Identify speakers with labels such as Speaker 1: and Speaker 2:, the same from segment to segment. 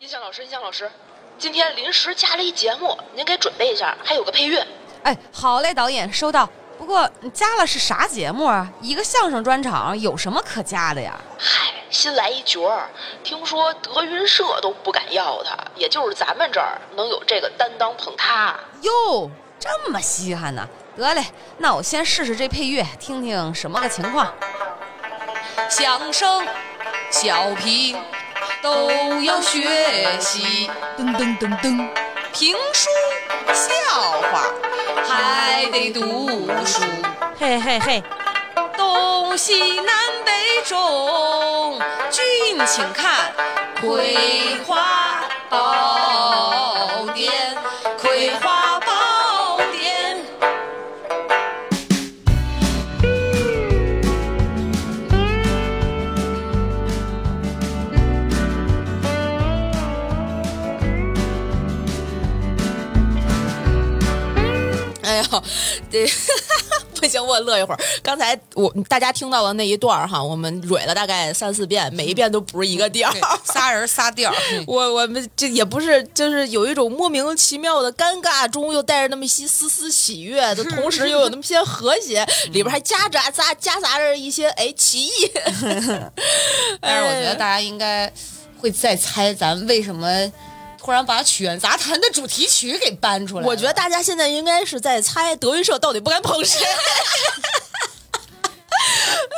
Speaker 1: 音响老师，音响老师，今天临时加了一节目，您给准备一下，还有个配乐。
Speaker 2: 哎，好嘞，导演收到。不过你加了是啥节目啊？一个相声专场有什么可加的呀？
Speaker 1: 嗨，新来一角儿，听说德云社都不敢要他，也就是咱们这儿能有这个担当捧他。
Speaker 2: 哟，这么稀罕呢、得嘞，那我先试试这配乐，听听什么个情况。
Speaker 3: 相声、小品都要学习，噔噔噔噔。评书、笑话还得读书，
Speaker 2: 嘿嘿嘿，
Speaker 3: 东西南北中，君请看《葵花宝典》。葵花宝典，哎呀，这 不行，我乐一会儿。刚才我嗯大家听到的那一段儿哈，我们蕊了大概三四遍，每一遍都不是一个调
Speaker 4: 嗯
Speaker 3: 儿。
Speaker 4: 仨人仨调儿， 嗯
Speaker 3: 我我们这也不是，就是有一种莫名其妙的尴尬中，又带着那么些丝丝喜悦，就同时又有那么些和 谐，里边还夹杂杂夹杂着一些哎歧义。
Speaker 4: 嗯 但是我觉得大家应该会再猜咱为什么突然把《曲苑杂谈》的主题曲给搬出来了。
Speaker 3: 我觉得大家现在应该是在猜德云社到底不敢 捧谁。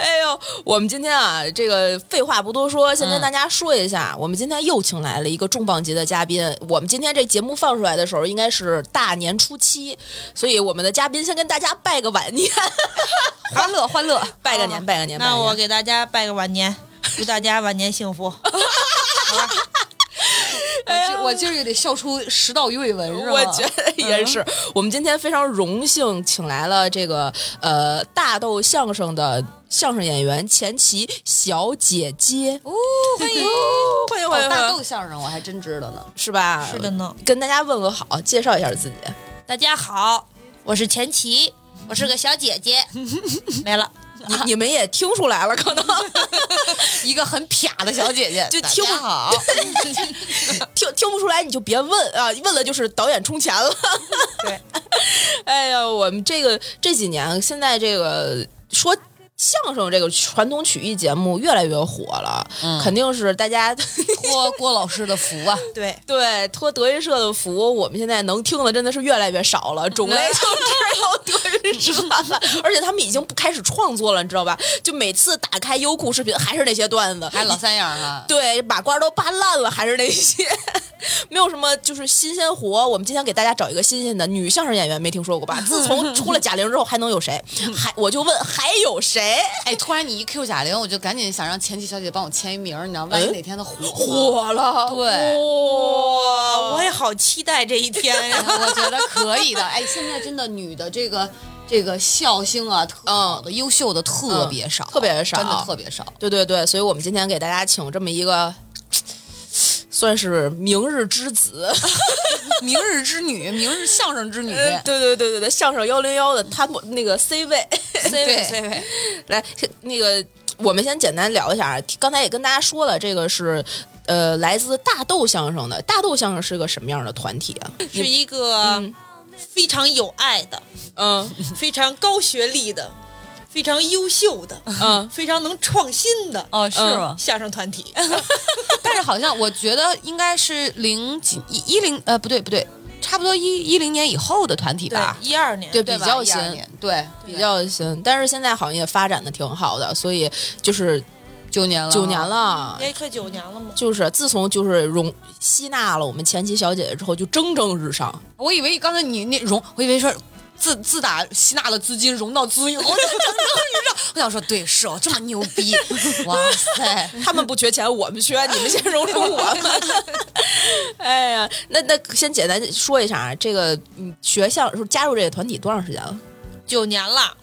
Speaker 3: 哎呦，我们今天啊，这个废话不多说，
Speaker 2: 嗯
Speaker 3: 先跟大家说一下，我们今天又请来了一个重磅级的嘉宾。我们今天这节目放出来的时候，应该是大年初七，所以我们的嘉宾先跟大家拜个晚年，
Speaker 2: 欢乐欢乐，
Speaker 3: 拜个年，拜个年。拜
Speaker 5: 那
Speaker 3: 个年
Speaker 5: 我给大家拜个晚年，祝大家晚年幸福。
Speaker 4: 我今我今儿也得笑出十道鱼尾纹，是吧？
Speaker 3: 我觉得也是。我们今天非常荣幸请来了这个呃大豆相声的相声演员钱琦小姐姐，
Speaker 4: 哦，欢迎
Speaker 3: 欢迎欢
Speaker 4: 哦
Speaker 3: 迎
Speaker 4: 大
Speaker 3: 欢
Speaker 4: 豆
Speaker 3: 迎，
Speaker 4: 相声，我还真知道呢。
Speaker 3: 是啊吧？
Speaker 5: 是的呢，
Speaker 3: 跟大家问个好，介绍一下自己。
Speaker 5: 大家好，我是钱琦，我是个小姐姐，没了。
Speaker 3: 你你们也听出来了，可能
Speaker 4: 一个很啪的小姐 姐，
Speaker 3: 就
Speaker 4: 大
Speaker 3: 听
Speaker 4: 家好，
Speaker 3: 听听不出来，你就别问啊，问了就是导演充钱了。
Speaker 5: 对，
Speaker 3: 哎呀，我们这个这几年，现在这个说。相声这个传统曲艺节目越来越火了，肯定是大家
Speaker 4: 托郭老师的福啊！
Speaker 5: 对，
Speaker 3: 对，托德云社的福，我们现在能听的真的是越来越少了，种类就 只有德云社了。而且他们已经不开始创作了，你知道吧？就每次打开优酷视频，还是那些段子，
Speaker 4: 还老三样啊，
Speaker 3: 对，把瓜都扒烂了，还是那些，没有什么就是新鲜活。我们今天给大家找一个新鲜的女相声演员，没听说过吧？自从出了贾玲之后，还能有谁？还我就问，还有谁？
Speaker 4: 哎，突然你一 Q 贾玲，我就赶紧想让前妻小姐帮我签一名，你知道，万一哪天她火嗯火，
Speaker 3: 火了，
Speaker 4: 对
Speaker 3: 哇，
Speaker 5: 我也好期待这一天 呀。
Speaker 4: 我觉得可以的。哎，现在真的女的这个这个笑星啊，特好的、优秀的嗯特别少，
Speaker 3: 特别少
Speaker 4: 真的特别少。
Speaker 3: 对对对，所以我们今天给大家请这么一个，算是明日之子，
Speaker 4: 明日之女，明日相声之女，
Speaker 3: 呃 对对对对对，相声幺零幺的他们那个 C 位，C
Speaker 4: 位
Speaker 3: C 位， 来那个我们先简单聊一下啊，刚才也跟大家说了，这个是。呃，来自大豆相声的大豆相声是个什么样的团体啊？
Speaker 5: 是一个非常有爱的、
Speaker 3: 嗯
Speaker 5: 非常高学历的、非常优秀的、
Speaker 3: 嗯，
Speaker 5: 非常能创新的嗯
Speaker 4: 哦，是吗？
Speaker 5: 相声团体。
Speaker 4: 但是好像我觉得应该是零几一一零呃，不对不对，差不多一一零年以后的团体
Speaker 5: 对
Speaker 4: 吧，，
Speaker 5: 一二年。
Speaker 3: 对，
Speaker 4: 对
Speaker 3: 比
Speaker 4: 吧
Speaker 3: 较新
Speaker 4: 12，年对
Speaker 3: 比较新，但是现在好像也发展的挺好的，所以就是
Speaker 4: 九年了，
Speaker 3: 九年了，
Speaker 5: 哎，快九年了吗？
Speaker 3: 就是自从就是容吸纳了我们前妻小姐姐之后，就蒸蒸日上。
Speaker 4: 我以为刚才你那融，我以为说自自打吸纳了资金融到资金，我 就我想说对，是哦，这么牛逼， 哇塞！
Speaker 3: 他们不缺钱，我们缺，你们先融入我 们。哎呀，那那先简单说一下啊，这个嗯学校是加入这个团体多长时间了？
Speaker 5: 九年了。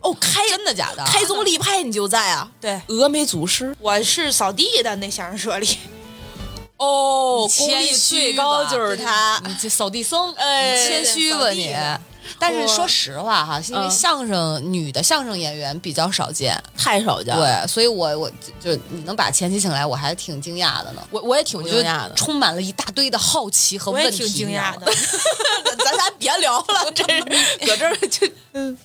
Speaker 3: 哦，开
Speaker 4: 真的假的？
Speaker 3: 开宗立派你就在啊？
Speaker 5: 对，
Speaker 3: 峨眉祖师
Speaker 5: 我是扫地的那相声社里。
Speaker 3: 哦
Speaker 4: 谦虚吧
Speaker 3: 就是他。
Speaker 4: 你这扫地僧，
Speaker 3: 哎
Speaker 4: 你谦虚吧
Speaker 5: 对
Speaker 4: 你
Speaker 5: 扫？
Speaker 4: 但是说实话哈，因为
Speaker 3: 嗯
Speaker 4: 相声女的相声演员比较少见，
Speaker 3: 太少见了。
Speaker 4: 对，所以我我就就你能把前妻请来，我还挺惊讶的呢。
Speaker 3: 我我也挺
Speaker 4: 我
Speaker 3: 惊
Speaker 4: 觉
Speaker 3: 讶
Speaker 4: 得
Speaker 3: 的，
Speaker 4: 充满了一大堆的好奇和
Speaker 5: 我
Speaker 4: 问题
Speaker 5: 也
Speaker 4: 呢。
Speaker 5: 挺惊 讶的。
Speaker 3: 咱俩别聊了，这 是搁这儿就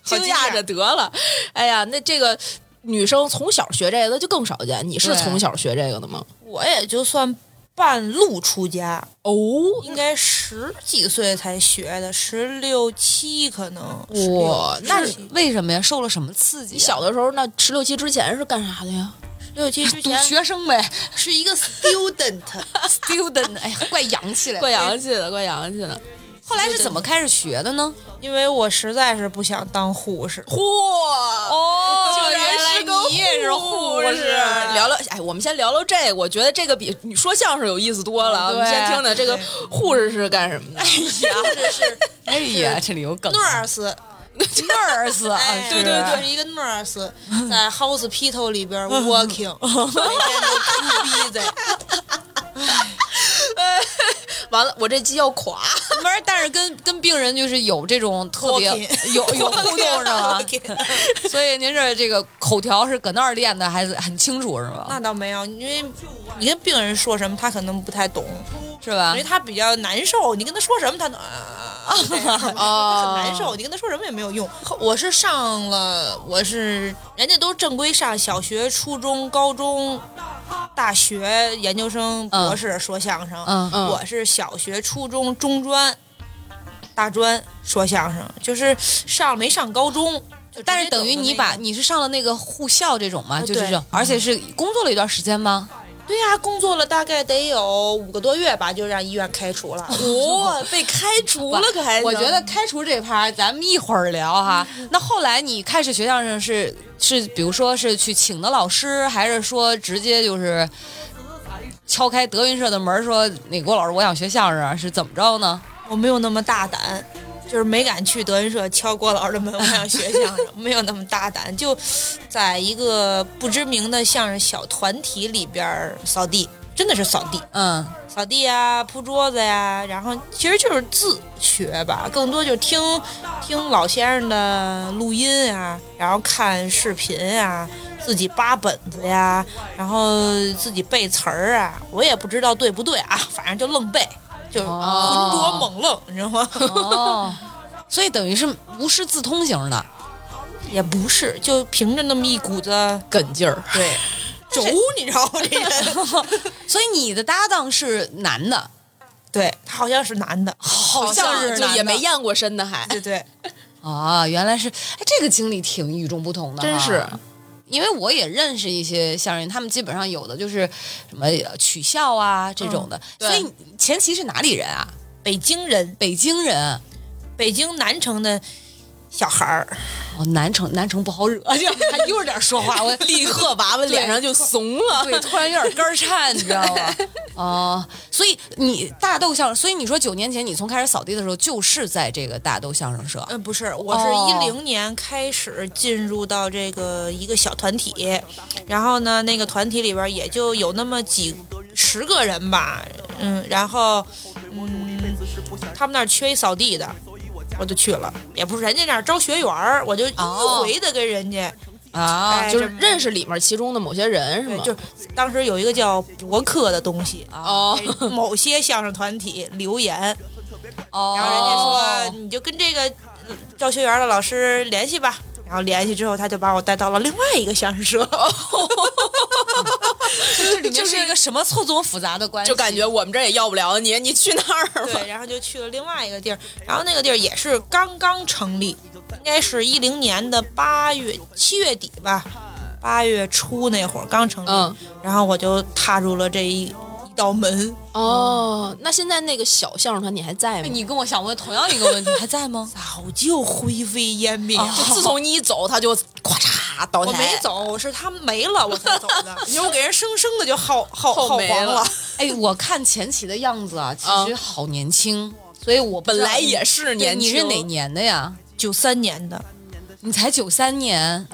Speaker 3: 惊讶着得了。哎呀，那这个女生从小学这个的就更少见。你是
Speaker 4: 对
Speaker 3: 从小学这个的吗？
Speaker 5: 我也就算半路出家，
Speaker 3: 哦，
Speaker 5: 应该十几岁才学的，十六七可能。
Speaker 3: 哇，那
Speaker 4: 那是为什么呀？受了什么刺激
Speaker 3: 你
Speaker 4: 啊？
Speaker 3: 小的时候那十六七之前是干啥的呀？
Speaker 5: 十六七之
Speaker 4: 读
Speaker 5: 前
Speaker 4: 学生呗
Speaker 5: 是一个 student，
Speaker 4: ，student，哎呀，怪洋气嘞。
Speaker 3: 怪洋气的，怪洋气的。
Speaker 4: 后来是怎么开始学的呢？
Speaker 5: 因为我实在是不想当护士。
Speaker 3: 嚯！哦
Speaker 5: 竟然是个护士
Speaker 3: 聊聊，哎，我们先聊聊这个，我觉得这个比你说相声有意思多了。我们
Speaker 4: 对
Speaker 3: 先听听这个护士是干什么的。
Speaker 4: 哎呀，这里有 梗
Speaker 5: nurse，
Speaker 4: ，nurse，啊
Speaker 5: 哎，
Speaker 4: 是
Speaker 5: 对对对，一个 nurse 在 hospital 里边 working，每天都哭逼的。
Speaker 3: 完了，我这鸡要垮。
Speaker 4: 不是，但是跟跟病人就是有这种特别
Speaker 5: Talking
Speaker 4: 有有互动是吧
Speaker 5: Talking？
Speaker 4: 所以您这这个口条是搁那儿练的，还是很清楚是吧？
Speaker 5: 那倒没有，因为你跟病人说什么，他可能不太懂，
Speaker 4: 是吧
Speaker 5: 因为？他比较难受。你跟他说什么，他都啊 啊啊啊啊，很难受。你跟他说什么也没有用。我是上了，我是人家都正规上小学、初中、高中、大学、研究生、
Speaker 4: 嗯
Speaker 5: 博士说相声。
Speaker 4: 嗯
Speaker 3: 嗯
Speaker 5: 我是小学、初中、中专、大专说相声，就是上没上高中。就直接
Speaker 4: 但是等于你把
Speaker 5: 走的
Speaker 4: 你是上了那呃个护校这种嘛，
Speaker 5: 对
Speaker 4: 就是这种，而且是工作了一段时间吗？
Speaker 5: 那个对呀、工作了大概得有五个多月吧，就让医院开除 了。
Speaker 3: 哦，被开除了可还行？
Speaker 4: 我觉得开除这趴咱们一会儿聊哈。那后来你开始学相声是是，比如说是去请的老师，还是说直接就是敲开德云社的门儿说那郭老师我想学相声，是怎么着呢？
Speaker 5: 我没有那么大胆，就是没敢去德云社敲郭老师的门，我想学相声，没有那么大 胆，就在一个不知名的相声小团体里边儿扫地，真的是扫地，
Speaker 4: 嗯，
Speaker 5: 扫地呀，铺桌子呀，然后其实就是自学吧，更多就是听听老先生的录音啊，然后看视频啊，自己扒本子呀，然后自己背词儿啊，我也不知道对不对啊，反正就愣背，就是浑
Speaker 4: 哦
Speaker 5: 浊猛愣，你知道吗？
Speaker 4: 哦，所以等于是无师自通型的。
Speaker 5: 也不是，就凭着那么一股子
Speaker 3: 梗劲儿。
Speaker 5: 对轴，你知道吗？这人，
Speaker 4: 所以你的搭档是男的，
Speaker 5: 对他好像是男的，
Speaker 4: 好
Speaker 3: 就也没验过身的还，
Speaker 5: 对对，
Speaker 4: 啊、原来是，哎，这个经历挺与众不同的，
Speaker 3: 真是。
Speaker 4: 因为我也认识一些相声，他们基本上有的就是什么呃取笑啊这种的，
Speaker 3: 对
Speaker 4: 所以前期是哪里人啊？
Speaker 5: 北京人，
Speaker 4: 北京人
Speaker 5: 北京南城的小孩儿。
Speaker 4: 哦，南城南城不好惹， 就还悠着点说话， 我
Speaker 3: 立刻娃娃脸上就怂了。
Speaker 4: 对，突然有点肝儿颤，你知道吗？ 哦，所以你大豆相声，所以你说九年前你从开始扫地的时候，就是在这个大豆相声社，
Speaker 5: 嗯，不是，我
Speaker 3: 哦
Speaker 5: 是一零年开始进入到这个一个小团体，然后呢，那个团体里边儿也就有那么几十个人吧，嗯，然后嗯，他们那儿缺一扫地的，我就去了，也不是人家那儿招学员儿，我就
Speaker 4: 哦
Speaker 5: 迂回的跟人家，
Speaker 4: 啊
Speaker 5: 哎
Speaker 3: 哦 就是
Speaker 5: 这么
Speaker 3: 认识里面其中的某些人是
Speaker 5: 对，
Speaker 3: 吗？
Speaker 5: 就是当时有一个叫博客的东西，
Speaker 3: 哦，
Speaker 5: 给某些相声团体留言，
Speaker 4: 哦，
Speaker 5: 然后人家说你就跟这个呃教学员的老师联系吧。然后联系之后，他就把我带到了另外一个相声社，
Speaker 4: 哦这里面是一个什么错综复杂的关系，
Speaker 3: 就感觉我们这儿也要不了你，你去那儿吧。
Speaker 5: 对，然后就去了另外一个地儿，然后那个地儿也是刚刚成立，应该是一零年的八月七月底吧，八月初那会儿刚成立，
Speaker 3: 嗯
Speaker 5: 然后我就踏入了这一一道门，
Speaker 3: 哦，那现在那个小相声团体还在
Speaker 4: 哎
Speaker 3: 吗？
Speaker 4: 你跟我想问同样一个问题，还在吗？哦
Speaker 5: 早就灰飞烟灭了。
Speaker 3: 就自从你一走，他就咵嚓倒
Speaker 5: 我
Speaker 3: 台。
Speaker 5: 没走，是他们没了我才走的，因为我给人生生的就耗耗
Speaker 3: 耗
Speaker 5: 耗
Speaker 3: 没
Speaker 5: 黄
Speaker 3: 了
Speaker 5: 了。
Speaker 4: 哎，我看前期的样子啊，其实好年轻，所以我不
Speaker 3: 本
Speaker 4: 知道
Speaker 3: 来
Speaker 4: 你
Speaker 3: 也是
Speaker 4: 对
Speaker 3: 年
Speaker 4: 你
Speaker 3: 轻，
Speaker 4: 是哪年的呀？
Speaker 5: 九三年的，
Speaker 4: 你才九三年，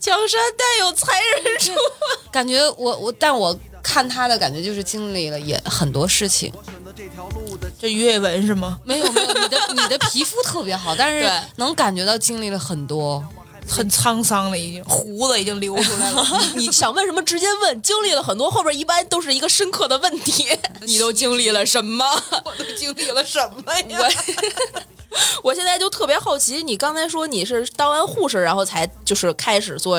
Speaker 3: 江山代有才 人出。
Speaker 4: 感觉我我，但我看他的感觉就是经历了也很多事情，
Speaker 5: 这鱼尾纹是吗？
Speaker 4: 没有没有，你的 你的皮肤特别好，但
Speaker 3: 对
Speaker 4: 是能感觉到经历了很多。
Speaker 5: 很沧桑了，已经胡子已经流出来了。
Speaker 3: 你你想问什么直接问，经历了很多，后边一般都是一个深刻的问 题。你都经历了什么？
Speaker 5: 我都经历了什么呀？
Speaker 3: 我现在就特别好奇，你刚才说你是当完护士，然后才就是开始做，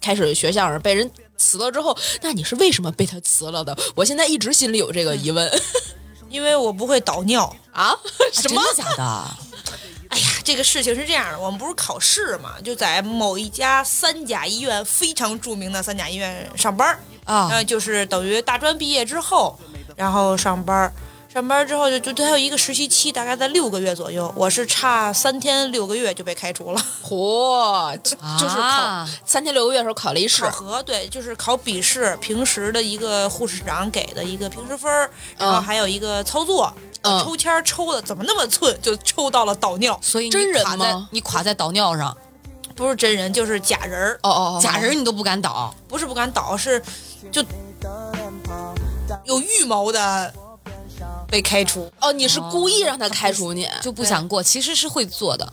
Speaker 3: 开始学相声，被人辞了之后，那你是为什么被他辞了的？我现在一直心里有这个疑问
Speaker 4: 嗯
Speaker 5: 因为我不会倒尿。
Speaker 3: 啊，什么？
Speaker 4: 真的假的？
Speaker 5: 哎呀，这个事情是这样的，我们不是考试嘛，就在某一家三甲医院非常著名的三甲医院上班儿
Speaker 4: 啊
Speaker 5: 呃就是等于大专毕业之后，然后上班儿，上班儿之后就就它有一个实习期，大概在六个月左右，我是差三天六个月就被开除了。
Speaker 3: 嚯，就就是考
Speaker 4: 啊
Speaker 3: 三天六个月的时候考了一试
Speaker 5: 考，核对，就是考笔试，平时的一个护士长给的一个平时分儿，然后
Speaker 3: 嗯
Speaker 5: 还有一个操作，
Speaker 3: 嗯
Speaker 5: 抽签儿抽的怎么那么寸，就抽到了倒尿，
Speaker 4: 所以你
Speaker 3: 真人
Speaker 4: 垮在
Speaker 3: 吗
Speaker 4: 你垮在倒尿上，
Speaker 5: 不是真人就是假人儿，
Speaker 3: 哦哦哦，
Speaker 4: 假人你都不敢倒。
Speaker 5: 不是不敢倒，是就有预谋的被开除，
Speaker 3: 哦，你是故意让他开除你？
Speaker 4: 就不想过，其实是会做的。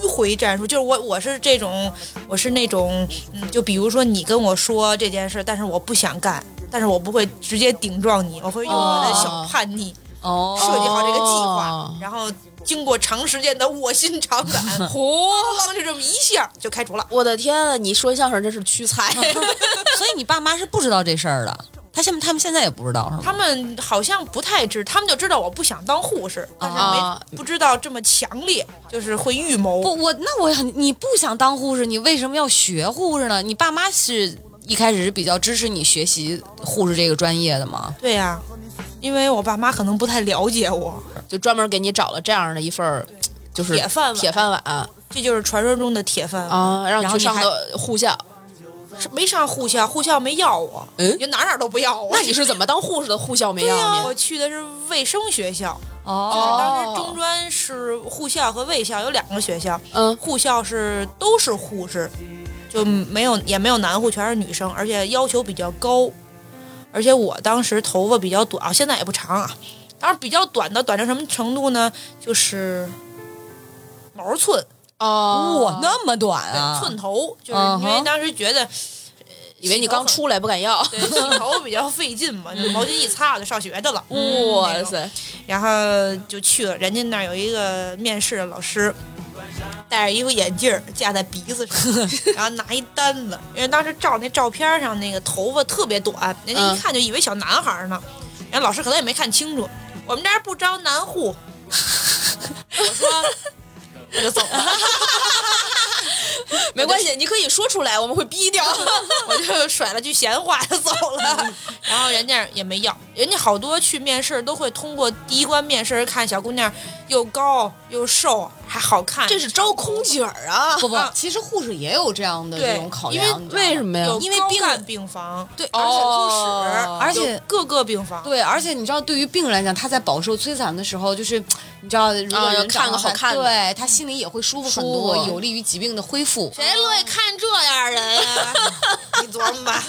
Speaker 5: 迂回战术。就是我我是这种，我是那种，嗯，就比如说你跟我说这件事，但是我不想干，但是我不会直接顶撞你，我会用我的小
Speaker 3: 哦
Speaker 5: 叛逆。
Speaker 4: 哦
Speaker 5: 设计好这个计划，
Speaker 3: 哦
Speaker 5: 然后经过长时间的卧薪尝胆， 咣
Speaker 3: 嚯！
Speaker 5: 啷就这么一下就开除了。
Speaker 3: 我的天啊！你说相声真是 屈才，
Speaker 4: 所以你爸妈是不知道这事儿的，他现他们现在也不知道是吗？
Speaker 5: 他们好像不太知，他们就知道我不想当护士，但是没、
Speaker 3: 啊
Speaker 5: 不知道这么强烈，就是会预谋。
Speaker 3: 哦
Speaker 4: 不，我那我很你不想当护士，你为什么要学护士呢？你爸妈是一开始是比较支持你学习护士这个专业的吗？
Speaker 5: 对呀、因为我爸妈可能不太了解我，
Speaker 3: 就专门给你找了这样的一份儿，就是
Speaker 5: 铁饭碗
Speaker 3: 铁饭碗啊，
Speaker 5: 这就是传说中的铁饭碗。
Speaker 3: 让
Speaker 4: 嗯然
Speaker 3: 你
Speaker 4: 后你
Speaker 3: 去上
Speaker 4: 还
Speaker 3: 的护校。
Speaker 5: 是没上护校，护校没要我，
Speaker 3: 嗯
Speaker 5: 就哪儿哪儿都不要我。
Speaker 3: 那你是怎么当护士的？护校没
Speaker 5: 对呀、
Speaker 3: 要
Speaker 5: 我
Speaker 3: 你？
Speaker 5: 去的是卫生学校，
Speaker 4: 哦，
Speaker 5: 当时
Speaker 3: 哦，
Speaker 5: 中专是护校和卫校有两个学校，
Speaker 3: 嗯
Speaker 5: 护校是都是护士，就没有也没有男护，全是女生，而且要求比较高。而且我当时头发比较短，啊现在也不长啊。当时比较短的，短成什么程度呢？就是毛寸，
Speaker 4: 哇
Speaker 3: 哦，，
Speaker 4: 那么短啊！
Speaker 5: 寸头，就是
Speaker 4: 嗯
Speaker 5: 因为
Speaker 4: 哼
Speaker 5: 当时觉得
Speaker 3: 以为你刚出来不 敢要。
Speaker 5: 对洗 头比较费劲嘛，就毛巾一擦我就上学去了。
Speaker 3: 嗯
Speaker 5: 嗯
Speaker 3: 哇
Speaker 5: 那种
Speaker 3: 塞，
Speaker 5: 然后就去了，人家那儿有一个面试的老师，戴着一个眼镜儿架在鼻子 上，然后拿一单子，因为当时照那照片上那个头发特别短，
Speaker 3: 嗯
Speaker 5: 人家一看就以为小男孩儿呢，然后老师可能也没看清楚，我们这儿不招男护，我说我就走了，
Speaker 3: 没关系，你可以说出来，我们会逼掉。
Speaker 5: 我就甩了句闲话就走了，然后人家也没要，人家好多去面试都会通过第一关面试看小姑娘又高又瘦还好看，
Speaker 3: 这是招空姐儿啊！
Speaker 4: 不不
Speaker 5: 啊，
Speaker 4: 其实护士也有这样的这
Speaker 5: 对
Speaker 4: 种考
Speaker 5: 因
Speaker 4: 量
Speaker 5: 为，
Speaker 4: 你知道吗
Speaker 3: 为什么呀？
Speaker 5: 有
Speaker 4: 因为
Speaker 5: 高
Speaker 4: 病
Speaker 5: 干病房，对，而且护
Speaker 3: 哦
Speaker 5: 室，
Speaker 4: 而且
Speaker 5: 有各个病房，
Speaker 4: 对，而且你知道，对于病人来讲，他在饱受摧残的时候，就是你知道，如果
Speaker 3: 啊
Speaker 4: 人长
Speaker 3: 看
Speaker 4: 得
Speaker 3: 个好
Speaker 4: 还
Speaker 3: 看的
Speaker 4: 对他心里也会舒服很
Speaker 3: 舒
Speaker 4: 多，
Speaker 3: 服
Speaker 4: 有利于疾病的恢复。
Speaker 5: 谁乐意看这样人呀？你琢磨吧，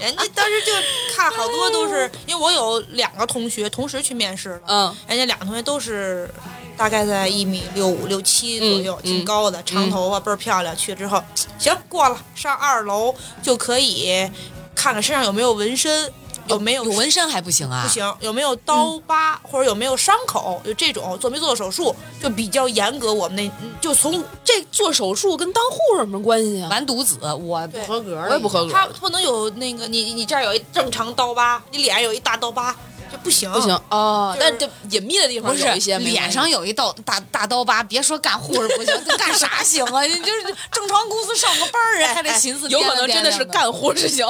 Speaker 5: 人家当时就看好多都是，因为我有两个同学同时去面试了，
Speaker 3: 嗯，
Speaker 5: 人家两个同学都是大概在一米六五、六七左右，
Speaker 3: 嗯
Speaker 5: 挺高的，长头发，倍儿漂亮。去之后，行过了，上二楼就可以看看身上有没有纹身，有没
Speaker 3: 哦
Speaker 5: 有
Speaker 4: 有纹身还不行啊？
Speaker 5: 不，行，有没有刀疤、或者有没有伤口，就这种做没做手术就比较严格。我们那嗯就从
Speaker 3: 这做手术跟当护士有什么关系啊？
Speaker 4: 完犊子，我不
Speaker 5: 对
Speaker 4: 合格了，
Speaker 3: 我也不合格
Speaker 5: 他不能有那个你你这儿有一正常刀疤，你脸上有一大刀疤，这不行
Speaker 3: 不行。哦，
Speaker 5: 就是
Speaker 3: 但这隐秘的地方
Speaker 4: 嗯不是
Speaker 3: 有一些没关系
Speaker 4: 脸上有一道大大刀疤，别说干护士不行，这干啥行啊？你就是正常公司上个班儿，啊人还得寻思掂
Speaker 3: 哎有
Speaker 4: 量掂量，
Speaker 3: 可能真的是
Speaker 4: 啊
Speaker 3: 干护士行。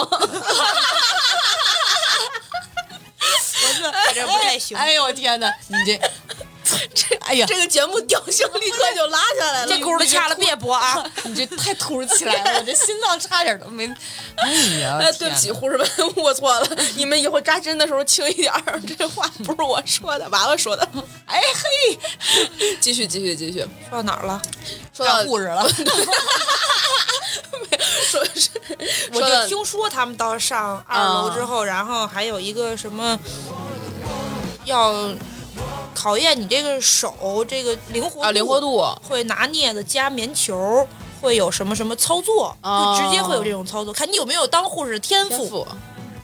Speaker 5: 这不太行。
Speaker 4: 哎呦我天哪，你这这哎呀，
Speaker 3: 这个节目调性立刻就拉下来了。
Speaker 5: 哎这轱辘掐了别播啊！
Speaker 4: 你这太突如其来了，我这心脏差点都没。哎呀，
Speaker 3: 哎，对不起，
Speaker 4: 天哪，
Speaker 3: 护士们， 我错了。你们以后扎针的时候轻一点儿，这话不是我说的，娃娃说的。哎嘿，继续继续继续，
Speaker 5: 说到哪儿了？
Speaker 3: 说到
Speaker 4: 干护士了。
Speaker 3: 说是
Speaker 5: 我
Speaker 3: 说
Speaker 5: 就
Speaker 3: 到嗯
Speaker 5: 听说他们到上二楼之后，然后还有一个什么要考验你这个手这个灵活
Speaker 3: 啊，灵活度
Speaker 5: 会拿镊子夹棉球，会有什么什么操作，
Speaker 3: 哦
Speaker 5: 就直接会有这种操作，看你有没有当护士的天
Speaker 3: 天
Speaker 5: 赋。
Speaker 3: 赋。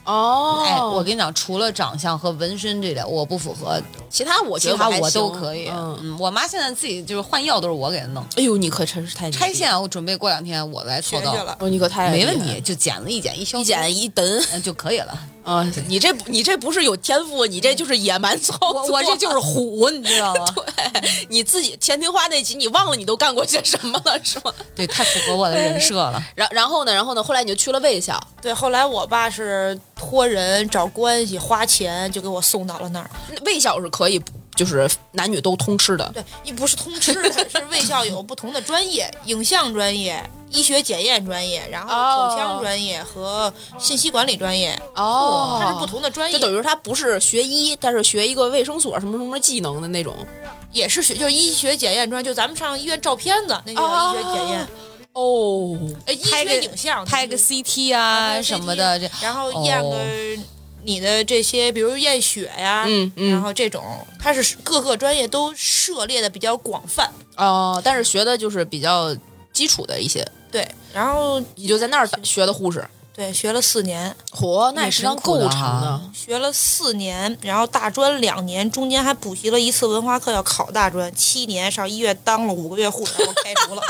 Speaker 3: 哦，
Speaker 4: 哎，我跟你讲，除了长相和纹身这点我不符合，
Speaker 3: 其他我
Speaker 4: 其
Speaker 3: 觉得
Speaker 4: 他
Speaker 3: 还
Speaker 4: 我都
Speaker 3: 行
Speaker 4: 可以。
Speaker 3: 嗯，
Speaker 4: 嗯，我妈现在自己就是换药都是我给她弄，
Speaker 3: 哎呦，你可真是太牛逼
Speaker 4: 拆，线我准备过两天我来操
Speaker 5: 学去
Speaker 4: 刀，
Speaker 5: 了，
Speaker 3: 哦，你可太
Speaker 4: 没
Speaker 3: 厉害
Speaker 4: 问
Speaker 3: 了
Speaker 4: 题，就剪了一剪一消
Speaker 3: 一
Speaker 4: 毒
Speaker 3: 剪一蹬
Speaker 4: 嗯就可以了。
Speaker 3: 啊！你这不你这不是有天赋，你这就是野蛮操作。
Speaker 4: 我我这就是虎，你知道吗？
Speaker 3: 对你自己前庭花那集，你忘了你都干过些什么了是吗？
Speaker 4: 对，太符合我的人设 了。
Speaker 3: 然然后呢，然后呢，后来你就去了卫校，
Speaker 5: 对，后来我爸是托人找关系花钱就给我送到了那儿。
Speaker 3: 卫校是可以就是男女都通吃的。
Speaker 5: 对，也不是通吃， 它是卫校有不同的专业，影像专业、医学检验专业，然后口
Speaker 4: 哦
Speaker 5: 腔专业和信息管理专业，
Speaker 3: 哦
Speaker 5: 它是不同的专业
Speaker 3: 就，等于说他不是学医，但是学一个卫生所什么什么技能的那种。
Speaker 5: 也是学就是医学检验专，就咱们上医院照片子，那就叫医学检验，
Speaker 3: 哦，
Speaker 5: 哎，医
Speaker 4: 拍
Speaker 5: 学
Speaker 4: 个
Speaker 5: 影像，
Speaker 4: 拍个
Speaker 5: 就是
Speaker 4: CT 啊什么的，这哦
Speaker 5: 然后验个你的这些，比如验血呀，
Speaker 3: 嗯嗯
Speaker 5: 然后这种，它是各个专业都涉猎的比较广泛，
Speaker 3: 哦，但是学的就是比较基础的一些，
Speaker 5: 对，然后
Speaker 3: 你就在那儿打学的护士。
Speaker 5: 对学了四年，
Speaker 3: 嚯，那也
Speaker 4: 也
Speaker 3: 时
Speaker 4: 挺
Speaker 3: 间
Speaker 4: 苦
Speaker 3: 够
Speaker 4: 的
Speaker 3: 长
Speaker 4: 啊
Speaker 3: 的。
Speaker 5: 学了四年，然后大专两年，中间还补习了一次文化课，要考大专。七年上医院当了五个月护士，然后开 除了。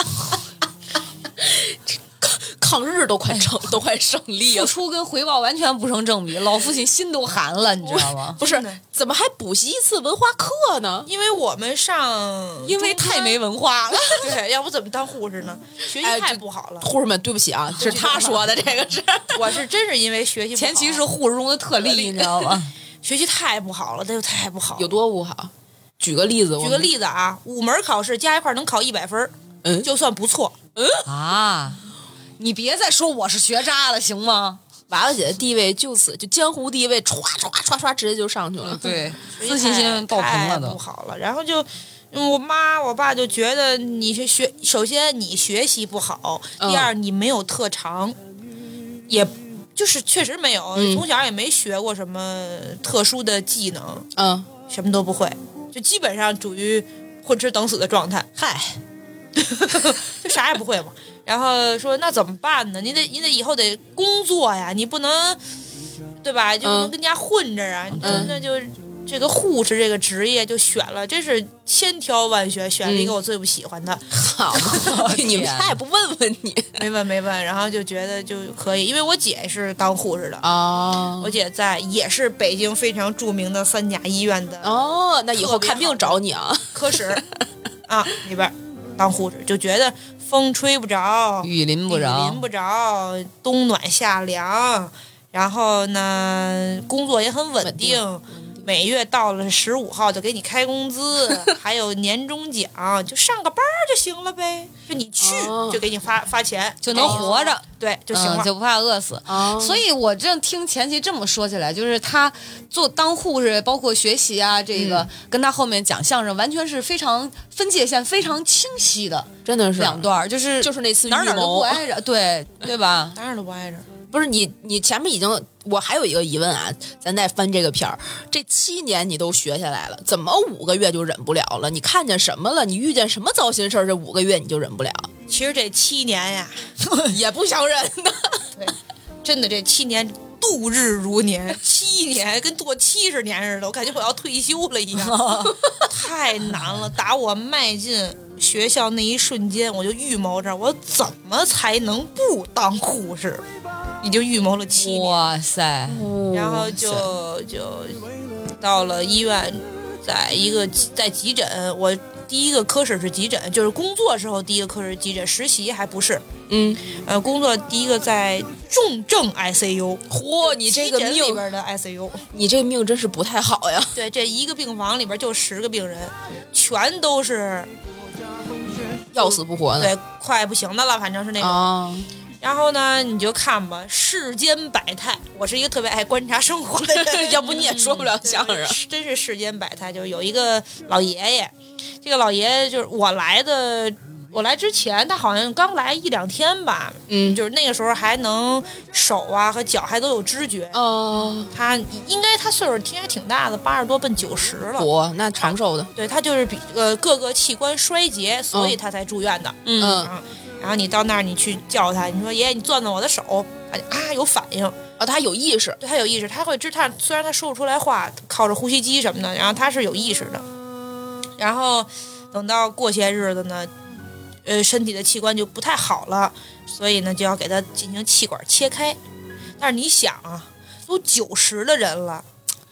Speaker 3: 抗日都
Speaker 4: 哎
Speaker 3: 快胜，都快胜利
Speaker 4: 付
Speaker 3: 了。
Speaker 4: 出跟回报完全不成正比，老父亲心都寒了，你知道吗？
Speaker 3: 不
Speaker 5: 真
Speaker 3: 是
Speaker 5: 的，
Speaker 3: 怎么还补习一次文化课呢？
Speaker 5: 因为我们上，
Speaker 4: 因为太没文化了。
Speaker 5: 对，要不怎么当护士呢？学
Speaker 3: 哎
Speaker 5: 习太
Speaker 3: 这
Speaker 5: 不好了。
Speaker 3: 护士们，对不起啊，是他说的，这 个是。
Speaker 5: 我是真是因为学习不好
Speaker 4: 前期是护士中的特例，你知道 吗？
Speaker 5: 学习太不好了，那就太不好
Speaker 3: 有
Speaker 5: 了。
Speaker 3: 多不好？举个例子，
Speaker 5: 举
Speaker 3: 我
Speaker 5: 个
Speaker 3: 们，
Speaker 5: 例子啊，五门考试加一块儿能考一百分儿，
Speaker 3: 嗯，
Speaker 5: 就算不错。
Speaker 4: 啊，嗯你别再说我是学渣了，行吗？
Speaker 3: 娃娃姐的地位就此就江湖地位唰唰唰唰直接就上去了。
Speaker 4: 嗯对，
Speaker 5: 学习
Speaker 4: 自信
Speaker 5: 太
Speaker 4: 心爆棚
Speaker 5: 太
Speaker 4: 了
Speaker 5: 不
Speaker 4: 都。
Speaker 5: 好了。然后就嗯我妈我爸就觉得你是学，首先你学习不好，
Speaker 3: 嗯
Speaker 5: 第二你没有特长，也就是确实没有，
Speaker 3: 嗯
Speaker 5: 从小也没学过什么特殊的技能，
Speaker 3: 嗯，
Speaker 5: 什么都不会，就基本上处于混吃等死的状态，
Speaker 3: 嗨，
Speaker 5: 就啥也不会嘛。然后说那怎么办呢？你得你得以后得工作呀，你不能对吧？就不能
Speaker 3: 嗯
Speaker 5: 跟家混着啊。
Speaker 3: 嗯
Speaker 5: 那那就这个护士这个职业就选了，真是千挑万选，选了
Speaker 3: 嗯
Speaker 5: 一个我最不喜欢的。
Speaker 3: 好，你
Speaker 4: 啊
Speaker 3: 们他也不问问你
Speaker 5: 没问没问，然后就觉得就可以，因为我姐是当护士的，
Speaker 4: 哦
Speaker 3: 啊
Speaker 5: 我姐在也是北京非常著名的三甲医院的
Speaker 3: 哦，那以后看病找 你啊。
Speaker 5: 科室 啊里边儿当护士，就觉得风吹不着，
Speaker 4: 雨淋不
Speaker 5: 雨
Speaker 4: 着
Speaker 5: 淋，不着，冬暖夏凉，然后呢，工作也很稳定，每月到了十五号就给你开工资， 还有年终奖，就上个班儿就行了呗，就你去、
Speaker 3: 哦
Speaker 5: 就给你发发钱，
Speaker 4: 就能
Speaker 5: 哎
Speaker 4: 活着，
Speaker 5: 对就行
Speaker 4: 嗯，
Speaker 5: 了。
Speaker 4: 就不怕饿死。
Speaker 3: 哦
Speaker 4: 所以，我这听前期这么说起来，就是他做当护士，包括学习啊，这个、跟他后面讲相声，完全是非常分界线非常清晰的
Speaker 3: 真的是
Speaker 4: 两段儿，就是
Speaker 3: 就是那次
Speaker 4: 哪儿哪
Speaker 3: 预
Speaker 4: 儿都
Speaker 3: 谋
Speaker 4: 不挨着， 对对吧？
Speaker 5: 当然都不挨着，
Speaker 3: 不是你，你前面已经，我还有一个疑问啊，咱再翻这个片儿，这七年你都学下来了，怎么五个月就忍不了了？你看见什么了？你遇见什么糟心事儿？这五个月你就忍不了，
Speaker 5: 其实这七年呀，
Speaker 3: 也不想忍 的。
Speaker 5: 真的这七年。度日如年， 七年跟做七十年似的，我感觉我要退休了一样，太难了。打我迈进学校那一瞬间，我就预谋着我怎么才能不当护士，你就预谋了七年，
Speaker 4: 哇塞，
Speaker 3: 嗯
Speaker 5: 然后就就到了医院，在一个在急诊，我第一个科室是急诊，就是工作时候第一个科室是急诊，实习还不是，
Speaker 3: 嗯，
Speaker 5: 呃，工作第一个在重症 ICU。
Speaker 3: 嚯，你这个
Speaker 5: 急诊里
Speaker 3: 命，
Speaker 5: 边的 ICU，
Speaker 3: 你这命真是不太好 呀。
Speaker 5: 对，这一个病房里边就十个病人，全都是
Speaker 3: 要死不活的
Speaker 5: 对快不行的了，反正是那种。
Speaker 3: 啊！
Speaker 4: 哦
Speaker 5: 然后呢，你就看吧，世间百态。我是一个特别爱观察生活的 人，
Speaker 3: 要不你也说不了
Speaker 4: 嗯
Speaker 3: 相声。啊
Speaker 5: 真是世间百态。就有一个老爷爷，这个老爷爷就是我来的我来之前，他好像刚来一两天吧，
Speaker 3: 嗯
Speaker 5: 就是那个时候还能手啊和脚还都有知觉。
Speaker 3: 哦，
Speaker 5: 他应该他岁数应该挺大的，八十多奔九十了。
Speaker 3: 我那长寿的，
Speaker 5: 对他就是比呃各个器官衰竭，所以他才住院的。嗯
Speaker 3: 嗯，
Speaker 5: 啊，然后你到那儿你去叫他，你说爷爷你攥攥我的手，他就啊有反应，
Speaker 3: 哦，他有意识，
Speaker 5: 对他有意识，他会知他虽然他说不出来话，靠着呼吸机什么的，然后他是有意识的。然后等到过些日子呢，呃，身体的器官就不太好了，所以呢就要给他进行气管切开。但是你想啊，都九十的人了，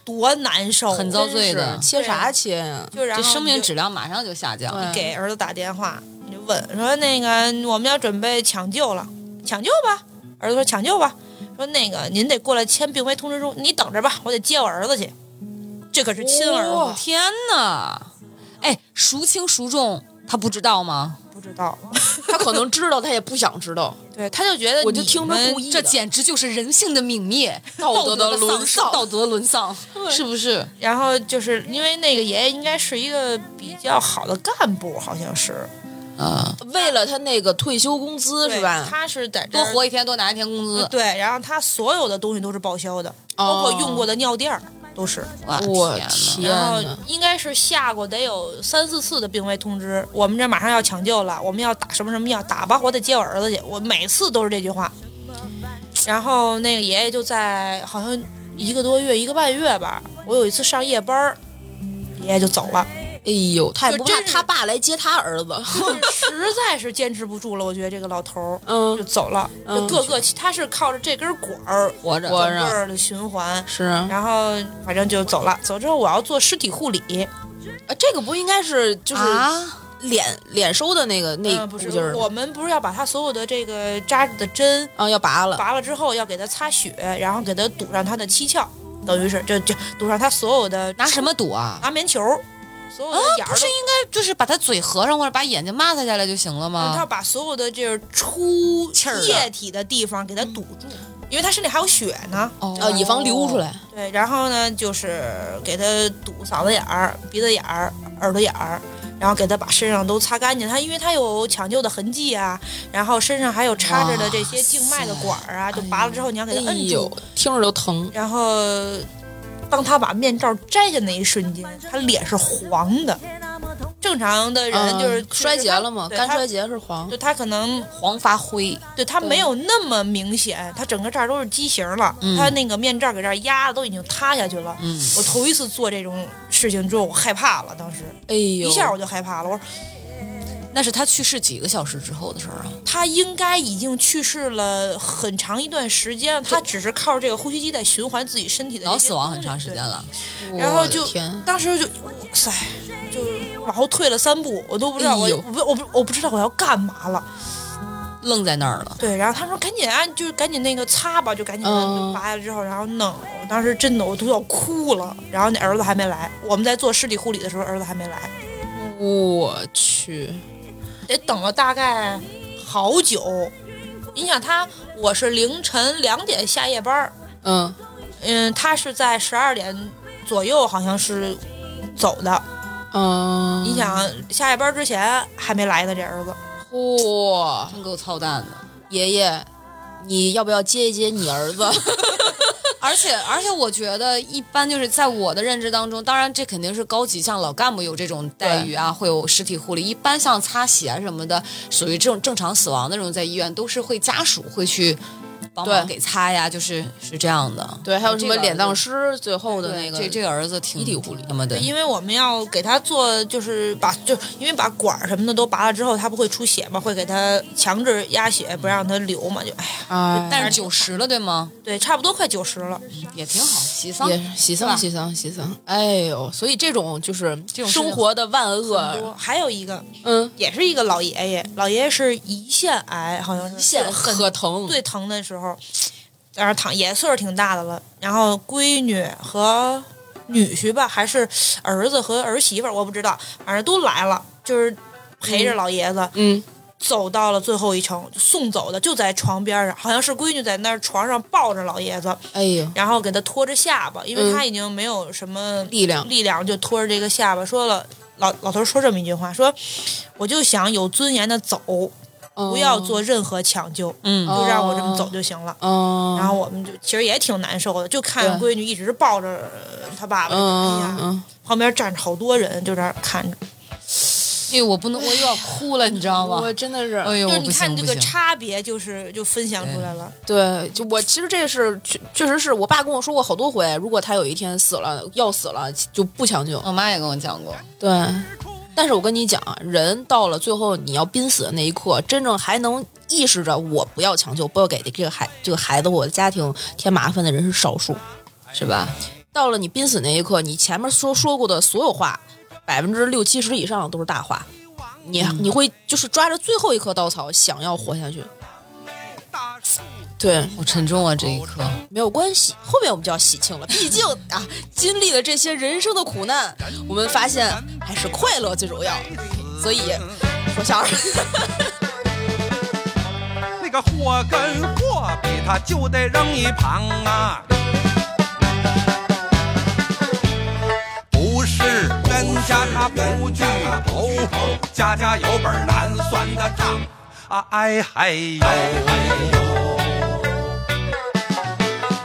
Speaker 5: 多难受，
Speaker 4: 很遭罪的
Speaker 5: 真是
Speaker 3: 切
Speaker 4: 啊
Speaker 3: 啥？切呀？
Speaker 5: 对就然后
Speaker 4: 这生命
Speaker 5: 你就
Speaker 4: 质量马上就下降
Speaker 3: 对
Speaker 4: 了。
Speaker 5: 给儿子打电话，你就问说那个我们要准备抢救了，抢救吧。儿子说抢救吧，说那个您得过来签病危通知书，你等着吧，我得接我儿子去。这可是亲儿子，
Speaker 4: 哇哦天哪！哎，孰轻孰重，他不知道吗？
Speaker 5: 不知道。
Speaker 3: 他可能知道，他也不想知 道，
Speaker 5: 对，他就觉得
Speaker 3: 我就
Speaker 5: 你
Speaker 3: 听着
Speaker 5: 们
Speaker 3: 故意的
Speaker 4: 这简直就是人性的泯灭，道
Speaker 3: 道
Speaker 4: 德
Speaker 3: 德
Speaker 4: 的
Speaker 3: 的
Speaker 4: 沦
Speaker 3: 沦
Speaker 4: 丧，
Speaker 3: 丧
Speaker 4: 道德沦丧，是不是？
Speaker 5: 然后就是因为那个爷爷应该是一个比较好的干部，好像是
Speaker 4: 啊，
Speaker 3: 为了他那个退休工资是
Speaker 5: 对
Speaker 3: 吧？
Speaker 5: 他是在这
Speaker 4: 多
Speaker 5: 儿嗯
Speaker 4: 活一天，多拿一天工资。
Speaker 5: 对，然后他所有的东西都是报销的，包括用过的尿垫儿都是。
Speaker 4: 哇
Speaker 3: 我
Speaker 4: 啊天哪！
Speaker 3: 天
Speaker 5: 然后
Speaker 3: 哪！
Speaker 5: 应该是下过得有三四次的病危通知，我们这马上要抢救了，我们要打什么什么药，打吧，我得接我儿子去。我每次都是这句话。然后那个爷爷就在好像一个多月、一个半月吧，我有一次上夜班儿，爷爷就走了，
Speaker 3: 哎呦，他也
Speaker 5: 就
Speaker 3: 不怕
Speaker 5: 真是
Speaker 3: 他爸来接他儿 子。
Speaker 5: 实在是坚持不住了，我觉得这个老头儿。就
Speaker 3: 嗯，
Speaker 5: 走了，就
Speaker 3: 嗯
Speaker 5: 各个他是靠着这根管儿
Speaker 4: 活着，
Speaker 3: 我
Speaker 5: 整个儿的循环，
Speaker 3: 是啊，
Speaker 5: 然后反正就走了。走之后我要做尸体护理，
Speaker 3: 这个不应该是就是
Speaker 4: 啊，呃
Speaker 3: 脸脸收的那个那
Speaker 5: 嗯，
Speaker 3: 股
Speaker 5: 不
Speaker 3: 劲
Speaker 5: 是
Speaker 3: 儿，
Speaker 5: 我们不是要把他所有的这个扎着的针
Speaker 4: 嗯
Speaker 3: 啊要拔了。
Speaker 5: 拔了之后，要给他擦血，然后给他堵上他的七窍，等于是就就堵上他所有的
Speaker 4: 拿什么堵啊？
Speaker 5: 拿棉球，所有的眼儿
Speaker 4: 不是
Speaker 5: 都
Speaker 4: 应该就是把他嘴合上，或者把眼睛抹擦下来就行了
Speaker 5: 嗯他要
Speaker 4: 吗？
Speaker 5: 把所有的就是出
Speaker 4: 气儿啊嗯的
Speaker 5: 液体的地方给他堵住，因为他身里还有血呢。
Speaker 3: 啊，
Speaker 4: 哦
Speaker 3: 以防流出。来，
Speaker 5: 对，然后呢，就是给他堵嗓子眼儿、鼻子眼儿、耳朵眼儿，然后给他把身上都擦干净。他因为他有抢救的痕迹啊，然后身上还有插着的这些静脉的管儿啊，就拔了之后你要
Speaker 3: 哎
Speaker 5: 给他摁
Speaker 3: 呦
Speaker 5: 住。，
Speaker 3: 听着都疼。
Speaker 5: 然后，当他把面罩摘下那一瞬间，他脸是黄的。正常的人就是、
Speaker 3: 嗯衰竭了嘛，
Speaker 5: 对
Speaker 3: 肝
Speaker 5: 他
Speaker 3: 衰竭是黄
Speaker 5: 就。他可能
Speaker 4: 黄发灰，
Speaker 5: 对他没有那么明显，他整个这儿都是畸形了，他那个面罩给这儿压的都已经塌下去了。
Speaker 4: 嗯
Speaker 5: 我头一次做这种事情之后，我害怕了，当时
Speaker 3: 哎呦，
Speaker 5: 一下我就害怕了。我说
Speaker 4: 那是他去世几个小时之后的事儿啊。
Speaker 5: 他应该已经去世了很长一段时间了，他只是靠这个呼吸机在循环自己身体的。
Speaker 4: 然后死亡很长时间。了，
Speaker 5: 然
Speaker 3: 我
Speaker 5: 后
Speaker 3: 的
Speaker 5: 就
Speaker 3: 天，
Speaker 5: 当时就哇塞，就往后退了三步，我都不知道我
Speaker 3: 哎呦
Speaker 5: 我不我不我不知道我要干嘛了。
Speaker 4: 愣在那儿了。
Speaker 5: 对，然后他说赶紧啊，就是赶紧那个擦吧，就赶紧给
Speaker 3: 嗯
Speaker 5: 它拔下来之后，然后弄。我当时真的我都要哭了。然后那儿子还没来，我们在做尸体护理的时候，儿子还没来，
Speaker 3: 我去，
Speaker 5: 得等了大概好久。你想他，我是凌晨两点下夜班儿，
Speaker 3: 嗯，
Speaker 5: 嗯，他是在十二点左右好像是走的。
Speaker 3: 嗯，
Speaker 5: 你想下夜班之前还没来呢，这儿子。
Speaker 3: 嚯，
Speaker 4: 真够操蛋的。
Speaker 3: 爷爷，你要不要接一接你儿子？
Speaker 4: 而且而且，我觉得一般就是在我的认知当中，当然这肯定是高级，像老干部有这种待遇啊，会有实体护理。一般像擦鞋什么的，属于这种正常死亡的那种，在医院都是会家属会去帮忙
Speaker 3: 对
Speaker 4: 给擦呀，就是是这样的。
Speaker 3: 对，还有什么
Speaker 4: 这个
Speaker 3: 脸葬师最后的
Speaker 4: 对
Speaker 3: 那个，
Speaker 4: 这这个儿子挺
Speaker 3: 遗体护理
Speaker 4: 什么的
Speaker 5: 对，，因为我们要给他做，就是把就因为把管儿什么的都拔了之后，他不会出血嘛，会给他强制压血，不让他流嘛，就哎呀，
Speaker 3: 哎
Speaker 4: 但是九十了对吗？
Speaker 5: 对，差不多快九十了。
Speaker 4: 也挺好，喜丧
Speaker 3: 也喜
Speaker 4: 是吧
Speaker 3: 丧喜丧喜丧，哎呦，所以这种就是
Speaker 4: 这种事情
Speaker 3: 生活的万恶，
Speaker 5: 多还有一个
Speaker 3: 嗯，
Speaker 5: 也是一个老爷爷，老爷爷是胰腺癌，好像是
Speaker 3: 现
Speaker 5: 很
Speaker 3: 可疼，
Speaker 5: 最疼的时候，在那儿躺也岁数挺大的了，然后闺女和女婿吧，还是儿子和儿媳妇儿，我不知道，反正都来了，就是陪着老爷子。
Speaker 3: 嗯，
Speaker 5: 走到了最后一程，就送走的就在床边上，好像是闺女在那儿床上抱着老爷子，
Speaker 3: 哎呦，
Speaker 5: 然后给他拖着下巴，因为
Speaker 3: 嗯
Speaker 5: 他已经没有什么
Speaker 3: 力量
Speaker 5: 力量，就拖着这个下巴，说了老老头说这么一句话，说我就想有尊严的走，不要做任何抢救，
Speaker 4: 嗯哦
Speaker 5: 就让我这么走就行了。
Speaker 3: 嗯，
Speaker 5: 然后我们就其实也挺难受的，就看
Speaker 3: 对
Speaker 5: 闺女一直抱着呃她爸爸，哎
Speaker 3: 嗯
Speaker 5: 呀，
Speaker 3: 嗯
Speaker 5: 旁边站着好多人，就在那儿看着。
Speaker 4: 因为哎我不能，我又要哭了，你知道
Speaker 3: 嗯，
Speaker 4: 吗？
Speaker 3: 我真的是，
Speaker 4: 哎呦，我
Speaker 5: 就是
Speaker 4: 不
Speaker 5: 你
Speaker 4: 行
Speaker 5: 看这个
Speaker 4: 不行
Speaker 5: 差别，就是就分享出来了。
Speaker 3: 对，就我其实这是确确实是我爸跟我说过好多回，如果他有一天死了要死了就不抢救。
Speaker 4: 我妈也跟我讲过，
Speaker 3: 对，但是我跟你讲，啊人到了最后你要濒死的那一刻，真正还能意识着我不要抢救，不要给这个孩这个孩子我的家庭添麻烦的人是少数。
Speaker 4: 是吧？
Speaker 3: 到了你濒死那一刻，你前面说说过的所有话，百分之六七十以上都是大话。你、你会就是抓着最后一棵稻草想要活下去，对，
Speaker 4: 好沉重啊，这一刻。
Speaker 3: 没有关系，后面我们就要喜庆了。毕竟啊，经历了这些人生的苦难，我们发现还是快乐最重要。所以说 相声，
Speaker 6: 那个祸跟祸比，他就得扔一旁啊。不是跟家他不聚头，家家有本难算的账啊，哎嗨呦！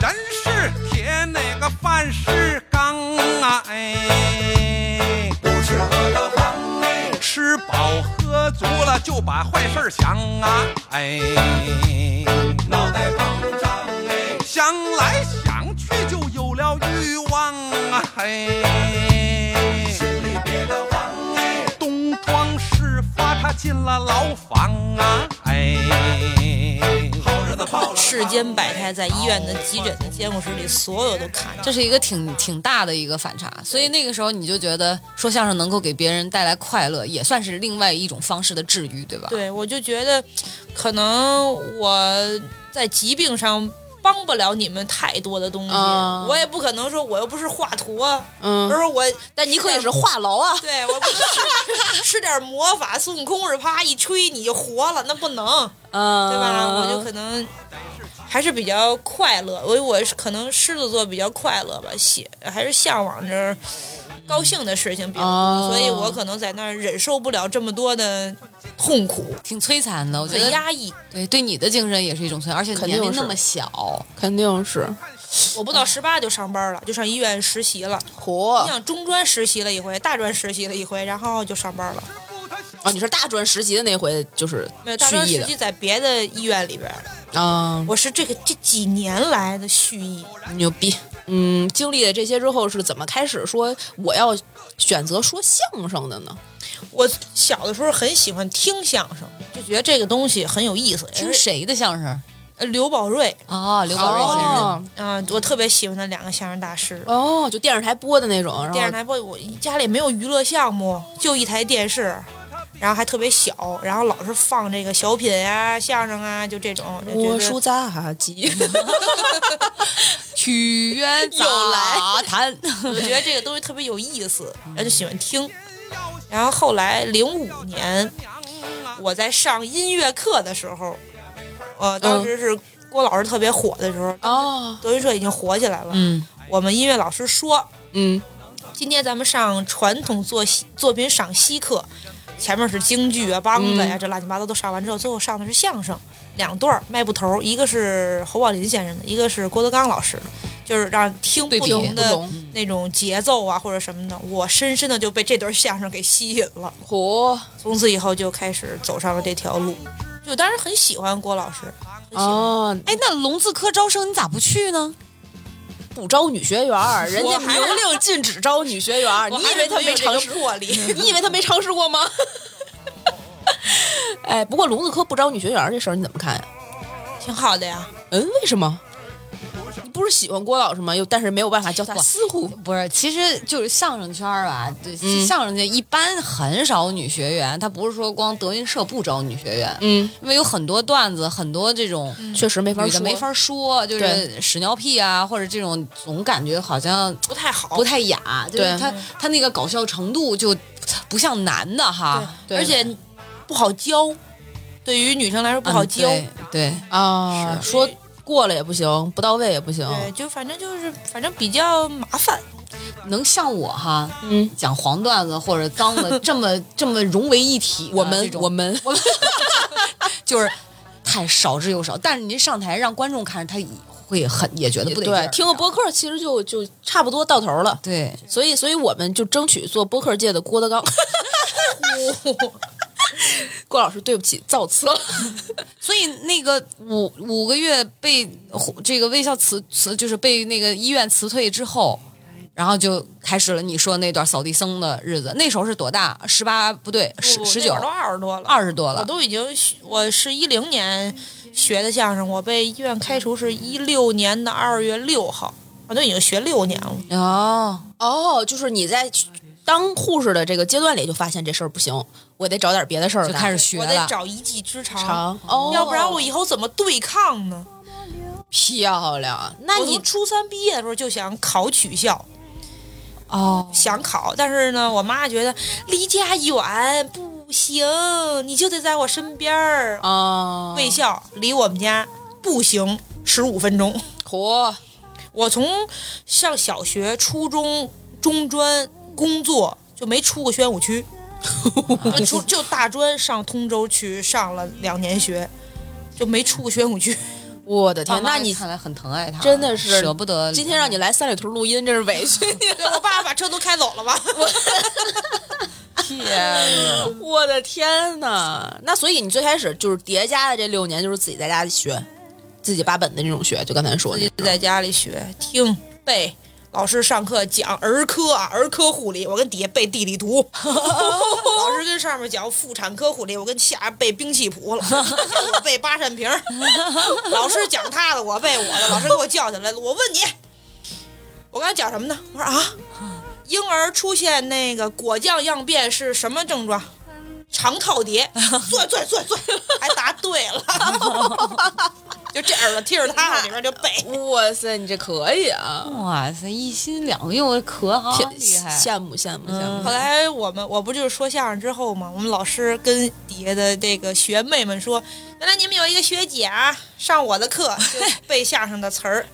Speaker 6: 人是铁，那个饭是钢啊，哎，不吃喝的慌哎，吃饱喝足了就把坏事儿想啊，哎，脑袋膨胀哎，想来想去就有了欲望啊，哎，心里憋得慌哎，东窗事发他进了牢房啊，哎，好日子报了
Speaker 5: 世间百态在医院的急诊的监护室里，所有都看着。
Speaker 4: 这是一个挺挺大的一个反差，所以那个时候你就觉得说相声能够给别人带来快乐，也算是另外一种方式的治愈，对吧？，
Speaker 5: 对，我就觉得，可能我在疾病上帮不了你们太多的东西，
Speaker 3: 啊
Speaker 5: 我也不可能说我又不是画图啊，
Speaker 3: 嗯
Speaker 5: 而是我，
Speaker 3: 但你可以是话痨啊，
Speaker 5: 对我不是吃 点魔法，孙悟空是啪一吹你就活了，那不能，
Speaker 3: 嗯，
Speaker 5: 对吧？我就可能。还是比较快乐，我我是可能狮子座比较快乐吧，喜还是向往着高兴的事情比较多，
Speaker 3: 哦
Speaker 5: 所以我可能在那儿忍受不了这么多的痛苦，
Speaker 4: 挺摧残的，我觉
Speaker 3: 嗯
Speaker 5: 很
Speaker 4: 得
Speaker 5: 压抑。
Speaker 4: 对对你的精神也是一种摧残，而且
Speaker 3: 肯定
Speaker 4: 年龄那
Speaker 3: 是
Speaker 4: 么小，
Speaker 3: 肯定是
Speaker 5: 我不到十八就上班了，就上医院实习了。
Speaker 3: 活
Speaker 5: 你想中专实习了一回，大专实习了一回，然后就上班了。
Speaker 3: 啊！你是大专实习的那回就是
Speaker 5: 没有大
Speaker 3: 蓄
Speaker 5: 专
Speaker 3: 意
Speaker 5: 实习
Speaker 3: 的
Speaker 5: 在别的医院里边儿，
Speaker 3: 啊，
Speaker 5: 我是这个这几年来的蓄意。
Speaker 3: 牛逼！嗯，经历了这些之后，是怎么开始说我要选择说相声的呢？
Speaker 5: 我小的时候很喜欢听相声，就觉得这个东西很有意思。
Speaker 4: 听谁的相声？
Speaker 5: 呃刘宝瑞，
Speaker 4: 哦，刘宝瑞先生。
Speaker 5: 嗯、我特别喜欢的两个相声大师。
Speaker 3: 哦，就电视台播的那种，然
Speaker 5: 电视
Speaker 3: 后
Speaker 5: 台播，我家里没有娱乐项目，就一台电视，然后还特别小，然后老是放这个小品啊、相声啊，就这种。就觉
Speaker 3: 我
Speaker 5: 得
Speaker 3: 叔杂 技，
Speaker 4: 屈原
Speaker 3: 又
Speaker 4: 杂谈，
Speaker 5: 我觉得这个东西特别有意思，然后就喜欢听。然后后来零五年，我在上音乐课的时候，呃，当时是郭老师特别火的时候，
Speaker 3: 哦，
Speaker 5: 德云社已经火起来了。
Speaker 4: 嗯
Speaker 5: 我们音乐老师说，
Speaker 3: 嗯，
Speaker 5: 今天咱们上传统作戏作品赏析课，前面是京剧啊、梆子呀、这乱七八糟都上完之后，最后上的是相声，两段儿卖布头儿，一个是侯宝林先生的，一个是郭德纲老师的，就是让听
Speaker 4: 对
Speaker 5: 不
Speaker 4: 比
Speaker 5: 同
Speaker 3: 不
Speaker 5: 的
Speaker 3: 同
Speaker 5: 那种节奏啊或者什么的，我深深的就被这段相声给吸引了，
Speaker 3: 火
Speaker 5: 从此以后就开始走上了这条路，就当时很喜欢郭老师，很喜欢。
Speaker 3: 哦，
Speaker 4: 哎，那龙字科招生你咋不去呢？
Speaker 3: 不哎招女学员儿，人家
Speaker 5: 我还是
Speaker 3: 明令禁止招女学员儿，你
Speaker 5: 我还
Speaker 3: 以
Speaker 5: 是
Speaker 3: 为他没
Speaker 5: 有这个
Speaker 3: 尝试？
Speaker 5: 魄力，
Speaker 3: 你以为他没尝试过吗？ 哎，不过聋子科不招女学员儿这事儿你怎么看呀？
Speaker 5: 挺好的呀。
Speaker 3: 嗯，为什么？你不是喜欢郭老师吗？又但是没有办法教他
Speaker 4: 我
Speaker 3: 私户。
Speaker 4: 不是，其实就是相声圈儿吧，对，
Speaker 3: 嗯
Speaker 4: 相声界一般很少女学员，他不是说光德云社不招女学员，
Speaker 3: 嗯，
Speaker 4: 因为有很多段子，很多这种
Speaker 3: 确实没法
Speaker 4: 女的
Speaker 3: 说，
Speaker 4: 没法说，就
Speaker 3: 对
Speaker 4: 是屎尿屁啊，或者这种总感觉好像
Speaker 5: 不太好，
Speaker 4: 不太雅，就是
Speaker 3: 对
Speaker 4: 他他那个搞笑程度就不像男的哈，
Speaker 3: 对
Speaker 5: 而且不好教，对于女生来说不
Speaker 4: 嗯
Speaker 5: 好教。
Speaker 4: 对对
Speaker 3: 啊。说过了也不行，不到位也不行。
Speaker 5: 对，就反正就是反正比较麻烦。
Speaker 4: 能像我哈，
Speaker 3: 嗯，
Speaker 4: 讲黄段子或者脏的这 么这么融为一体的
Speaker 3: 我
Speaker 4: 这
Speaker 3: 们
Speaker 4: 种
Speaker 3: 我们
Speaker 4: 我们 就是太少之又少。但是您上台让观众看着，他也会很也觉得不得劲
Speaker 3: 对
Speaker 4: 儿
Speaker 3: 听个播客，其实就就差不多到头了。
Speaker 4: 对，
Speaker 3: 所以，所以我们就争取做播客界的郭德纲。 郭老师，对不起，造次了。
Speaker 4: 所以那个五五个月被这个微笑辞辞，就是被那个医院辞退之后，然后就开始了你说那段扫地僧的日子。那时候是多大？十八不对，十
Speaker 5: 我
Speaker 4: 十
Speaker 5: 那
Speaker 4: 九
Speaker 5: 会儿都二十多了，
Speaker 4: 二十多
Speaker 5: 我
Speaker 4: 了。
Speaker 5: 都已经学我是一零年学的相声，我被医院开除是一六年的二月六号，我都已经学六年了。
Speaker 4: 哦，
Speaker 3: 哦，就是你在当护士的这个阶段里就发现这事儿不行，我得找点别的事儿
Speaker 4: 就
Speaker 3: 干
Speaker 4: 开始学
Speaker 5: 我得
Speaker 4: 了，
Speaker 5: 找一技之长，
Speaker 3: 长哦，
Speaker 5: 要不然我以后怎么对抗呢？
Speaker 3: 漂亮。那
Speaker 5: 我
Speaker 3: 你
Speaker 5: 从初三毕业的时候就想考取校，
Speaker 4: 哦，
Speaker 5: 想考，但是呢，我妈觉得离家远不行，你就得在我身边儿。
Speaker 3: 啊，
Speaker 5: 卫校离我们家步行十五分钟。
Speaker 3: 嚯，
Speaker 5: 我从上小学、初中、中专工作就没出过宣武 区，就出就大专上通州区上了两年学，就没出过宣武区。
Speaker 3: 我的
Speaker 4: 爸
Speaker 3: 天，
Speaker 4: 妈
Speaker 3: 那你
Speaker 4: 哎看来很疼爱他，
Speaker 3: 真的是
Speaker 4: 舍不得。
Speaker 3: 今天让你来三里屯录音，真是委屈你了。
Speaker 5: 对我爸把车都开走了吧？
Speaker 3: 哎 我的天呐！那所以你最开始就是叠加的这六年，就是自己在家里学，自己八本的那种学，就刚才说的。
Speaker 5: 在家里学听背。老师上课讲儿科啊，儿科护理，我跟底下背地理图；老师跟上面讲妇产科护理，我跟下边背兵器谱；老师讲我背八扇屏儿，老师讲他的，我背我的。老师给我叫起来了，我问你，我刚才讲什么呢？我说啊，婴儿出现那个果酱样变是什么症状？肠套叠，算算算算，还答对了， 就这耳朵贴着他往里边就背。
Speaker 3: 哇塞，你这可以啊！
Speaker 4: 哇塞，一心两用，可好
Speaker 3: 天
Speaker 4: 厉害！嗯
Speaker 3: 羡慕羡慕羡慕。
Speaker 5: 后来我们我不就是说相声之后嘛，我们老师跟底下的这个学妹们说，原来你们有一个学姐啊，上我的课就背相声的词儿。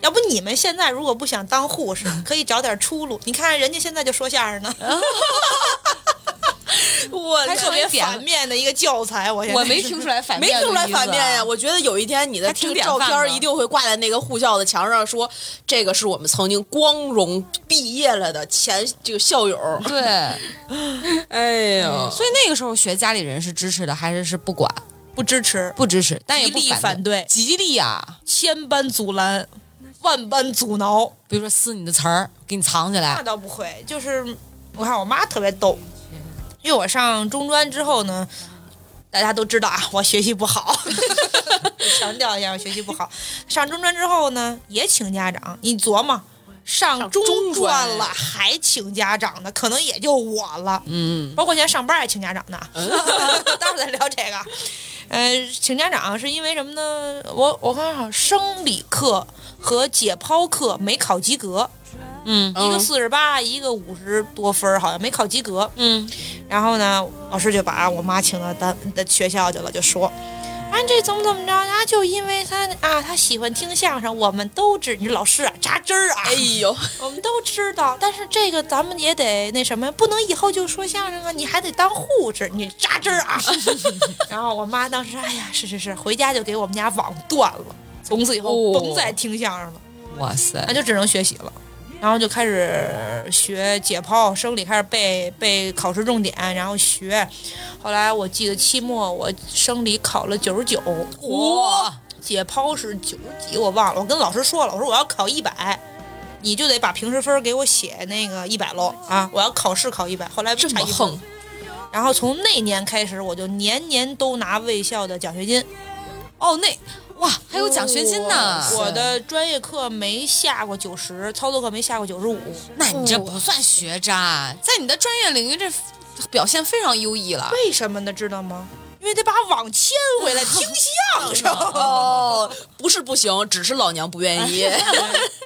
Speaker 5: 要不你们现在如果不想当护士，可以找点出路。你看人家现在就说相声呢，
Speaker 3: 我
Speaker 5: 还特别反面的一个教材。我现在
Speaker 4: 我没听出来反
Speaker 3: 没
Speaker 4: 面的
Speaker 3: 听出来
Speaker 4: 意思啊
Speaker 3: 反面呀！我觉得有一天你的
Speaker 4: 还挺
Speaker 3: 这个
Speaker 4: 典
Speaker 3: 照
Speaker 4: 范
Speaker 3: 片儿
Speaker 4: 的
Speaker 3: 一定会挂在那个护校的墙上，说这个是我们曾经光荣毕业了的前这个校友。
Speaker 4: 对，
Speaker 3: 嗯哎呦，
Speaker 4: 嗯所以那个时候学家里人是支持的，还是是不管
Speaker 5: 不支持，
Speaker 4: 不支持，但也
Speaker 5: 极
Speaker 4: 不
Speaker 5: 力反
Speaker 4: 对，
Speaker 5: 对，
Speaker 4: 极力啊呀。
Speaker 5: 千般阻拦，万般阻挠。
Speaker 4: 比如说撕你的词儿，给你藏起
Speaker 5: 那
Speaker 4: 来，
Speaker 5: 倒不会，就是我看我妈特别逗，因为我上中专之后呢，大家都知道啊，我学习不好， 强调一下我学习不好。上中专之后呢，也请家长，你琢磨。上中专了还请家长呢，可能也就我了。嗯，包括现在上班也请家长呢。待会儿再聊这个。呃，请家长是因为什么呢？我我看好像生理课和解剖课没考及格。一个四十八，一个五十多分儿，好像没考及格。
Speaker 4: 嗯，
Speaker 5: 然后呢，老师就把我妈请到咱的学校去了，就说。啊，这怎么怎么着？啊，就因为他啊，他喜欢听相声，我们都知。你这老师啊，扎针儿啊，
Speaker 3: 哎呦，
Speaker 5: 我们都知道。但是这个咱们也得那什么，不能以后就说相声啊，你还得当护士，你扎针儿啊。 然后我妈当时，哎呀，是是是，回家就给我们家网断了，从此以后甭再听相声了。
Speaker 4: 哇塞
Speaker 3: 哎
Speaker 5: 那！就只能学习了。然后就开始学解剖、生理，开始背背考试重点，然后学。后来我记得期末我生理考了九十九，哇！解剖是九十几，我忘了。我跟老师说了，我说我要考一百，你就得把平时分给我写那个一百喽啊！我要考试考一百。后来
Speaker 3: 这
Speaker 5: 差
Speaker 3: 么
Speaker 5: 一分
Speaker 3: 横，
Speaker 5: 然后从那年开始，我就年年都拿卫校的奖学金。
Speaker 4: 哦，那哇，还有奖学金呢！
Speaker 3: 啊
Speaker 5: 我的专业课没下过九十，操作课没下过九十五。
Speaker 3: 啊
Speaker 4: 那哎你这不算学渣，在你的专业领域这表现非常优异了。
Speaker 5: 为什么呢？知道吗？因为得把网牵回来听相声，
Speaker 3: 哦，不是不行，只是老娘不愿 意。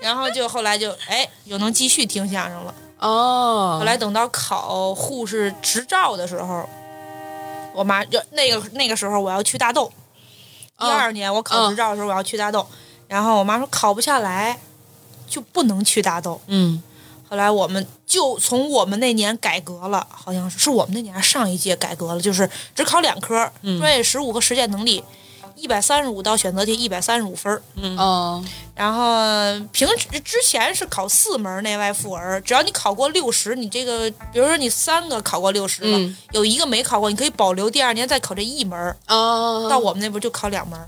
Speaker 5: 然后就后来就哎，又能继续听相声了。
Speaker 3: 哦，
Speaker 5: 后来等到考护士执照的时候，我妈就那个那个时候我要去大豆，一二年我考执照的时候，我要去大豆，然后我妈说考不下来就不能去大豆。
Speaker 4: 嗯，
Speaker 5: 后来我们就从我们那年改革了，好像是是我们那年还是上一届改革了，就是只考两科，专业十五和实践能力，一百三十五道选择题一百三十五分儿。
Speaker 3: 嗯
Speaker 4: 哦，
Speaker 5: 然后平时之前是考四门内外妇儿，只要你考过六十，你这个比如说你三个考过六十了，
Speaker 4: 嗯
Speaker 5: 有一个没考过，你可以保留第二年再考这一门儿。
Speaker 4: 哦，
Speaker 5: 到我们那边就考两门儿，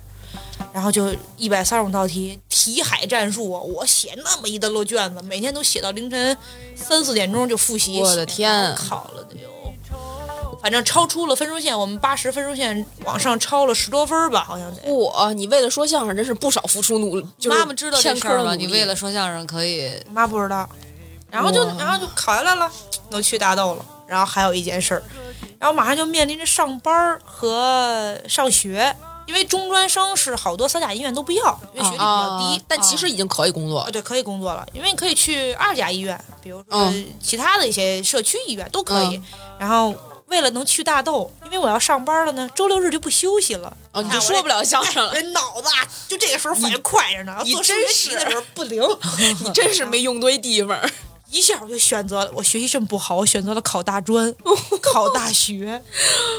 Speaker 5: 然后就一百三十五道题，题海战术啊！我写那么一大摞卷子，每天都写到凌晨三四点钟就复习。
Speaker 4: 我的
Speaker 5: 写
Speaker 4: 天啊
Speaker 5: 考了得有，反正超出了分数线，我们八十分数线往上超了十多分儿吧，好像得。
Speaker 3: 我啊你为了说相声真是不少付出努力，就是
Speaker 4: 妈妈知道这
Speaker 3: 偏
Speaker 4: 事
Speaker 3: 科
Speaker 4: 儿
Speaker 3: 的
Speaker 4: 吗？
Speaker 3: 努力
Speaker 4: 你为了说相声可以
Speaker 5: 我妈不知道，然后就然后就考下来了，都去大豆了。然后还有一件事儿，然后马上就面临着上班儿和上学，因为中专生是好多三甲医院都不要，因为学历比较低。
Speaker 3: 啊，但其实已经可以工作
Speaker 5: 啊，
Speaker 3: 了。
Speaker 5: 对，可以工作了，因为你可以去二甲医院，比如说
Speaker 3: 嗯
Speaker 5: 其他的一些社区医院都可以。然后为了能去大豆，因为我要上班了呢，周六日就不休息了。
Speaker 3: 哦，你
Speaker 5: 看
Speaker 3: 就
Speaker 5: 我
Speaker 3: 说
Speaker 5: 这
Speaker 3: 不了相声了，
Speaker 5: 人 脑子啊就这个时候反应快着呢，
Speaker 3: 你
Speaker 5: 做数
Speaker 3: 真
Speaker 5: 学题
Speaker 3: 是
Speaker 5: 的时候不灵，
Speaker 3: 你真是没用对地方。
Speaker 5: 一下我就选择了，我学习这么不好，我选择了考大专，考大学。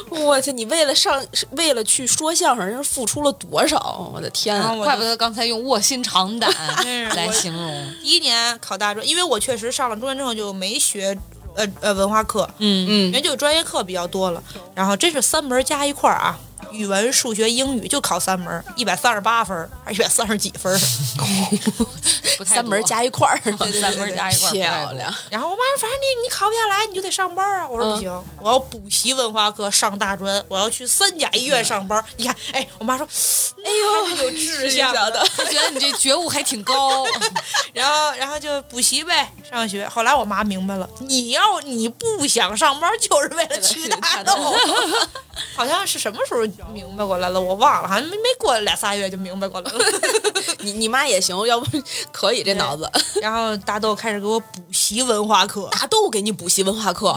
Speaker 3: 我天，你为了上，为了去说相声，人付出了多少？我的天
Speaker 5: 然
Speaker 3: 啊
Speaker 5: 后！我
Speaker 4: 怪
Speaker 5: 就
Speaker 4: 不得刚才用卧薪尝 胆
Speaker 5: 是
Speaker 4: 来
Speaker 5: 我
Speaker 4: 形 容。
Speaker 5: 第一年考大专，因为我确实上了中专之后就没学呃呃文化课，
Speaker 4: 嗯
Speaker 5: 人就专业课比较多了，然后真是三门加一块儿啊，语文、数学、英语就考三门，一百三十八分儿还是一百三十几分儿。
Speaker 4: 不太
Speaker 3: 三门
Speaker 4: 多
Speaker 3: 加一 块儿，
Speaker 4: 三门加一块儿不太多
Speaker 3: 漂亮。
Speaker 5: 然后我妈说，反正你你考不下来，你就得上班啊。我说不行，我要补习文化课，上大专，我要去三甲医院上班。你看，哎，我妈说，哎呦，有志向的。
Speaker 3: 的，
Speaker 4: 就觉得你这觉悟还挺高，
Speaker 5: 然后，然后就补习呗，上学。后来我妈明白了，你要你不想上班，就是为了去大豆。好像是什么时候明白过来了，我忘了，好像没没过俩仨月就明白过来了。
Speaker 3: 你你妈也行，要不 可以这脑子。
Speaker 5: 然后大豆开始给我补习文化课，
Speaker 3: 大豆啊给你补习文化课，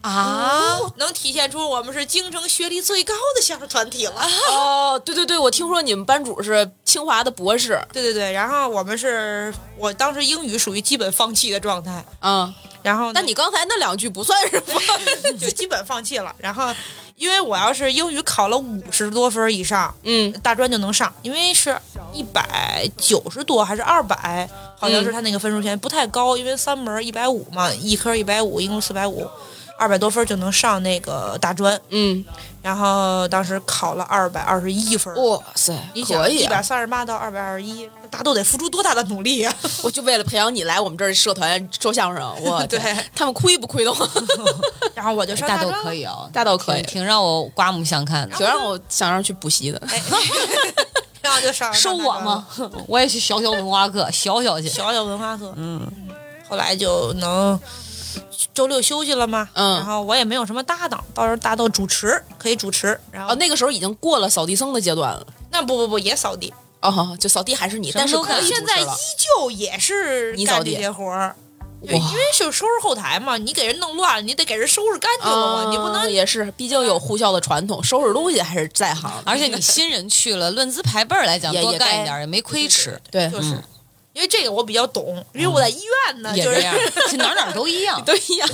Speaker 5: 啊，能体现出我们是京城学历最高的相声团体了。
Speaker 3: 哦，对对对，我听说你们班主是清华的博士，
Speaker 5: 对对对，然后我们是我当时英语属于基本放弃的状态，
Speaker 3: 嗯，
Speaker 5: 然后
Speaker 3: 那你刚才那两句不算什么，
Speaker 5: 就基本放弃了。然后，因为我要是英语考了五十多分以上，
Speaker 3: 嗯，
Speaker 5: 大专就能上，因为是一百九十多还是二百，好像
Speaker 4: 嗯
Speaker 5: 是他那个分数线不太高，因为三门一百五嘛，一科一百五，一共四百五，二百多分就能上那个大专。
Speaker 3: 嗯，
Speaker 5: 然后当时考了二百二十一分。
Speaker 4: 哦
Speaker 3: 哇塞，
Speaker 5: 你想
Speaker 3: 可以
Speaker 5: 一
Speaker 3: 啊
Speaker 5: 百，三十八到二百二十一，大家都得付出多大的努力啊 呀、
Speaker 3: 我就为了培养你来我们这儿社团说相声， 我
Speaker 5: 对
Speaker 3: 天他们亏不 亏的慌？
Speaker 5: 然后我就上
Speaker 4: 大
Speaker 5: 专
Speaker 4: 豆
Speaker 5: 了
Speaker 4: 可以啊，
Speaker 3: 大豆可以哦
Speaker 4: 挺，挺让我刮目相看的。
Speaker 3: 挺 让我想让去补习的，
Speaker 5: 哎 然后就上
Speaker 4: 收我吗？？ 我也去学学文化课，学学去。
Speaker 5: 小小文化课，嗯，后来就能周六休息了嘛，
Speaker 3: 嗯
Speaker 5: 然后我也没有什么搭档，到时候大豆主持可以主持，然后、
Speaker 3: 哦，那个时候已经过了扫地僧的阶段了。
Speaker 5: 那不不不也扫地，
Speaker 3: 哦，就扫地还是你，但是
Speaker 4: 都
Speaker 3: 可
Speaker 4: 干
Speaker 3: 以
Speaker 5: 现
Speaker 3: 主持
Speaker 5: 在依
Speaker 3: 了
Speaker 5: 旧也是
Speaker 3: 你扫
Speaker 5: 干
Speaker 3: 地
Speaker 5: 这些活儿。对，
Speaker 3: 哇
Speaker 5: 因为就收拾后台嘛，你给人弄乱了，你得给人收拾干净了嘛，
Speaker 3: 啊
Speaker 5: 你不能
Speaker 3: 也是，毕竟有护校的传统，收拾东西还是在行的。
Speaker 4: 而且你新人去了，论资排辈儿来讲，
Speaker 3: 也
Speaker 4: 多
Speaker 3: 也该
Speaker 4: 干一点儿也没亏吃，
Speaker 3: 对，
Speaker 5: 就是。
Speaker 3: 嗯
Speaker 5: 因为这个我比较懂，因为我在医院呢，
Speaker 4: 也
Speaker 5: 就是
Speaker 4: 这样，其实哪儿哪儿都一 样。嗯
Speaker 3: 都一样。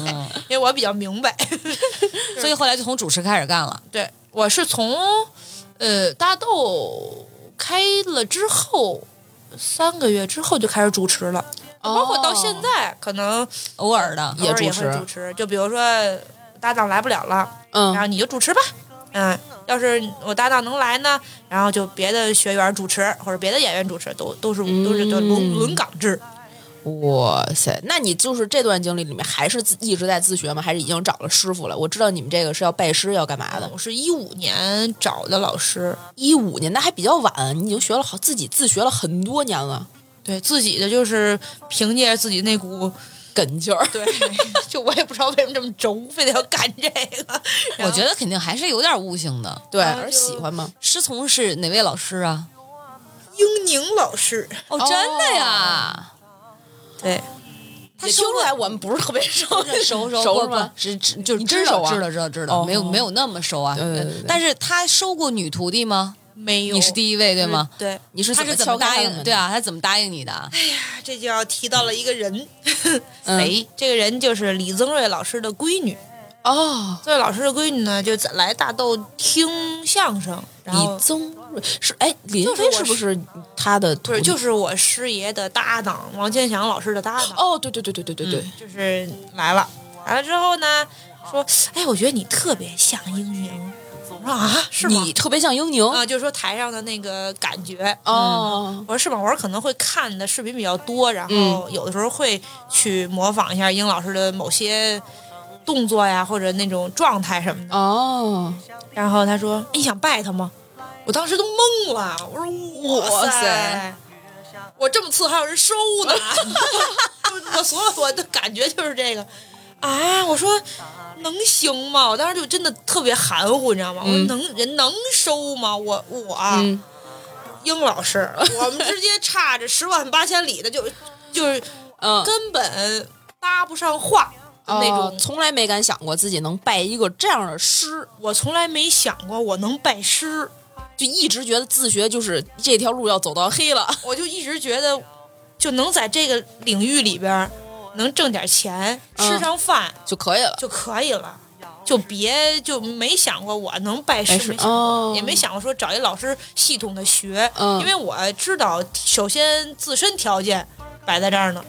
Speaker 5: 因为我比较 明白，
Speaker 4: 所以后来就从主持开始干了。
Speaker 5: 对，我是从呃大豆开了之后三个月之后就开始主持了，包括到现在、可能
Speaker 4: 偶尔的，
Speaker 5: 偶尔
Speaker 3: 也
Speaker 5: 也
Speaker 3: 主
Speaker 5: 会
Speaker 3: 持
Speaker 5: 主持，就比如说搭档来不了了，然
Speaker 3: 嗯，
Speaker 5: 后你就主持吧，嗯。要是我搭档能来呢，然后就别的学员主持或者别的演员主持，都都是都是就轮轮岗制。
Speaker 3: 哇塞，那你就是这段经历里面还是自一直在自学吗？还是已经找了师傅了？我知道你们这个是要拜师要干嘛的。
Speaker 4: 嗯
Speaker 5: 我是一五年找的老师，
Speaker 3: 一五年那还比较晚，你已经学了好自己自学了很多年了，
Speaker 5: 对自己的就是凭借自己那股
Speaker 3: 梗劲儿。
Speaker 5: 对，就我也不知道为什么这么轴，非得要干这个。然
Speaker 4: 我
Speaker 5: 后
Speaker 4: 觉得肯定还是有点悟性的。
Speaker 3: 对，
Speaker 5: 后
Speaker 3: 而
Speaker 5: 就
Speaker 3: 喜欢吗？
Speaker 4: 师从是哪位老师啊？
Speaker 5: 英宁老师，
Speaker 4: 哦，真的呀，
Speaker 5: 对，
Speaker 3: 也听出来我们不是特别 熟，
Speaker 4: 熟
Speaker 3: 熟
Speaker 4: 过
Speaker 3: 是吗？
Speaker 4: 只只就
Speaker 3: 你
Speaker 4: 知
Speaker 3: 知道
Speaker 4: 道
Speaker 3: 啊
Speaker 4: 知道知道知
Speaker 3: 哦
Speaker 4: 道，没有没有那么熟啊
Speaker 3: 对对对对。
Speaker 4: 但是他收过女徒弟吗？
Speaker 5: 没有，
Speaker 4: 你是第一位对吗？
Speaker 5: 对，
Speaker 3: 嗯你是
Speaker 4: 他
Speaker 3: 么
Speaker 4: 是怎
Speaker 3: 敲
Speaker 4: 么
Speaker 3: 开
Speaker 4: 答
Speaker 3: 他们
Speaker 4: 应？
Speaker 3: 的哎
Speaker 4: 对，啊，他怎么答应你的？
Speaker 5: 这就要提到了一个 人，哎
Speaker 3: 嗯，
Speaker 5: 这个人就是李增瑞老师的闺女。
Speaker 3: 哦，
Speaker 5: 这位老师的闺女呢，就在来大豆听相声，然后
Speaker 3: 李增瑞是哎，李云
Speaker 5: 就是
Speaker 3: 飞
Speaker 5: 我
Speaker 3: 是不是他的徒
Speaker 5: 不
Speaker 3: 弟？
Speaker 5: 是就是我师爷的搭档王建祥老师的搭档，
Speaker 3: 哦，对对对对对对对，
Speaker 5: 就是来了。来了之后呢，说，哎，我觉得你特别像英宁。我说啊，是吗
Speaker 3: 嗯你？特别像英宁
Speaker 5: 啊，就是说台上的那个感觉。嗯
Speaker 3: 哦
Speaker 5: 我说是吗？我说可能会看的视频比较多，然后
Speaker 3: 嗯
Speaker 5: 有的时候会去模仿一下英老师的某些动作呀，或者那种状态什么的。
Speaker 3: 哦，
Speaker 5: 然后他说：“你想拜他吗？”我当时都懵了，我说：“哇
Speaker 3: 哇
Speaker 5: 塞
Speaker 3: 塞，
Speaker 5: 我这么次还有人收呢！” 我所有我的感觉就是这个啊！我说能行吗？我当时就真的特别含糊，你知道吗？我说
Speaker 3: 嗯
Speaker 5: 能人能收吗？我我啊
Speaker 3: 嗯，
Speaker 5: 英 老师，我们之间差着十万八千里的就就是
Speaker 3: 嗯，
Speaker 5: 根本搭不上话的那
Speaker 3: 哦
Speaker 5: 种。
Speaker 3: 从来没敢想过自己能拜一个这样的师，
Speaker 5: 我从来没想过我能拜师。
Speaker 3: 就一直觉得自学就是这条路要走到黑了。
Speaker 5: 我就一直觉得，就能在这个领域里边儿能挣点钱，
Speaker 3: 嗯
Speaker 5: 吃上饭
Speaker 3: 就可以了。
Speaker 5: 就可以了，就别就没想过我能拜
Speaker 3: 拜
Speaker 5: 师，没
Speaker 3: 师
Speaker 5: 想过
Speaker 3: 哦
Speaker 5: 也没想过说找一老师系统的学，
Speaker 3: 嗯
Speaker 5: 因为我知道，首先自身条件摆在这儿呢，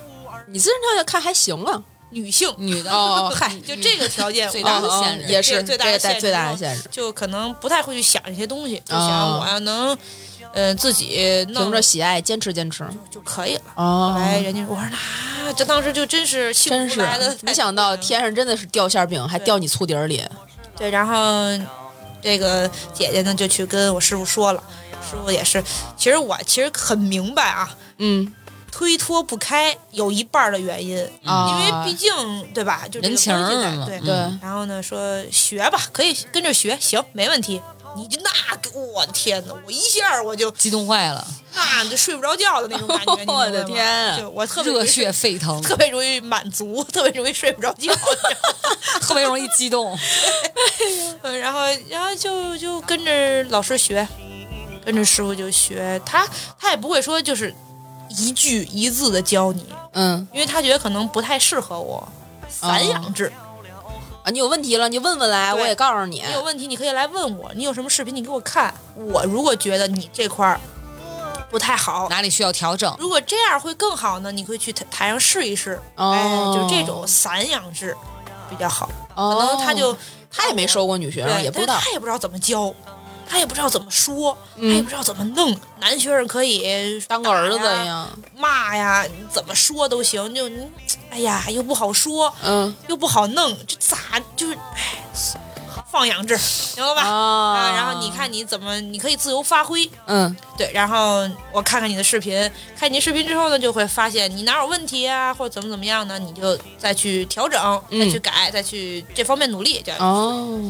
Speaker 3: 你自身条件看还行啊，
Speaker 5: 女性
Speaker 4: 女的
Speaker 3: 哦
Speaker 5: 嗨，就这个条件
Speaker 4: 最
Speaker 5: 我
Speaker 4: 大
Speaker 3: 啊
Speaker 4: 的
Speaker 3: 啊
Speaker 4: 限制
Speaker 3: 也是
Speaker 5: 对最大的
Speaker 3: 这个
Speaker 5: 限
Speaker 3: 最大
Speaker 5: 制
Speaker 3: 的限制。
Speaker 5: 就可能不太会去想这些东西，就想
Speaker 3: 哦
Speaker 5: 我要能，呃，自己弄
Speaker 3: 凭着喜爱坚持坚持。
Speaker 5: 就可以了。
Speaker 3: 哦
Speaker 5: 后哎来人家我说那、这当时就真是幸
Speaker 3: 真
Speaker 5: 福
Speaker 3: 是
Speaker 5: 来的，哎
Speaker 3: 没想到天上真的是掉馅儿饼，还掉你醋底儿里。
Speaker 5: 对，然后这个姐姐呢就去跟我师傅说了，师傅也是，其实我其实很明白啊，
Speaker 3: 嗯，
Speaker 5: 推脱不开有一半儿的原因，
Speaker 3: 啊
Speaker 5: 因为毕竟对吧，就这个
Speaker 4: 人情
Speaker 5: 东西在
Speaker 4: 儿嘛
Speaker 5: 对
Speaker 3: 对，
Speaker 5: 然后呢说学吧，可以跟着学，行，没问题。你就那个，我的天哪！我一下儿我就
Speaker 4: 激动坏 了，
Speaker 5: 那就睡不着觉的那种感觉，你明白吗
Speaker 3: 我的天啊
Speaker 5: 就我特别
Speaker 4: 热血沸腾，
Speaker 5: 特别容易满足，特别容易睡不着觉。
Speaker 4: 特别容易激 动。
Speaker 5: 嗯，然后然后就就跟着老师学，跟着师傅就学。他他也不会说就是一句一字的教你，
Speaker 3: 嗯哦
Speaker 5: 因为他觉得可能不太适合我。散养制，
Speaker 3: 啊，你有问题了，你问问来，
Speaker 5: 对
Speaker 3: 我也告诉你。
Speaker 5: 你有问题你可以来问我，你有什么视频你给我看。我如果觉得你这块儿不太好，
Speaker 4: 哪里需要调整？
Speaker 5: 如果这样会更好呢，你可以去台台上试一试。
Speaker 3: 哦
Speaker 5: 哎，就这种散养制比较好。
Speaker 3: 可
Speaker 5: 可能他就、
Speaker 3: 他也没收过女学生，
Speaker 5: 对，
Speaker 3: 也不
Speaker 5: 但
Speaker 3: 知道
Speaker 5: 是。他也不知道怎么教，他也不知道怎么说，他也不知道怎么弄。男学生可以
Speaker 3: 嗯当个儿子
Speaker 5: 打呀
Speaker 3: 一样，
Speaker 5: 骂呀，怎么说都行，就你哎呀，又不好说，
Speaker 3: 嗯
Speaker 5: 又不好弄，这咋就是哎，放养制，明白吧？
Speaker 3: 啊
Speaker 5: 啊，然后你看你怎么，你可以自由发挥，
Speaker 3: 嗯，
Speaker 5: 对，然后我看看你的视频，看你视频之后呢，就会发现你哪有问题啊，或者怎么怎么样呢，你就再去调整，再
Speaker 3: 嗯
Speaker 5: 去改，再去这方面努力，这样，
Speaker 3: 哦，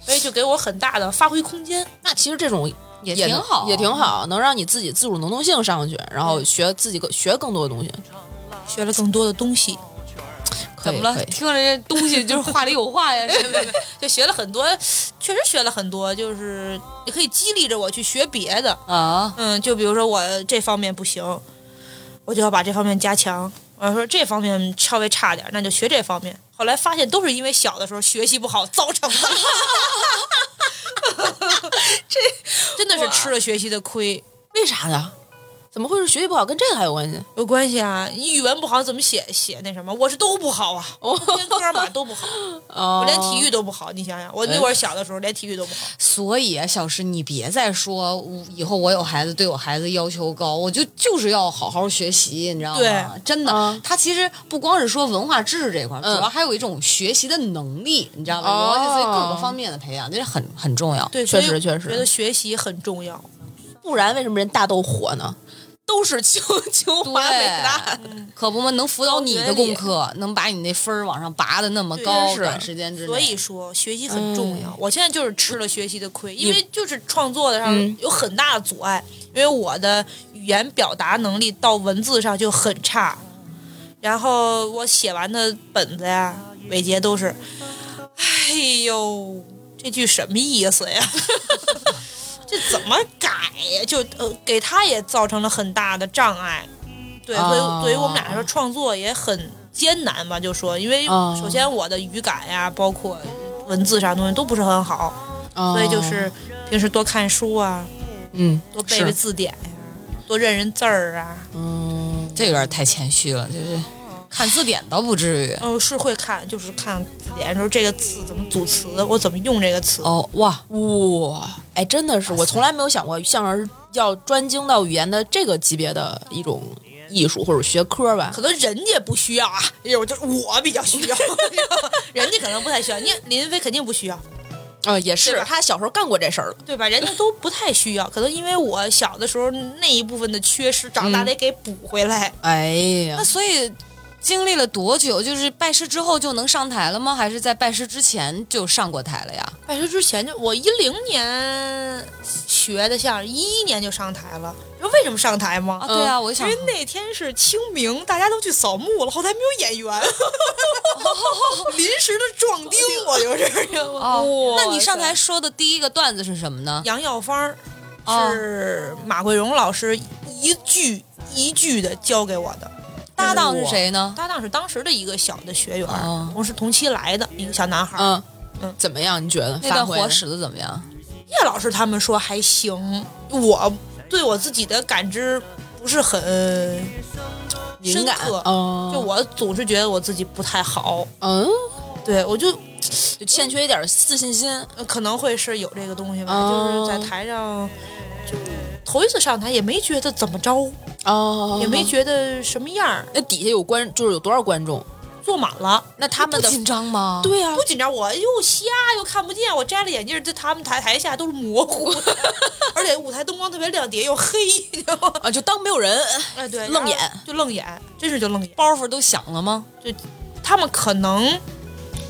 Speaker 5: 所以就给我很大的发挥空间。
Speaker 3: 那其实这种
Speaker 4: 也
Speaker 3: 也
Speaker 4: 挺
Speaker 3: 能
Speaker 4: 好
Speaker 3: 也挺好，能让你自己自主能动性上去，然后学自己更学更多的东西。
Speaker 5: 学了更多的东西，
Speaker 3: 可
Speaker 4: 怎
Speaker 3: 以
Speaker 4: 么了
Speaker 3: 可？以
Speaker 4: 听着这东西就是话里有话呀，是吧
Speaker 5: 就学了很多，确实学了很多，就是也可以激励着我去学别的。
Speaker 4: 啊，
Speaker 5: 嗯，就比如说我这方面不行，我就要把这方面加强。我要说这方面稍微差点，那就学这方面。后来发现都是因为小的时候学习不好造成的。 这真的是吃了学习的亏，
Speaker 3: 为啥呀？怎么会是学习不好跟这个还有关系？
Speaker 5: 有关系啊！你语文不好怎么写写那什么？我是都不好啊，我连科马都不好，
Speaker 3: 哦哎
Speaker 5: 我连体育都不好。你想想，我那会儿小的时候连体育都不好。
Speaker 4: 所以啊，小石，你别再说我以后我有孩子对我孩子要求高，我就就是要好好学习，你知道吗？
Speaker 5: 对
Speaker 4: 真的，
Speaker 3: 嗯
Speaker 4: 他其实不光是说文化知识这块儿，
Speaker 3: 嗯
Speaker 4: 主要还有一种学习的能力，你知道吗？
Speaker 3: 哦
Speaker 4: 而且所以各个方面的培养，这是很很重要。
Speaker 5: 对，
Speaker 3: 确实
Speaker 5: 所以我
Speaker 3: 确实
Speaker 5: 觉得学习很重要。
Speaker 3: 不然为什么人大豆火呢？都是清 清华北大，
Speaker 4: 可不嘛，能辅导你的功课，能把你那分儿往上拔的那么高，
Speaker 3: 是
Speaker 4: 短时间之内。
Speaker 5: 所以说学习很重要。
Speaker 3: 哎
Speaker 5: 我现在就是吃了学习的亏，因为就是创作的上
Speaker 3: 嗯
Speaker 5: 有很大的阻碍，因为我的语言表达能力到文字上就很差，然后我写完的本子呀，每节都是，哎呦，这句什么意思呀？ 这怎么改呀？就呃，给他也造成了很大的障碍。对，所
Speaker 3: 哦
Speaker 5: 以对于我们俩来说，创作也很艰难吧？就说，因为
Speaker 3: 哦
Speaker 5: 首先我的语感呀，包括文字啥东西都不是很好，所
Speaker 3: 哦
Speaker 5: 以就是平时多看书啊，
Speaker 3: 啊嗯，
Speaker 5: 多背背
Speaker 3: 是
Speaker 5: 字典呀、多认认字儿啊。
Speaker 3: 嗯，
Speaker 4: 这有点太谦虚了，就是看字典倒不至于。
Speaker 5: 嗯，是会看，就是看字典的时候，这个字怎么组词，我怎么用这个词。
Speaker 3: 哦，哇哇，哎，真的是，我从来没有想过相声要专精到语言的这个级别的一种艺术或者学科吧
Speaker 5: 可？能人家不需要啊，哎呦，就是我比较需要， 人家可能不太需要。你看林飞肯定不需要，
Speaker 3: 啊、也是，他小时候干过这事儿了。
Speaker 5: 对吧？人家都不太需要，可能因为我小的时候那一部分的缺失，长大得给补回来。
Speaker 3: 哎呀
Speaker 4: 那，所以经历了多久？就是拜师之后就能上台了吗？还是在拜师之前就上过台了呀？
Speaker 5: 拜哎师之前就我一零年学的相声，一一年就上台了。你知道为什么上台吗？嗯
Speaker 4: 啊，对啊，我想
Speaker 5: 因为那天是清明，大家都去扫墓了，后台没有演 员，临时的壮丁，我就是知道吗
Speaker 4: 哦，那你上
Speaker 5: 哇
Speaker 4: 台说的第一个段子是什么呢？
Speaker 5: 杨耀芳儿
Speaker 4: 哦
Speaker 5: 是马桂荣老师一句一句的教给我的。
Speaker 4: 搭档是谁呢？
Speaker 5: 搭档是当时的一个小的学员儿，
Speaker 4: 哦
Speaker 5: 我是同期来的一个小男孩儿。
Speaker 3: 嗯
Speaker 5: 嗯，
Speaker 3: 怎么样？你觉得
Speaker 4: 那段
Speaker 3: 发挥
Speaker 4: 活使的怎么样？
Speaker 5: 叶老师他们说还行，我对我自己的感知不是很
Speaker 3: 敏感
Speaker 5: 深刻？
Speaker 3: 嗯，
Speaker 5: 就我总是觉得我自己不太好，
Speaker 3: 嗯，
Speaker 5: 对我就
Speaker 3: 就欠缺一点自信心。
Speaker 5: 呃可能会是有这个东西吧，
Speaker 3: 哦
Speaker 5: 就是在台上就头一次上台也没觉得怎么着，
Speaker 3: 哦
Speaker 5: 也没觉得什么样儿，
Speaker 3: 那底下有观，就是有多少观众？
Speaker 5: 坐满了。
Speaker 3: 那他们
Speaker 4: 不
Speaker 3: 的
Speaker 4: 紧张吗？
Speaker 3: 对呀、
Speaker 5: 啊不紧张，我又瞎又看不见，我摘了眼镜，这他们台台下都是模 糊的，而且舞台灯光特别亮，底下又黑，你知道吗？
Speaker 3: 啊，就当没有人。
Speaker 5: 哎，对，
Speaker 3: 愣眼
Speaker 5: 然后就 愣眼，真是就愣眼。
Speaker 4: 包袱都响了吗？
Speaker 5: 他们可能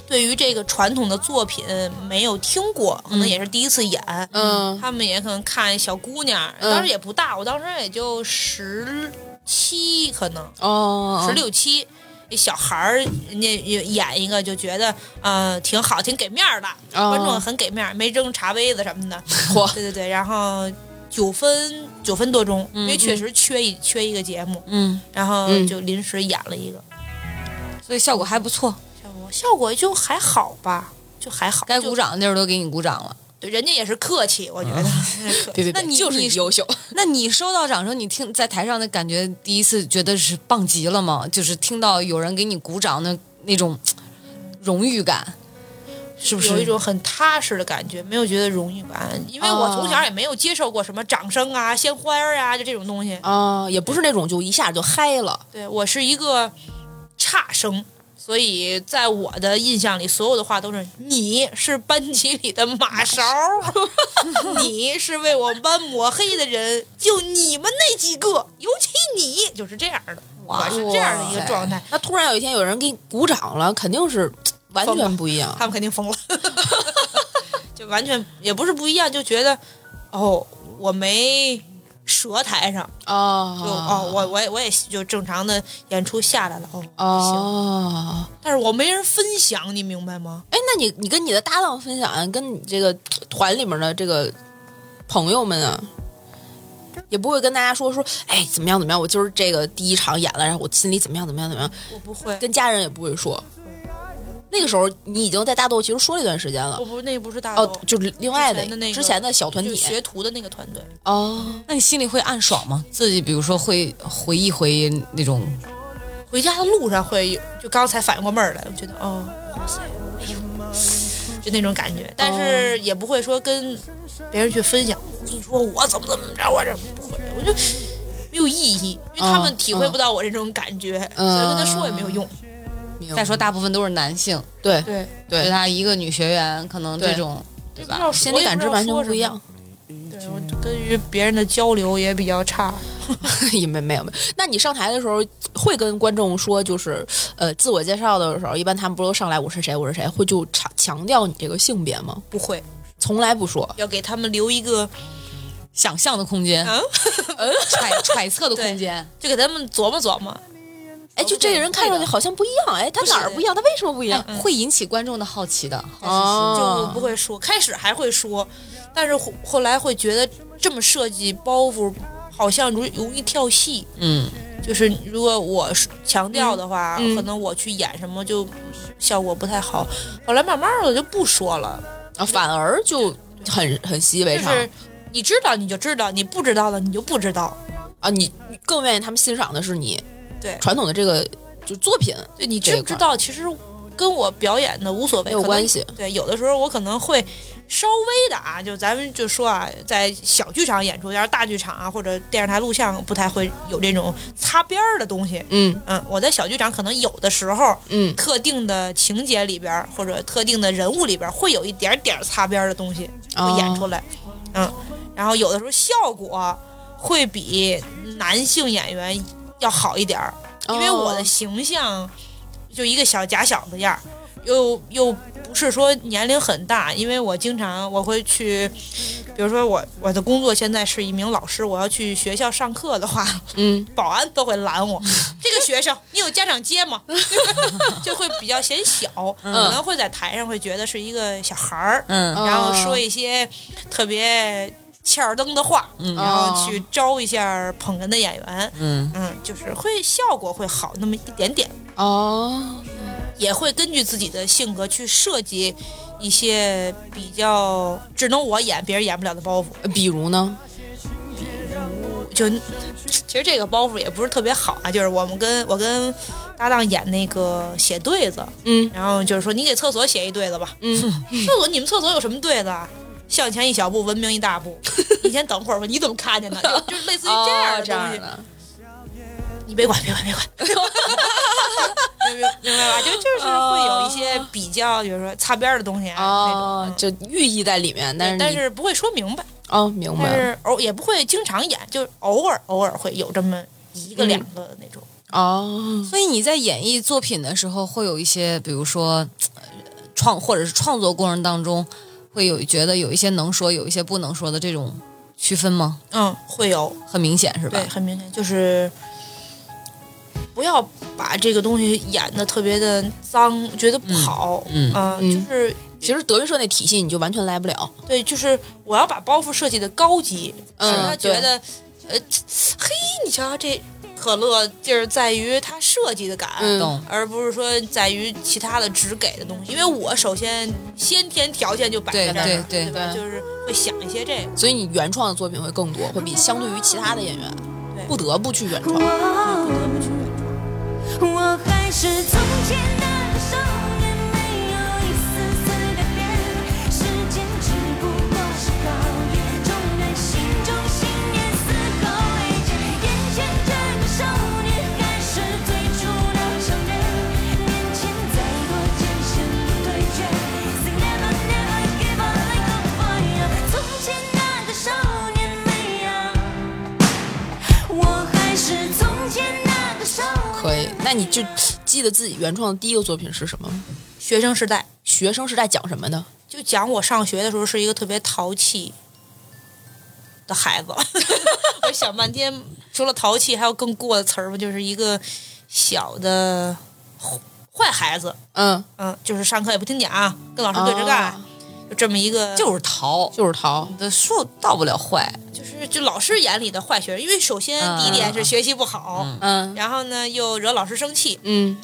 Speaker 5: 对于这个传统的作品没有听过，可能也是第一次演。
Speaker 3: 嗯
Speaker 5: 他们也可能看小姑娘，
Speaker 3: 嗯
Speaker 5: 当时也不大，我当时也就十七，可能
Speaker 3: 哦
Speaker 5: 十六七。一小孩儿，人家演一个就觉得，呃，挺好，挺给面儿的，
Speaker 3: 哦
Speaker 5: 观众很给面儿，没扔茶杯子什么的。
Speaker 3: 嚯
Speaker 5: 对对对，然后九分九分多钟，因为确实缺一缺一个节目，
Speaker 4: 嗯，
Speaker 5: 然后
Speaker 3: 嗯
Speaker 5: 就临时演了一个，
Speaker 4: 所以效果还不错，
Speaker 5: 效果效果就还好吧，就还好。
Speaker 4: 该
Speaker 5: 就
Speaker 4: 鼓掌的地儿都给你鼓掌了。
Speaker 5: 对，人家也是客气，我觉得。客气
Speaker 3: 别别别，
Speaker 4: 那你
Speaker 3: 就是
Speaker 4: 你
Speaker 3: 优秀。
Speaker 4: 那你收到掌声，你听在台上的感觉，第一次觉得是棒极了吗？就是听到有人给你鼓掌的那种嘖荣誉感，是不是？
Speaker 5: 有一种很踏实的感觉，没有觉得荣誉感，因为我
Speaker 3: 哦
Speaker 5: 从小也没有接受过什么掌声啊、鲜花儿啊，就这种东西。
Speaker 3: 啊，也不是那种就一下就嗨了。
Speaker 5: 对我是一个差生，所以在我的印象里，所有的话都是你是班级里的马勺儿， 你是为我们班抹黑的人，就你们那几个，尤其你，就是这样的，我是这样的一个状态。
Speaker 3: 那突然有一天有人给你鼓掌了，肯定是完全不一样。
Speaker 5: 他们肯定疯了， 就完全也不是不一样，就觉得哦，我没折台上，就哦，
Speaker 3: 哦
Speaker 5: 我我也我也就正常的演出下来了哦，
Speaker 3: 哦，
Speaker 5: 但是我没人分享，你明白吗？
Speaker 3: 哎，那你你跟你的搭档分享，跟你这个团里面的这个朋友们啊。也不会跟大家说说，哎，怎么样怎么样？我今儿这个第一场演了，然后我心里怎么样怎么样怎么样？
Speaker 5: 我不会，
Speaker 3: 跟家人也不会说。那个时候你已经在大豆其实说了一段时间了
Speaker 5: 我，不那不是大
Speaker 3: 哦
Speaker 5: 楼，
Speaker 3: 就是另外
Speaker 5: 之前的那个
Speaker 3: 之前的小团
Speaker 5: 就
Speaker 3: 体
Speaker 5: 学徒的那个团队，
Speaker 3: 哦，
Speaker 4: 那你心里会暗爽吗？自己比如说会回忆回忆那种，
Speaker 5: 回家的路上会有，就刚才反应过味儿来，我觉得哦，哇塞，哎呦就那种感觉，但是也不会说跟别人去分享，你说我怎么怎么着，我这不会，我就没有意义，因为他们体会不到我这种感觉，
Speaker 3: 嗯
Speaker 5: 所以跟他说也没有用。
Speaker 3: 明白
Speaker 4: 再说大部分都是男性，
Speaker 3: 对
Speaker 5: 对，
Speaker 4: 就
Speaker 3: 对，
Speaker 4: 他一个女学员，可能这
Speaker 3: 对
Speaker 4: 种对
Speaker 5: 不知道
Speaker 4: 吧？
Speaker 3: 心理感知完全不一样。
Speaker 5: 对我跟于别人的交流也比较差，
Speaker 3: 也没没有没有。那你上台的时候会跟观众说，就是呃，自我介绍的时候，一般他们不都上来我是谁我是谁，会就强强调你这个性别吗？
Speaker 5: 不会
Speaker 3: 从来不说。
Speaker 5: 要给他们留一个，
Speaker 4: 想 象的空间，呃
Speaker 5: 嗯
Speaker 4: 揣揣测的空间。
Speaker 5: 就给他们琢磨琢磨。
Speaker 3: 哎，就这个人看上去好像不一样，哎，他哪儿不一样？他为什么不一样？
Speaker 5: 嗯
Speaker 4: 会引起观众的好奇的。
Speaker 5: 就
Speaker 3: 哦
Speaker 5: 不，会说。开始还会说，但是后后来会觉得这么设计包袱好像容容易跳戏。
Speaker 4: 嗯，
Speaker 5: 就是如果我是强调的话，
Speaker 3: 嗯嗯
Speaker 5: 可能我去演什么就效果不太好。后来慢慢的就不说了，
Speaker 3: 啊反而就很很习以为
Speaker 5: 就
Speaker 3: 常
Speaker 5: 是你知道你就知道，你不知道的你就不知道。
Speaker 3: 啊。你你更愿意他们欣赏的是你
Speaker 5: 对
Speaker 3: 传统的这个就作品，
Speaker 5: 对你
Speaker 3: 这
Speaker 5: 知
Speaker 3: 一
Speaker 5: 不
Speaker 3: 块
Speaker 5: 知
Speaker 3: 儿
Speaker 5: 道，其实跟我表演的无所谓，
Speaker 3: 没有
Speaker 5: 可能
Speaker 3: 关系。
Speaker 5: 对，有的时候我可能会稍微的啊，就咱们就说啊，在小剧场演出，要是大剧场啊或者电视台录像，不太会有这种擦边儿的东西。
Speaker 3: 嗯
Speaker 5: 嗯，我在小剧场可能有的时候，
Speaker 3: 嗯
Speaker 5: 特定的情节里边儿或者特定的人物里边儿会有一点点儿擦边儿的东西会演出来，嗯，然后有的时候效果会比男性演员要好一点儿，因为我的形象就一个小假小子样儿，又又不是说年龄很大，因为我经常我会去，比如说我我的工作现在是一名老师，我要去学校上课的话，
Speaker 3: 嗯，
Speaker 5: 保安都会拦我。这个学生，你有家长接吗？ 就会比较显小，可能会在台上会觉得是一个小孩儿，
Speaker 4: 嗯，
Speaker 5: 然后说一些特别欠儿登的话，嗯然后去招一下捧哏的演员，
Speaker 4: 哦嗯
Speaker 5: 就是会效果会好那么一点点，
Speaker 3: 哦，
Speaker 5: 也会根据自己的性格去设计一些比较只能我演别人演不了的包袱。
Speaker 3: 比如呢？
Speaker 5: 就其实这个包袱也不是特别好啊，就是我们跟我跟搭档演那个写对子，
Speaker 3: 嗯，
Speaker 5: 然后就是说你给厕所写一对子吧，
Speaker 3: 嗯，
Speaker 5: 厕所你们厕所有什么对子啊？向前一小步，文明一大步。你先等会儿吧，你怎么看见的？就就类似于这样
Speaker 3: 哦
Speaker 5: 的
Speaker 3: 这
Speaker 5: 东
Speaker 3: 样
Speaker 5: 西，
Speaker 3: 的，
Speaker 5: 你别管，别管，别管。 明白明白吧？就就是会有一些比较，比如说擦边儿的东西啊，
Speaker 3: 哦，
Speaker 5: 那种
Speaker 3: 就寓意在里面，但
Speaker 5: 嗯
Speaker 3: 是
Speaker 5: 但
Speaker 3: 你
Speaker 5: 是不会说明白。
Speaker 3: 哦，明
Speaker 5: 但
Speaker 3: 白了
Speaker 5: 是偶也不会经常演，就是偶尔偶尔会有这么
Speaker 4: 嗯
Speaker 5: 一个两个那种。
Speaker 3: 哦，
Speaker 4: 所以你在演绎作品的时候，会有一些，比如说呃创或者是创作过程当中，会有觉得有一些能说，有一些不能说的这种区分吗？
Speaker 5: 嗯，会有，
Speaker 4: 很明显是吧
Speaker 5: 对，？很明显就是不要把这个东西演的特别的脏，觉得不好。
Speaker 4: 嗯嗯
Speaker 5: 呃
Speaker 3: 嗯
Speaker 5: 就是
Speaker 3: 其实德云社那体系你就完全来不了，
Speaker 5: 对，就是我要把包袱设计的高级，
Speaker 3: 嗯
Speaker 5: 使他觉
Speaker 3: 对
Speaker 5: 得，呃，嘿，你瞧瞧这可乐劲儿在于它设计的感，
Speaker 3: 嗯
Speaker 4: 懂
Speaker 5: 而不是说在于其他的只给的东西。因为我首先先天条件就摆
Speaker 4: 对
Speaker 5: 在那儿
Speaker 4: 对
Speaker 5: 了，
Speaker 4: 对
Speaker 5: 吧？
Speaker 3: 对
Speaker 5: 就是会想一些这个。
Speaker 3: 所以你原创的作品会更多，会比相对于其他的演员
Speaker 5: 对
Speaker 3: 不得不去原创。
Speaker 4: 嗯
Speaker 7: 我我还是从前的少年，没有一丝丝改变。时间只不过是考验，重燃心中信念，死后未见。眼前这个少年，还是最初的少年。面前再多艰险不退却，Sing never never give up like a fire。从前那个少年没有。我还是从前那个少年。
Speaker 3: 可以，那你就记得自己原创的第一个作品是什么吗？
Speaker 5: 学生时代
Speaker 3: 学生时代讲什么的？
Speaker 5: 就讲我上学的时候是一个特别淘气的孩子， 我想半天，除了淘气还有更过的词儿吗？就是一个小的坏孩子，
Speaker 3: 嗯，
Speaker 5: 嗯，就是上课也不听讲，跟老师对着干，
Speaker 3: 哦
Speaker 5: 就这么一个，
Speaker 4: 就是淘，
Speaker 3: 就是淘。
Speaker 4: 的说到不了坏，
Speaker 5: 就是就老师眼里的坏学生，因为首先
Speaker 4: 嗯
Speaker 5: 第一点是学习不好，
Speaker 3: 嗯
Speaker 5: 然后呢又惹老师生气，
Speaker 3: 嗯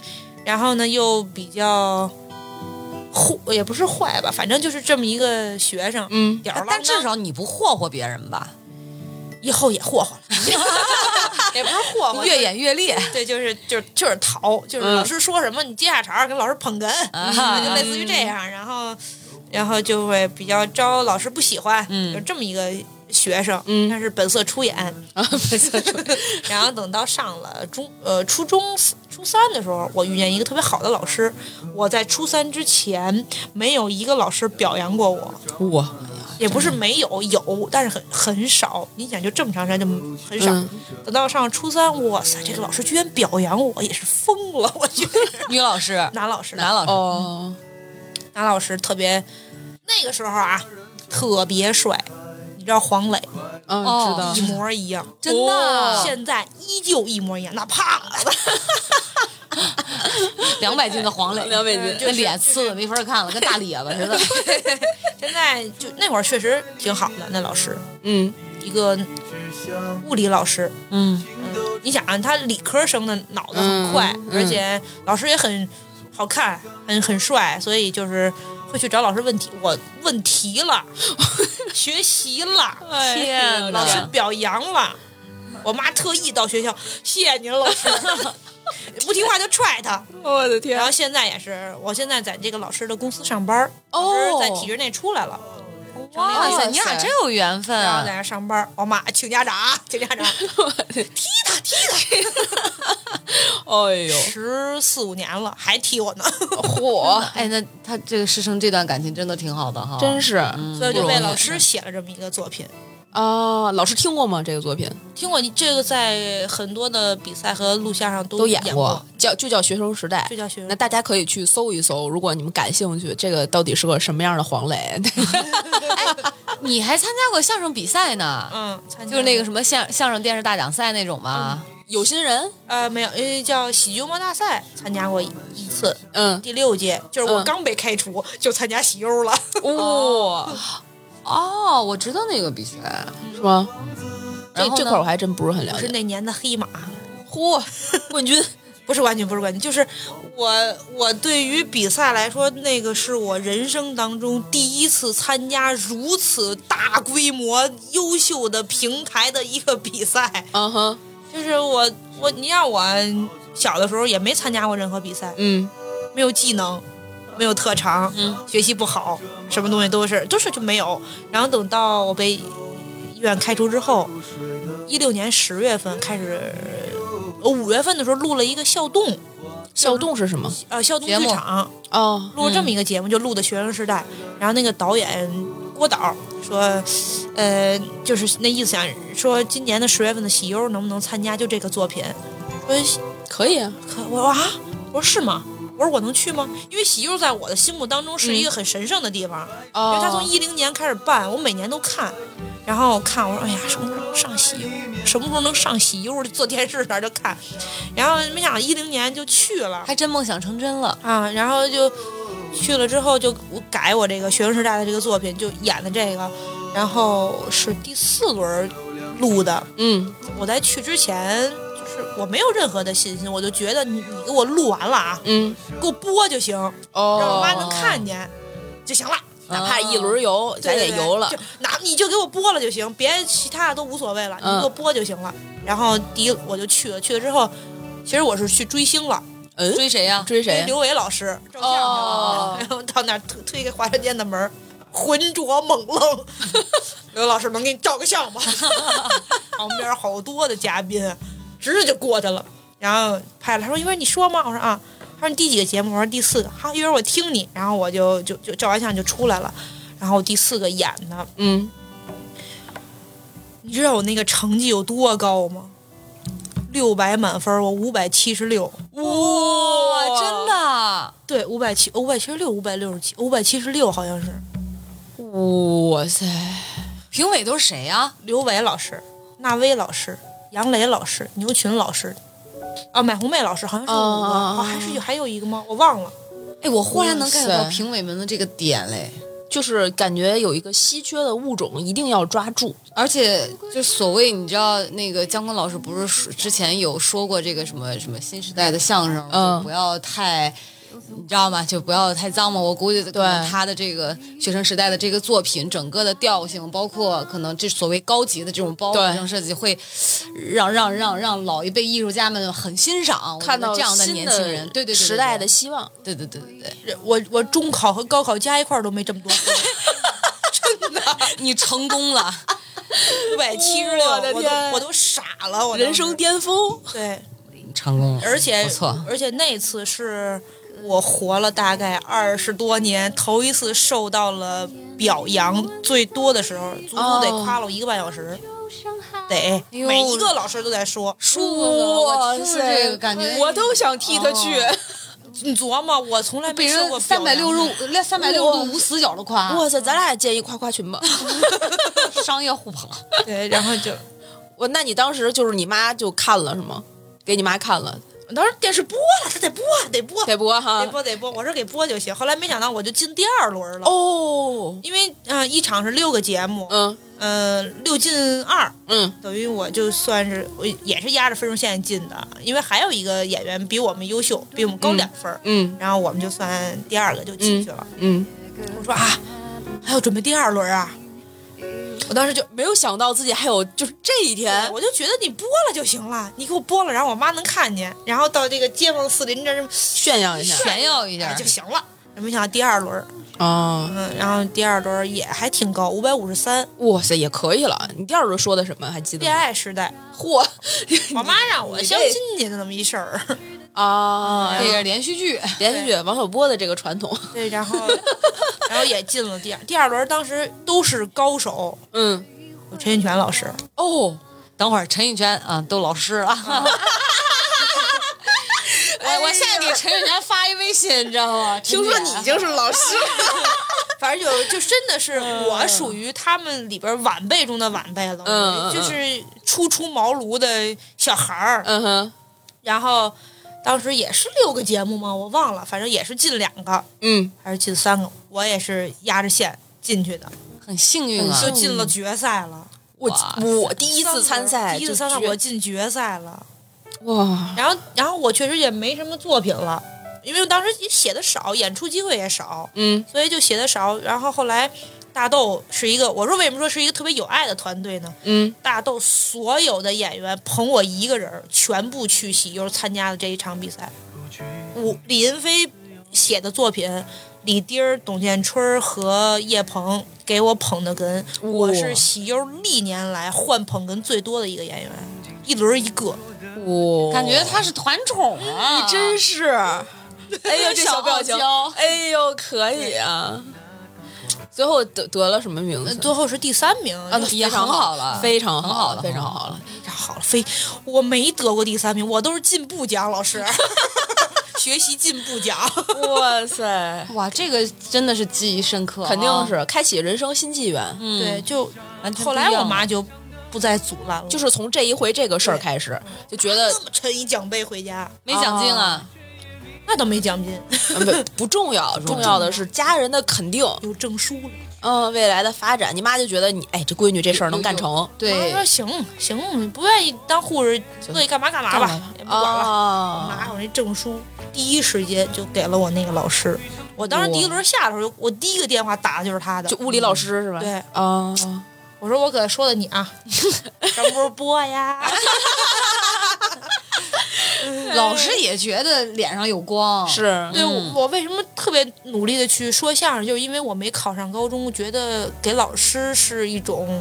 Speaker 5: 然后呢又比较坏，也不是坏吧，反正就是这么一个学生，
Speaker 3: 嗯，
Speaker 5: 吊儿郎
Speaker 4: 但至
Speaker 5: 当
Speaker 4: 少你不霍霍别人吧？
Speaker 5: 以后也霍霍了，也不是霍 霍，
Speaker 4: 越演越烈，
Speaker 5: 对，就是就是就是淘，就是老师说什么你接下茬儿，跟老师捧哏，嗯
Speaker 4: 啊
Speaker 5: 就类似于这样，然后然后就会比较招老师不喜欢，有这么一个学生，
Speaker 3: 嗯
Speaker 5: 他是本色出演， 然后等到上了中呃初中初三的时候，我遇见一个特别好的老师，我在初三之前没有一个老师表扬过我，
Speaker 3: 哇，
Speaker 5: 也不是没有，有，但是很很少。你想，就这么长时间就很少。
Speaker 3: 嗯
Speaker 5: 等到上初三，哇塞，这个老师居然表扬我，也是疯了。 我觉得
Speaker 4: 女老师、
Speaker 5: 男老师，
Speaker 4: 男老师，
Speaker 3: 哦，
Speaker 5: 男老师特别，那个时候啊，特别帅。你知道黄磊
Speaker 3: 嗯，
Speaker 4: 哦
Speaker 3: 知道
Speaker 5: 一模一样，
Speaker 4: 真的啊
Speaker 5: 现在依旧一模一样，那胖子，
Speaker 4: 两百斤的黄磊，
Speaker 3: 两百斤
Speaker 4: 那脸呲的没法看了，跟大咧巴似的。
Speaker 5: 现在就那会儿确实挺好的，那老师
Speaker 3: 嗯，
Speaker 5: 一个物理老师，
Speaker 4: 嗯，
Speaker 5: 你想啊他理科生的脑子很快，
Speaker 3: 嗯嗯
Speaker 5: 而且老师也很好看，很很帅，所以就是会去找老师问题。我问题 了，学习了，
Speaker 3: 哎天
Speaker 5: 老师表扬了。我妈特意到学校，谢谢您 老师，不听话就踹他。
Speaker 3: 我的天
Speaker 5: 然后现在也是，我现在在这个老师的公司上班儿，
Speaker 3: 哦
Speaker 5: 老师在体制内出来了，
Speaker 4: 哇
Speaker 3: 哇
Speaker 4: 塞，你俩
Speaker 3: 塞
Speaker 4: 真有缘分
Speaker 5: 然后
Speaker 4: 啊
Speaker 5: 在！那上班儿。我妈请家长 啊，请家长，
Speaker 3: 哎呦，
Speaker 5: 十四五年了还踢我呢，
Speaker 3: 哦火，
Speaker 4: 哎，那他这个师生这段感情真的挺好的哈，
Speaker 3: 真是
Speaker 4: 嗯
Speaker 5: 所 以就
Speaker 3: 不容
Speaker 5: 被
Speaker 3: 易
Speaker 5: 老师写了这么一个作品。
Speaker 3: 啊！老师听过吗？这个作品
Speaker 4: 嗯
Speaker 5: 听过你这个在很多的比赛和录像上都
Speaker 3: 都
Speaker 5: 演
Speaker 3: 演过，叫就叫《学生时代
Speaker 5: 就》。叫学
Speaker 3: 那
Speaker 5: 生。
Speaker 3: 大家可以去搜一搜，如果你们感兴趣，这个到底是个什么样的黄磊？
Speaker 4: 你还参加过相声比赛呢，
Speaker 5: 嗯，参加
Speaker 4: 就是那个什么相相声电视大奖赛那种吗？
Speaker 3: 有心人，
Speaker 5: 呃，没有，呃，叫喜剧幽默大赛，参加过一一次，
Speaker 3: 嗯，
Speaker 5: 第六届，就是我
Speaker 3: 嗯
Speaker 5: 刚被开除、就参加喜优了。
Speaker 3: 哦，
Speaker 4: 哦，我知道那个比赛。
Speaker 3: 是吗？这
Speaker 4: 然后呢
Speaker 3: 这块我还真不是很了
Speaker 5: 我
Speaker 3: 解
Speaker 5: 是。那年的黑马，
Speaker 3: 嚯，冠军！
Speaker 5: 不是冠军，不是冠军，就是我我对于比赛来说，那个是我人生当中第一次参加如此大规模、优秀的平台的一个比赛。
Speaker 3: 嗯哼，
Speaker 5: 就是我我你让我小的时候也没参加过任何比赛，
Speaker 3: 嗯，
Speaker 5: 没有技能，没有特长，
Speaker 3: 嗯
Speaker 5: 学习不好，什么东西都是都是就没有。然后等到我被医院开除之后，一六年十月份开始，我五月份的时候录了一个校动，
Speaker 3: 校动是什么？
Speaker 5: 呃，校动
Speaker 4: 节
Speaker 5: 剧
Speaker 4: 目
Speaker 5: 场
Speaker 3: 哦，
Speaker 5: 录了这么一个节目，就录的学生时代。然后那个导演郭导说，呃，就是那意思想说今年的十月份的喜优能不能参加就这个作品，说
Speaker 3: 可以啊，
Speaker 5: 可我说啊，我说是吗？我说我能去吗？因为喜优在我的心目当中是一个很神圣的地方，因
Speaker 3: 哦
Speaker 5: 为他从一零年开始办，我每年都看，然后看我说哎呀，什么时候能上喜优？什么时候能上喜优？坐电视那儿就看，然后没想到一零年就去了
Speaker 4: 还真梦想成真了。
Speaker 5: 啊，然后就去了之后就我改我这个学生时代的这个作品，就演的这个，然后是第四轮录的，
Speaker 3: 嗯，
Speaker 5: 我在去之前。就是我没有任何的信心，我就觉得你你给我录完了啊，
Speaker 3: 嗯，
Speaker 5: 给我播就行，
Speaker 3: 哦，
Speaker 5: 让我妈能看见就行了。啊
Speaker 3: 哪怕一轮游，咱
Speaker 5: 对
Speaker 3: 也
Speaker 5: 对对
Speaker 3: 游了
Speaker 5: 就。哪你就给我播了就行，别其他的都无所谓了，你
Speaker 3: 嗯
Speaker 5: 给我播就行了。然后第一我就去了，去了之后，其实我是去追星了，
Speaker 3: 嗯，
Speaker 4: 追谁呀、
Speaker 3: 追
Speaker 5: 追
Speaker 3: 谁？
Speaker 5: 刘伟老师照相去了
Speaker 3: 哦，
Speaker 5: 然后到那儿推推开华山间的门儿。浑浊猛愣， 刘伟老师能给你照个相吗？ 旁边好多的嘉宾，直着就过去了，然后拍了。他说：“一会儿你说吗？”我说：“啊。”他说：“你第几个节目？”我说：“第四个。”好，一会儿我听你。然后我就就就照完相就出来了，然后第四个演的，
Speaker 3: 嗯，
Speaker 5: 你知道我那个成绩有多高吗？六百满分，我五百七十六。
Speaker 4: 哇，真的！
Speaker 5: 对，五百七，五百七十六，五百六十七，五百七十六好像是
Speaker 3: 哇塞，
Speaker 4: 评委都是谁啊呀、
Speaker 5: 刘伟老师、纳威老师、杨磊老师、牛群老师，啊，买红妹老师好像是五个，
Speaker 3: 哦
Speaker 5: 哦还是有还有一个吗？我忘了。
Speaker 4: 哎，我忽然能 get
Speaker 3: 哇
Speaker 4: 到
Speaker 3: 塞
Speaker 4: 评委们的这个点嘞，
Speaker 3: 就是感觉有一个稀缺的物种，一定要抓住。
Speaker 4: 而且就所谓你知道那个姜昆老师不是说之前有说过这个什么什么新时代的相声，
Speaker 3: 嗯
Speaker 4: 就不要太。你知道吗？就不要太脏嘛。我估计可能他的这个学生时代的这个作品，整个的调性，包括可能这所谓高级的这种包
Speaker 3: 对
Speaker 4: 装设计，会让让让让老一辈艺术家们很欣赏。我觉得
Speaker 3: 看到
Speaker 4: 这样的
Speaker 3: 新
Speaker 4: 年轻人，对对对，对
Speaker 3: 时代的，希望。
Speaker 4: 对对对对对，
Speaker 5: 我我中考和高考加一块儿都没这么多 分，
Speaker 4: 你成功了。
Speaker 5: 五百七十六，
Speaker 3: 我的
Speaker 5: 我都
Speaker 3: 天
Speaker 5: 我都傻了，我当时
Speaker 3: 人生巅峰，
Speaker 5: 对，
Speaker 4: 成功
Speaker 5: 而且
Speaker 4: 不错，
Speaker 5: 而且那次是我活了大概二十多年，头一次受到了表扬最多的时候，足足得
Speaker 3: 哦
Speaker 5: 夸了我一个半小时，得
Speaker 4: 哎呦
Speaker 5: 每一个老师都在
Speaker 3: 哎
Speaker 5: 说。啊
Speaker 4: 舒服了。我听着这个感觉，
Speaker 3: 我都想替他去。
Speaker 5: 哦 你琢磨，我从来
Speaker 4: 被
Speaker 5: 没受过
Speaker 4: 人三百六十
Speaker 5: 表
Speaker 4: 五、三百六十度无死角的夸，
Speaker 3: 哇塞，咱俩也建一夸夸 群吧。
Speaker 4: 商业互捧。
Speaker 5: 扬对，然后就
Speaker 3: 我，那你当时就是你妈就看了是吗？给你妈看了，
Speaker 5: 当时电视播了，他得播，得播，
Speaker 3: 得播啊哈
Speaker 5: 得播，得播。我说给播就行。后来没想到我就进第二轮了，
Speaker 3: 哦，
Speaker 5: 因为嗯、呃一场是六个节目，
Speaker 3: 嗯
Speaker 5: 呃，六进二，
Speaker 3: 嗯，
Speaker 5: 等于我就算是我也是压着分数线进的，因为还有一个演员比我们优秀，比我们高两分儿，
Speaker 3: 嗯
Speaker 5: 然后我们就算第二个就进去了。
Speaker 3: 嗯，
Speaker 5: 我说啊，还要准备第二轮啊？
Speaker 3: 我当时就没有想到自己还有就是这一天，
Speaker 5: 我就觉得你播了就行了，你给我播了，然后我妈能看见，然后到这个街坊四邻这儿
Speaker 3: 炫耀一下
Speaker 4: 炫耀一
Speaker 5: 哎
Speaker 4: 下
Speaker 5: 就，行了。没想到第二轮，
Speaker 3: 啊，
Speaker 5: 嗯，然后第二轮也还挺高，五百五十三。
Speaker 3: 哇塞，也可以了。你第二轮说的什么还记得
Speaker 5: 恋
Speaker 3: 吗？
Speaker 5: 爱时代，
Speaker 3: 嚯，
Speaker 5: 我妈让我相亲去的那么一事儿。
Speaker 3: 啊，
Speaker 4: 这个连续剧，
Speaker 3: 连续剧王小波的这个传统，
Speaker 5: 对，然后 然后也进了第二第二轮，当时都是高手，
Speaker 3: 嗯，
Speaker 5: 有陈印泉老师，
Speaker 3: 哦，
Speaker 4: 等会儿陈印泉啊，都老师了。我我现在给陈印泉发一微信，你知道吗？听说你已经是老师了，
Speaker 5: 反正就就真的是我属于他们里边晚辈中的晚辈了，
Speaker 3: 嗯嗯
Speaker 5: 就是初出茅庐的小孩儿。
Speaker 3: 嗯哼，
Speaker 5: 然后当时也是六个节目吗？我忘了，反正也是进两个
Speaker 3: 嗯，
Speaker 5: 还是进三个，我也是压着线进去的，
Speaker 4: 很幸运啊
Speaker 5: 就。进了决赛了。
Speaker 3: 我
Speaker 4: 哇
Speaker 3: 我嗯第一次参赛，
Speaker 5: 第一次
Speaker 3: 就
Speaker 5: 参赛
Speaker 3: 觉
Speaker 5: 我进决赛了，
Speaker 3: 哇，
Speaker 5: 然后然后我确实也没什么作品了，因为当时也写的少，演出机会也少，
Speaker 3: 嗯
Speaker 5: 所以就写的少。然后后来大豆是一个，我说为什么说是一个特别有爱的团队呢？
Speaker 3: 嗯，
Speaker 5: 大豆所有的演员捧我一个人儿，全部去喜优参加了这一场比赛。我李云飞写的作品，李丁儿、董建春儿和叶鹏给我捧的哏，我是喜优历年来换捧哏最多的一个演员，一轮儿一个。
Speaker 3: 哇，
Speaker 4: 感觉他是团宠啊！
Speaker 3: 真是，哎呦，这
Speaker 4: 小
Speaker 3: 表
Speaker 4: 傲
Speaker 3: 情
Speaker 4: 娇，
Speaker 3: 哎呦，可以啊。最后得得了什么名字？
Speaker 5: 最后是第三名，
Speaker 3: 啊，
Speaker 5: 就
Speaker 3: 非
Speaker 4: 也
Speaker 3: 常
Speaker 4: 很好了
Speaker 3: 非常
Speaker 4: 很好
Speaker 3: 好
Speaker 4: 了
Speaker 3: 非常
Speaker 4: 很好
Speaker 3: 好了。
Speaker 5: 好了，非我没得过第三名，我都是进步奖，老师，学习进步奖。
Speaker 3: 哇塞，
Speaker 4: 哇，这个真的是记忆深刻啊，
Speaker 3: 肯定是开启人生新纪元，
Speaker 4: 嗯
Speaker 5: 对，就
Speaker 4: 完全不
Speaker 5: 后
Speaker 4: 一
Speaker 5: 来
Speaker 4: 样
Speaker 5: 我
Speaker 4: 了
Speaker 5: 妈就不再阻拦了，
Speaker 3: 就是从这一回这个事儿开始，就觉得
Speaker 5: 那么沉一奖杯回家，
Speaker 4: 没奖金啊，
Speaker 5: 那倒没奖金，
Speaker 3: 嗯不不重要，重要的是家人的肯定，
Speaker 5: 有证书了。
Speaker 3: 嗯，未来的发展。你妈就觉得你，哎，这闺女这事儿能干成，
Speaker 5: 我
Speaker 4: 对
Speaker 5: 说，行行，不愿意当护士，乐意干嘛干嘛吧，也不管了。
Speaker 4: 哦
Speaker 3: 啊，
Speaker 5: 拿我那证书，第一时间就给了我那个老师。我当时第一轮下的时候，我第一个电话打的就是他的，
Speaker 3: 就物理老师是吧？
Speaker 5: 对
Speaker 3: 啊，
Speaker 5: 我说我可说的你啊， 什么时候播 呀？
Speaker 4: 老师也觉得脸上有光，
Speaker 3: 是，
Speaker 5: 对，我我为什么特别努力的去说相声，就是因为我没考上高中，觉得给老师是一种。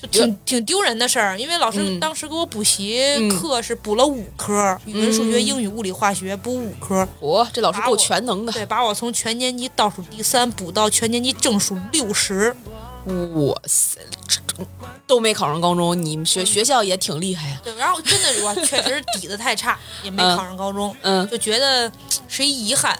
Speaker 5: 就挺挺丢人的事儿，因为老师
Speaker 3: 嗯
Speaker 5: 当时给我补习课是补了五科，语文、数
Speaker 3: 嗯
Speaker 5: 学、英语、物理、化学补五科，
Speaker 3: 我这老师
Speaker 5: 把
Speaker 3: 够
Speaker 5: 我
Speaker 3: 全能的，
Speaker 5: 对，把我从全年级倒数第三补到全年级正数六十，
Speaker 3: 哇塞，这这都没考上高中，你们
Speaker 4: 嗯
Speaker 3: 学学校也挺厉害呀、
Speaker 5: 对，然后真的我确实底子太差，也没
Speaker 3: 嗯
Speaker 5: 考上高中，
Speaker 3: 嗯
Speaker 5: 就觉得是一遗憾。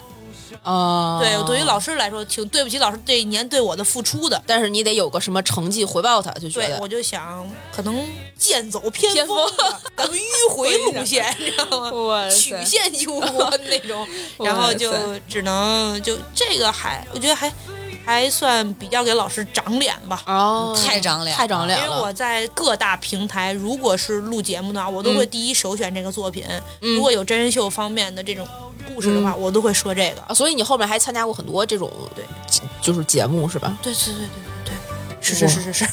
Speaker 3: 啊。
Speaker 5: 对，对于老师来说，挺对不起老师这一年对我的付出的，
Speaker 3: 但是你得有个什么成绩回报他，就觉
Speaker 5: 对，
Speaker 3: 得
Speaker 5: 我就想可能剑走偏
Speaker 3: 偏锋
Speaker 5: 锋了， 咱们迂回路 线，你知道吗？
Speaker 3: 哇
Speaker 5: 曲线救国那 种，然
Speaker 3: 哇
Speaker 5: 后
Speaker 3: 塞
Speaker 5: 就只能就这个还，我觉得还还算比较给老师长脸吧。
Speaker 3: 啊，
Speaker 4: 太长脸了
Speaker 3: 太长
Speaker 5: 因
Speaker 3: 脸
Speaker 5: 为
Speaker 3: 了。
Speaker 5: 我在各大平台，如果是录节目的话，我都会第一首选这个作品。如果有真人秀方面的这种故事的话，我都会说这个。
Speaker 3: 啊，所以你后面还参加过很多这种
Speaker 5: 对
Speaker 3: 节，就是节目是吧？
Speaker 5: 对对对对对，是是是是是，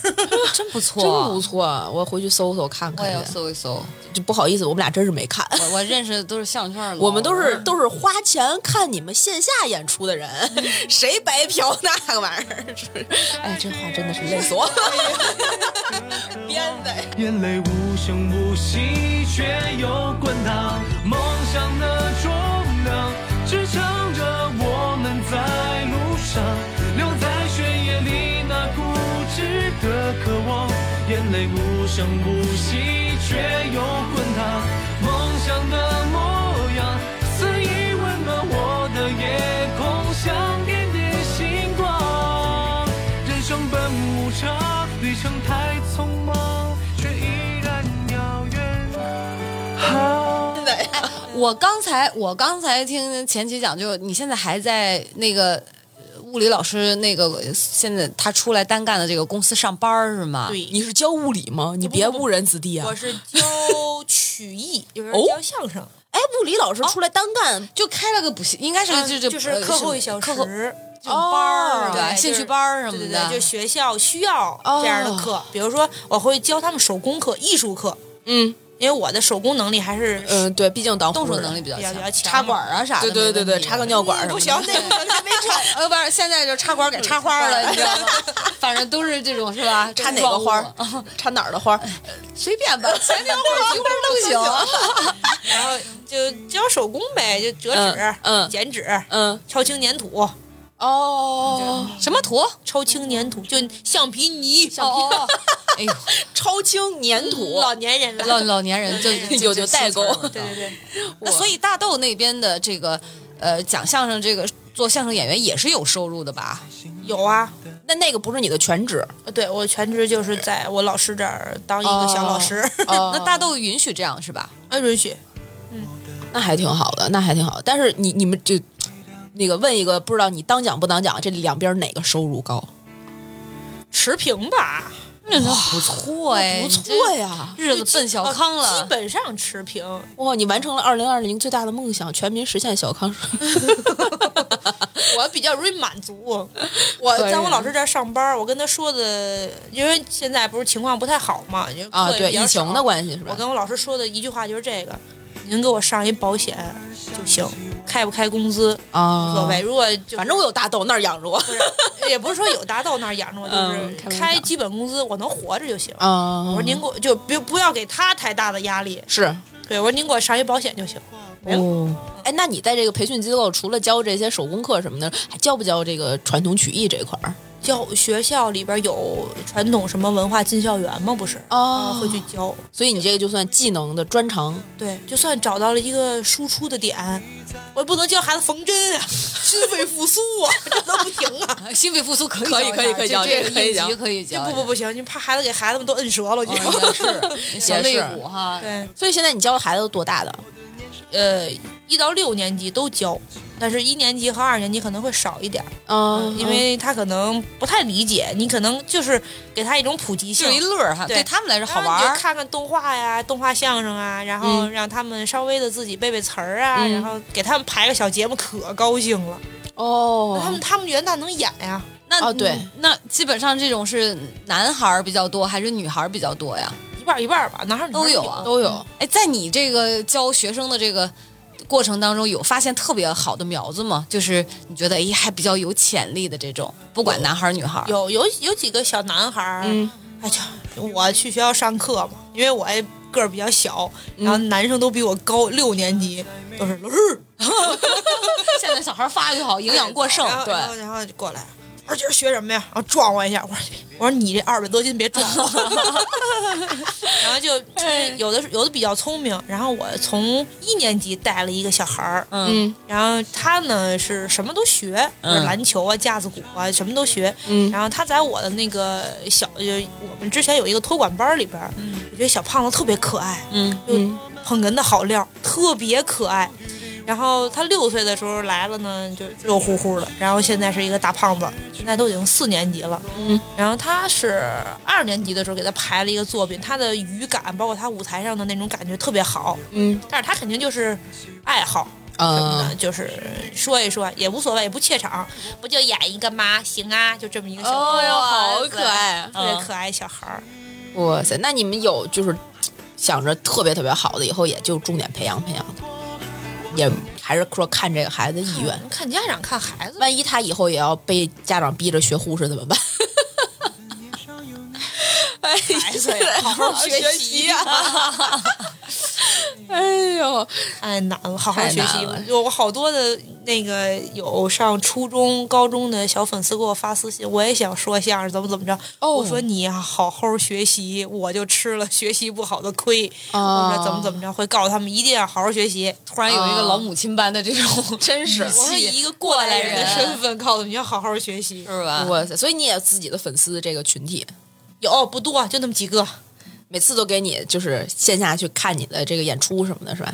Speaker 4: 真不错，啊
Speaker 3: 真不错，我回去搜搜看
Speaker 4: 我
Speaker 3: 看
Speaker 4: 也要
Speaker 3: 去。
Speaker 4: 搜一搜，
Speaker 3: 就不好意思，我们俩真是没看，
Speaker 4: 我我认识的都是相声圈儿的，
Speaker 3: 我们都是都是花钱看你们线下演出的人， 谁白嫖那个玩意儿？ 是嗯哎，这话真的是累死我了， 编的。
Speaker 8: 眼泪无声无息，却又滚烫。梦想的重量支撑着我们在路上，留在血液里那固执的渴望。眼泪无声无息，却又滚烫。梦想的模样，肆意温暖我的夜空，像点点星光。人生本无常，旅程太匆忙，却依然遥远。啊，
Speaker 3: 哎
Speaker 4: 我刚才我刚才听前期讲，就你现在还在那个物理老师那个现在他出来单干的这个公司上班儿是吗？
Speaker 5: 对，
Speaker 3: 你是教物理吗？你别误人子弟啊
Speaker 5: 我！是 教曲艺，就是
Speaker 3: 哦
Speaker 5: 教相声，
Speaker 3: 哎，物理老师出来单干，
Speaker 4: 就开了个补习，应该是
Speaker 5: 啊
Speaker 4: 就
Speaker 5: 就是课后一小时
Speaker 4: 呃课后
Speaker 5: 这种班儿，啊
Speaker 4: 哦对兴趣班儿什么的哦
Speaker 5: 对对对，就学校需要这样的课，比如说我会教他们手工课、艺术课，
Speaker 3: 嗯
Speaker 5: 因为我的手工能力还是
Speaker 3: 嗯、对，毕竟当
Speaker 4: 动手
Speaker 3: 活人
Speaker 4: 呃能力比较
Speaker 5: 比较比较强
Speaker 4: 插管儿啊啥的
Speaker 3: 对
Speaker 4: 没问
Speaker 3: 对
Speaker 4: 题，
Speaker 3: 对对，插个尿管儿什么
Speaker 5: 不
Speaker 3: 的
Speaker 5: 行，那个还没 成。
Speaker 4: 呃，不是，现在就插管儿给插花儿了，你知道吗？反正都是这种是吧？
Speaker 3: 插哪个花儿
Speaker 4: 撞物？
Speaker 3: 插哪儿的花儿？
Speaker 4: 随便吧，前庭花儿、菊花儿都行。
Speaker 5: 然后就教手工呗，就折纸
Speaker 3: 嗯、嗯
Speaker 5: 剪纸、
Speaker 3: 嗯，
Speaker 5: 超轻粘土、
Speaker 3: 哦，
Speaker 4: 什么图？
Speaker 5: 超轻粘土，就橡皮泥，
Speaker 4: 哦，哎呦，
Speaker 3: 超轻粘土，
Speaker 5: 老年人
Speaker 4: 老
Speaker 5: 了。
Speaker 4: 老年人就就
Speaker 3: 有有代沟
Speaker 5: 对对对，
Speaker 4: 那所以大豆那边的这个呃讲相声这个做相声演员也是有收入的吧？
Speaker 5: 有啊，
Speaker 3: 那那个不是你的全职，
Speaker 5: 对我全职就是在我老师这儿当一个小老师，
Speaker 3: 哦
Speaker 4: 那大豆允许这样是吧？
Speaker 5: 啊允许。
Speaker 3: 那还挺好的，那还挺好。但是你你们就那个问一个，不知道你当讲不当讲，这两边哪个收入高？
Speaker 5: 持平 吧，
Speaker 4: 不错哎，
Speaker 3: 不
Speaker 4: 你这
Speaker 3: 错呀！
Speaker 4: 日子奔小康
Speaker 5: 呃
Speaker 4: 了
Speaker 5: 基。本上持平。
Speaker 3: 哇，你完成了二零二零最大的梦想，全民实现小康。
Speaker 5: 我比较容易满 足。我
Speaker 3: 对
Speaker 5: 在我老师这儿上班，我跟他说的，因为现在不是情况不太好嘛，因为
Speaker 3: 啊，
Speaker 5: 课也
Speaker 3: 对，
Speaker 5: 比较
Speaker 3: 疫情
Speaker 5: 少
Speaker 3: 的关系是吧
Speaker 5: 我？跟我老师说的一句话就是这个：您给我上一保险就行，开不开工资无
Speaker 3: 啊，
Speaker 5: 所谓。如果就
Speaker 3: 反正我有大豆那儿养着我。
Speaker 5: 不是，也 不是说有达到那儿养着我，
Speaker 3: 嗯
Speaker 5: 就是
Speaker 3: 开玩
Speaker 5: 开
Speaker 3: 笑
Speaker 5: 基本工资，我能活着就行。
Speaker 3: 啊，
Speaker 5: 我说您给我就别不要给他太大的压力，
Speaker 3: 是
Speaker 5: 对我说您给我上一保险就行。没了
Speaker 3: 哦。哎，那你在这个培训机构除了教这些手工课什么的，还教不教这个传统曲艺这一块儿？
Speaker 5: 教学校里边有传统什么文化进校园吗？不是，
Speaker 3: 哦
Speaker 5: 会去教。
Speaker 3: 所以你这个就算技能的专长，
Speaker 5: 对，就算找到了一个输出的点，我也不能教孩子缝针啊，心肺复苏啊，这都不停啊。
Speaker 4: 心肺复苏可以
Speaker 3: 可以
Speaker 4: 教一
Speaker 3: 可以
Speaker 4: 下这这个
Speaker 3: 可以教这个可以
Speaker 4: 应急可以
Speaker 3: 教
Speaker 5: 这
Speaker 4: 教
Speaker 5: 不
Speaker 4: 一
Speaker 5: 不不行，你怕孩子给孩子们都摁折了，你知道吗？
Speaker 4: 下，是小肋骨哈。
Speaker 5: 对，
Speaker 3: 所以现在你教的孩子都多大的？
Speaker 5: 呃，一到六年级都教，但是一年级和二年级可能会少一点儿，
Speaker 3: 嗯
Speaker 5: 因为他可能不太理解，你可能就是给他一种普及性
Speaker 4: 就。一乐儿哈，
Speaker 5: 对
Speaker 4: 对他们来说好
Speaker 5: 然后
Speaker 4: 玩
Speaker 5: 你就
Speaker 4: 儿。嗯
Speaker 5: 看看动画呀、动画相声啊，然后让他们稍微的自己背背词儿啊，
Speaker 3: 嗯
Speaker 5: 然后给他们排个小节目，可高兴了。
Speaker 3: 哦
Speaker 5: 他们他们元旦能演呀、
Speaker 4: 那
Speaker 3: 哦对，
Speaker 4: 那基本上这种是男孩儿比较多还是女孩儿比较多呀？
Speaker 5: 一半儿一半儿吧，男孩儿女孩儿
Speaker 4: 都有啊
Speaker 5: 都有。
Speaker 4: 哎，在你这个教学生的这个过程当中，有发现特别好的苗子吗？就是你觉得哎还比较有潜力的这种，不管男孩儿女孩儿。
Speaker 5: 有有有几个小男孩儿，
Speaker 3: 嗯
Speaker 5: 哎呀，我去学校上课嘛，因为我也个儿比较小，
Speaker 4: 嗯
Speaker 5: 然后男生都比我高，六年级都是老师，
Speaker 4: 现 在小孩儿发育好，营养过剩
Speaker 5: 然后，
Speaker 4: 对
Speaker 5: 然，后然后就过来。我说今儿学什么呀？然后撞我一下，我说我说你这二百多斤别撞我。 然后就
Speaker 4: 哎
Speaker 5: 有的有的比较聪明，然后我从一年级带了一个小孩儿，
Speaker 3: 嗯
Speaker 5: 然后他呢是什么都学，
Speaker 4: 嗯
Speaker 5: 就是篮球啊、架子鼓啊，什么都学。
Speaker 3: 嗯
Speaker 5: 然后他在我的那个小，就我们之前有一个托管班里边儿，我觉得小胖子特别可爱，
Speaker 4: 嗯，
Speaker 3: 嗯
Speaker 5: 捧哏的好料，特别可爱。然后他六岁的时候来了呢，就肉乎乎的，然后现在是一个大胖子，现在都已经四年级了。
Speaker 3: 嗯，
Speaker 5: 然后他是二年级的时候给他排了一个作品，他的语感包括他舞台上的那种感觉特别好，
Speaker 3: 嗯
Speaker 5: 但是他肯定就是爱好。什么的，
Speaker 3: 啊
Speaker 5: 就是说一说也无所谓，也不怯场，不就演一个吗？行啊，就这么一个小孩
Speaker 3: 哦
Speaker 5: 儿，
Speaker 3: 哟，好
Speaker 4: 啊
Speaker 5: 对
Speaker 3: 可，爱！
Speaker 4: 嗯
Speaker 5: 特别可爱小孩儿。
Speaker 3: 哇塞，那你们有就是想着特别特别好的，以后也就重点培养培养他，也还是说看这个孩子意愿。
Speaker 5: 看家长看孩子吧，
Speaker 3: 万一他以后也要被家长逼着学护士怎么办？ 哎呀，好好 学习啊！哎 呦，
Speaker 5: 太难了，好好
Speaker 3: 太
Speaker 5: 学
Speaker 3: 难
Speaker 5: 习
Speaker 3: 了。
Speaker 5: 有好多的那个有上初中、高中的小粉丝给我发私信，我也想说相声，怎么怎么着。
Speaker 3: 哦
Speaker 5: 我说你好好学习，我就吃了学习不好的亏。
Speaker 3: 啊
Speaker 5: 我说怎么怎么着，会告诉他们一定要好好学习。
Speaker 4: 突然有一个老母亲般的这种，真是
Speaker 5: 哦我说以一个过来人的身份告诉你要好好学 习。
Speaker 4: 是吧？
Speaker 3: 嗯哇塞！所以你也有自己的粉丝这个群体，
Speaker 5: 有哦不多，就那么几个。
Speaker 3: 每次都给你就是线下去看你的这个演出什么的，是吧？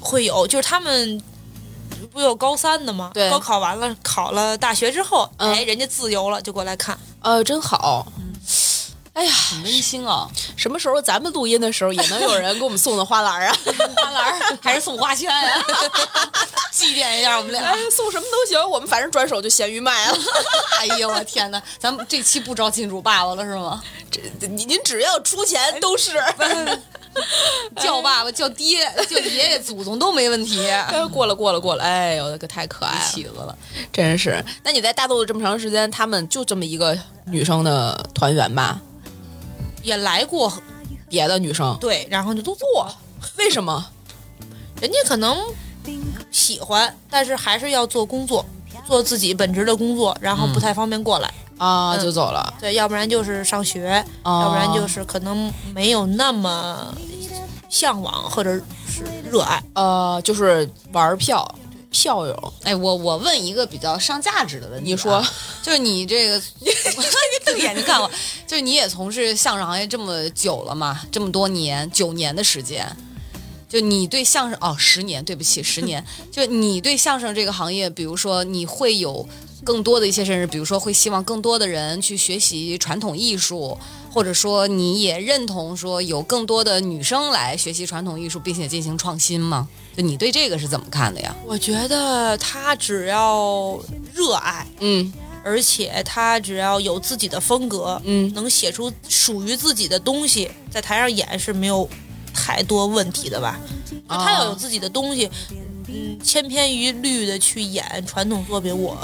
Speaker 5: 会有，就是他们不有高三的吗？
Speaker 3: 对
Speaker 5: 高考完了，考了大学之后，
Speaker 3: 嗯
Speaker 5: 哎，人家自由了，就过来看。
Speaker 3: 呃，真好。哎呀，
Speaker 4: 很温馨啊！
Speaker 3: 什么时候咱们录音的时候也能有人给我们送的花篮啊？
Speaker 4: 花篮儿还是送花圈呀、 祭奠一下我 们俩
Speaker 3: 哎。，送什么都行，我们反正转手就闲鱼卖 了。
Speaker 4: 哎呦我天哪！咱们这期不招金主爸爸了是吗？
Speaker 3: 您您只要出钱都是。
Speaker 4: 叫爸爸、叫爹、叫爷爷、祖宗都没问题。
Speaker 3: 哎，过了过了过了，哎呦，可太可爱了，
Speaker 4: 起子了，
Speaker 3: 真是。那你在大豆这么长时间，他们就这么一个女生的团员吧？
Speaker 5: 也来过，
Speaker 3: 别的女生
Speaker 5: 对，然后就都做，
Speaker 3: 为什么？
Speaker 5: 人家可能喜欢，但是还是要做工作，做自己本职的工作，然后不太方便过来。
Speaker 3: 啊，
Speaker 5: 嗯
Speaker 3: 就走了。
Speaker 5: 对，要不然就是上学，
Speaker 3: 哦
Speaker 5: 要不然就是可能没有那么向往或者是热爱。
Speaker 3: 呃，就是玩票，票友。
Speaker 4: 哎，我我问一个比较上价值的问题、
Speaker 3: 你说，
Speaker 4: 就是你这个， 瞪眼睛看我，就是你也从事相声行业这么久了嘛，这么多年，九年的时间，就你对相声哦，十年，对不起，十年，就你对相声这个行业，比如说你会有更多的一些，甚至比如说会希望更多的人去学习传统艺术，或者说你也认同说有更多的女生来学习传统艺术，并且进行创新吗？就你对这个是怎么看的呀？
Speaker 5: 我觉得他只要热爱，
Speaker 3: 嗯
Speaker 5: 而且他只要有自己的风格，
Speaker 3: 嗯
Speaker 5: 能写出属于自己的东西，在台上演是没有太多问题的吧？就他要有自己的东西，嗯，千篇一律的去演传统作品，我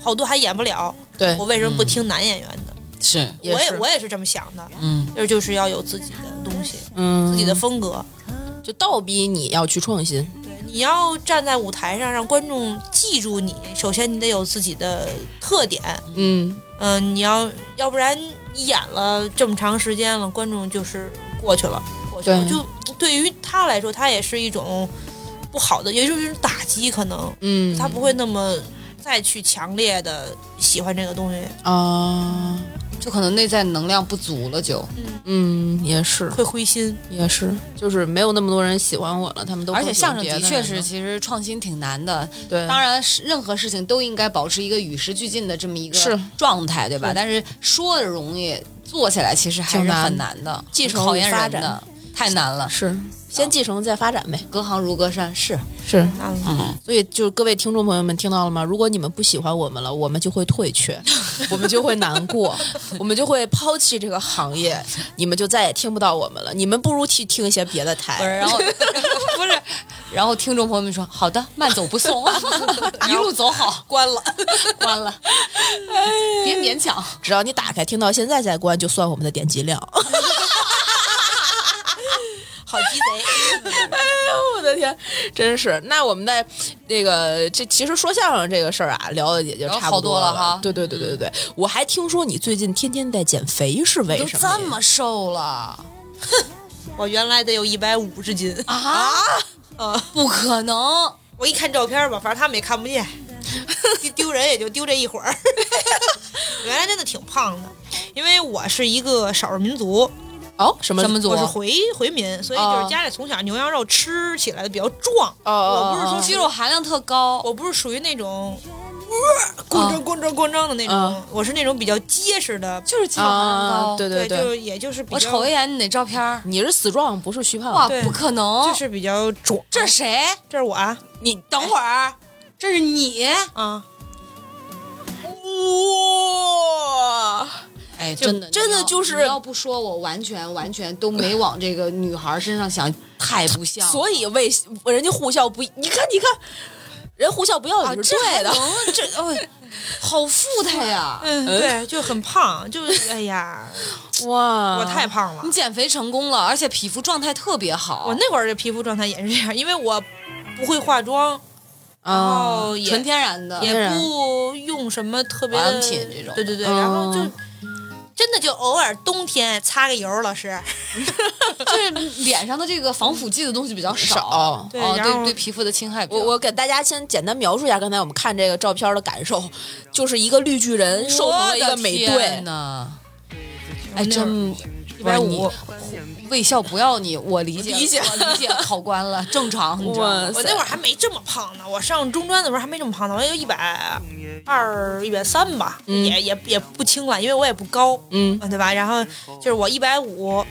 Speaker 5: 好多还演不了，
Speaker 3: 对
Speaker 5: 我为什么不听男演员的？
Speaker 4: 是，
Speaker 5: 我也我也是这么想的，
Speaker 4: 嗯。
Speaker 5: 就是就是要有自己的东西，
Speaker 3: 嗯
Speaker 5: 自己的风格。
Speaker 3: 就倒逼你要去创新。
Speaker 5: 对，你要站在舞台上让观众记住你，首先你得有自己的特点，
Speaker 3: 嗯，
Speaker 5: 嗯、你要要不然你演了这么长时间了，观众就是过去了，过去了，
Speaker 3: 对
Speaker 5: 就对于他来说，他也是一种不好的，也就是一种打击，可能，
Speaker 3: 嗯
Speaker 5: 他不会那么再去强烈的喜欢这个东西，
Speaker 3: 啊，
Speaker 4: 就可能内在能量不足了就，
Speaker 3: 嗯，也是
Speaker 5: 会灰心。
Speaker 3: 也是，就是没有那么多人喜欢我了，他们都
Speaker 4: 而且
Speaker 3: 更喜欢
Speaker 4: 相声
Speaker 3: 别
Speaker 4: 的
Speaker 3: 人
Speaker 4: 确
Speaker 3: 了
Speaker 4: 是，其实创新挺难的。
Speaker 3: 对，
Speaker 4: 当然，是任何事情都应该保持一个与时俱进的这么一
Speaker 3: 是
Speaker 4: 个状态，对吧？但是说的容易，做起来其实还
Speaker 3: 挺
Speaker 4: 是
Speaker 3: 难
Speaker 4: 很难的，
Speaker 3: 继承
Speaker 4: 考验
Speaker 3: 与发
Speaker 4: 人
Speaker 3: 展
Speaker 4: 的，太难了。
Speaker 3: 是先继承再发展呗。
Speaker 4: 隔行如隔山， 是
Speaker 3: 是，
Speaker 5: 嗯，
Speaker 3: 所以就是各位听众朋友们听到了吗？如果你们不喜欢我们了，我们就会退 却，我们就会难过， 我们就会抛弃这个行业，你们就再也听不到我们了。你们不如去听一些别的
Speaker 4: 不是？
Speaker 3: 台。
Speaker 4: 然后不是，然后听众朋友们说：“好的，慢走不 送， 一路走好，关了，关了，
Speaker 3: 哎
Speaker 4: 别勉强。”
Speaker 3: 只要你打开听到现在再关，就算我们的点击 量。
Speaker 5: 好鸡贼，
Speaker 3: 哎我的天，真是！那我们在那个这其实说相声这个事儿啊，聊的也就
Speaker 4: 聊
Speaker 3: 差
Speaker 4: 好
Speaker 3: 不
Speaker 4: 多
Speaker 3: 了
Speaker 4: 了哈
Speaker 3: 对对对对对对，我还听说你最近天天在减肥，是为
Speaker 4: 都
Speaker 3: 什
Speaker 4: 这
Speaker 3: 么呀？
Speaker 4: 么瘦了。
Speaker 5: 我原来得有一百五十斤，
Speaker 4: 啊？不可能！
Speaker 5: 我一看照片吧，反正他们也看不见，丢丢人也就丢这一会儿。 原来真的挺胖的，因为我是一个少数民族，
Speaker 3: 哦，什么
Speaker 4: 什么组
Speaker 5: 我是回回民，所以就是家里从小牛羊肉吃起来的比较壮。
Speaker 3: 哦
Speaker 5: 我不是说
Speaker 4: 肌
Speaker 5: 肌
Speaker 4: 肉
Speaker 5: 肉，
Speaker 4: 含量特高，
Speaker 5: 我不是属于那种。呃咣
Speaker 3: 啊
Speaker 5: 铮咣铮咣铮的那种，
Speaker 3: 啊
Speaker 5: 我是那种比较结实的，
Speaker 4: 就是肌肉含量
Speaker 3: 啊
Speaker 4: 高。，
Speaker 3: 对对
Speaker 5: 就是也就是比较
Speaker 4: 我瞅一眼你那照片儿，
Speaker 3: 你是死壮不是虚
Speaker 4: 哇，
Speaker 3: 胖，
Speaker 5: 对
Speaker 4: 哦不可能！
Speaker 5: 就是比较壮。
Speaker 4: 这是谁？
Speaker 5: 这是我啊，
Speaker 3: 你
Speaker 5: 等会儿啊
Speaker 4: 这是你？
Speaker 5: 啊，
Speaker 3: 哇，
Speaker 4: 哎，
Speaker 3: 就
Speaker 4: 真的，
Speaker 3: 真的
Speaker 4: 你要
Speaker 3: 就是
Speaker 4: 你要不说我完全完全都没往这个女孩身上想，太不像了。
Speaker 3: 所以为人家互笑不，你看你看，人互笑不要
Speaker 4: 啊，
Speaker 3: 也是
Speaker 4: 这还
Speaker 3: 对的。
Speaker 4: 能这哎，好富态呀！
Speaker 5: 嗯，对，就很胖，就是哎呀，
Speaker 3: 哇，
Speaker 5: 我太胖了
Speaker 4: 你。减肥成功了，而且皮肤状态特别好。
Speaker 5: 我那会儿的皮肤状态也是这样，因为我不会化妆，然后也
Speaker 4: 纯天然的，
Speaker 5: 也不用什么特别
Speaker 4: 保
Speaker 5: 的
Speaker 4: 养品这种
Speaker 5: 对对对，
Speaker 3: 嗯
Speaker 5: 然后就真的就偶尔冬天擦个油，老师，
Speaker 4: 哎就是脸上的这个防腐剂的东西比较少，
Speaker 3: 少
Speaker 5: 对
Speaker 4: 哦
Speaker 5: 然
Speaker 4: 对
Speaker 5: 后
Speaker 4: 对皮肤的侵害比较
Speaker 3: 我我给大家先简单描述一下刚才我们看这个照片的感受，就是一个绿巨人瘦成了一个美队，
Speaker 4: 呢。哎，真一百
Speaker 3: 你
Speaker 4: 五，为笑不要你，我理解，
Speaker 3: 理解
Speaker 4: 我理解，考官了，正常，你知道吗？
Speaker 3: 哇
Speaker 5: 我那会儿还没这么胖呢，我上中专的时候还没这么胖呢，我也就一百二、一百三吧，
Speaker 4: 嗯
Speaker 5: 也也也不轻了，因为我也不高，啊
Speaker 3: 嗯，
Speaker 5: 对吧？然后就是我一百五。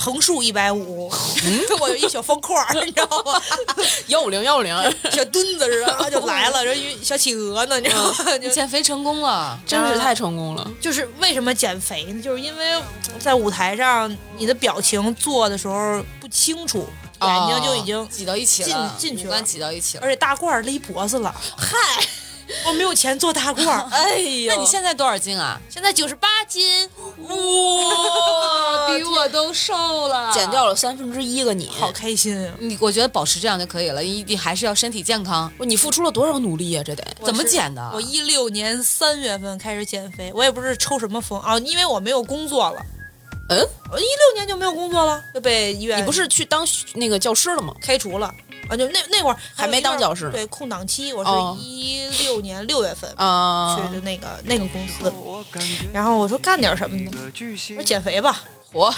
Speaker 5: 横竖一百五，
Speaker 4: 嗯
Speaker 5: 我有一小方块儿，你知道吗？
Speaker 3: 幺五零幺五 零，
Speaker 5: 小墩子似的，他就来了，然后一小企鹅呢，你知道吗？就
Speaker 4: 你减肥成功了，
Speaker 3: 真是太成功了。
Speaker 5: 就是为什么减肥呢？就是因为在舞台上，你的表情做的时候不清楚，眼睛
Speaker 3: 哦
Speaker 5: 就已经，
Speaker 4: 啊
Speaker 5: 啊
Speaker 4: 挤到一起了，
Speaker 5: 进进去了
Speaker 4: 五官挤到一起了。
Speaker 5: 而且大褂儿勒脖子了。嗨，我没有钱做大褂儿。
Speaker 3: 哎
Speaker 4: 那
Speaker 3: 呦
Speaker 4: 你现在多少斤啊？
Speaker 5: 现在九十八斤，
Speaker 4: 哇，比我都瘦了，
Speaker 3: 减。掉了三分之一个你，
Speaker 5: 好开心啊！
Speaker 4: 你我觉得保持这样就可以了，你你还是要身体健康。
Speaker 3: 你付出了多少努力啊？这得
Speaker 4: 怎么减的？
Speaker 5: 我一六年三月份开始减肥，我也不是抽什么风啊，因为我没有工作了，哦
Speaker 3: 嗯，
Speaker 5: 我一六年就没有工作了，就被医院
Speaker 3: 你不是去当那个教师了吗？
Speaker 5: 开除了啊？就那那会儿
Speaker 3: 还没当教师
Speaker 5: 对，空档期，我
Speaker 3: 哦
Speaker 5: 是一六年六月份
Speaker 3: 啊、
Speaker 5: 去的那个、那个公司，然后我说干点什么呢？我说减肥吧，
Speaker 3: 活，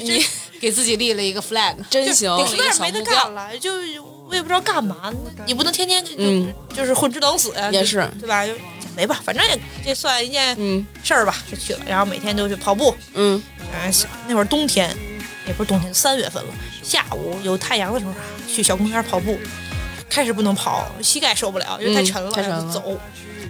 Speaker 5: 你
Speaker 4: 给自己立了一个 flag，
Speaker 3: 真行，
Speaker 5: 实在是没得干了，就我也不知道干嘛，那你不能天天就、
Speaker 3: 嗯
Speaker 5: 就是混吃等死呀，
Speaker 3: 也
Speaker 5: 就是对吧？就减肥吧，反正也这算一件
Speaker 3: 嗯
Speaker 5: 事儿吧，就去了，然后每天就去跑步，
Speaker 3: 嗯，
Speaker 5: 哎，那会儿冬天，也不是冬天，三月份了，下午有太阳的时候啊，去小公园跑步。开始不能跑，膝盖受不了，因为太沉了，
Speaker 3: 嗯太沉了
Speaker 5: 就走，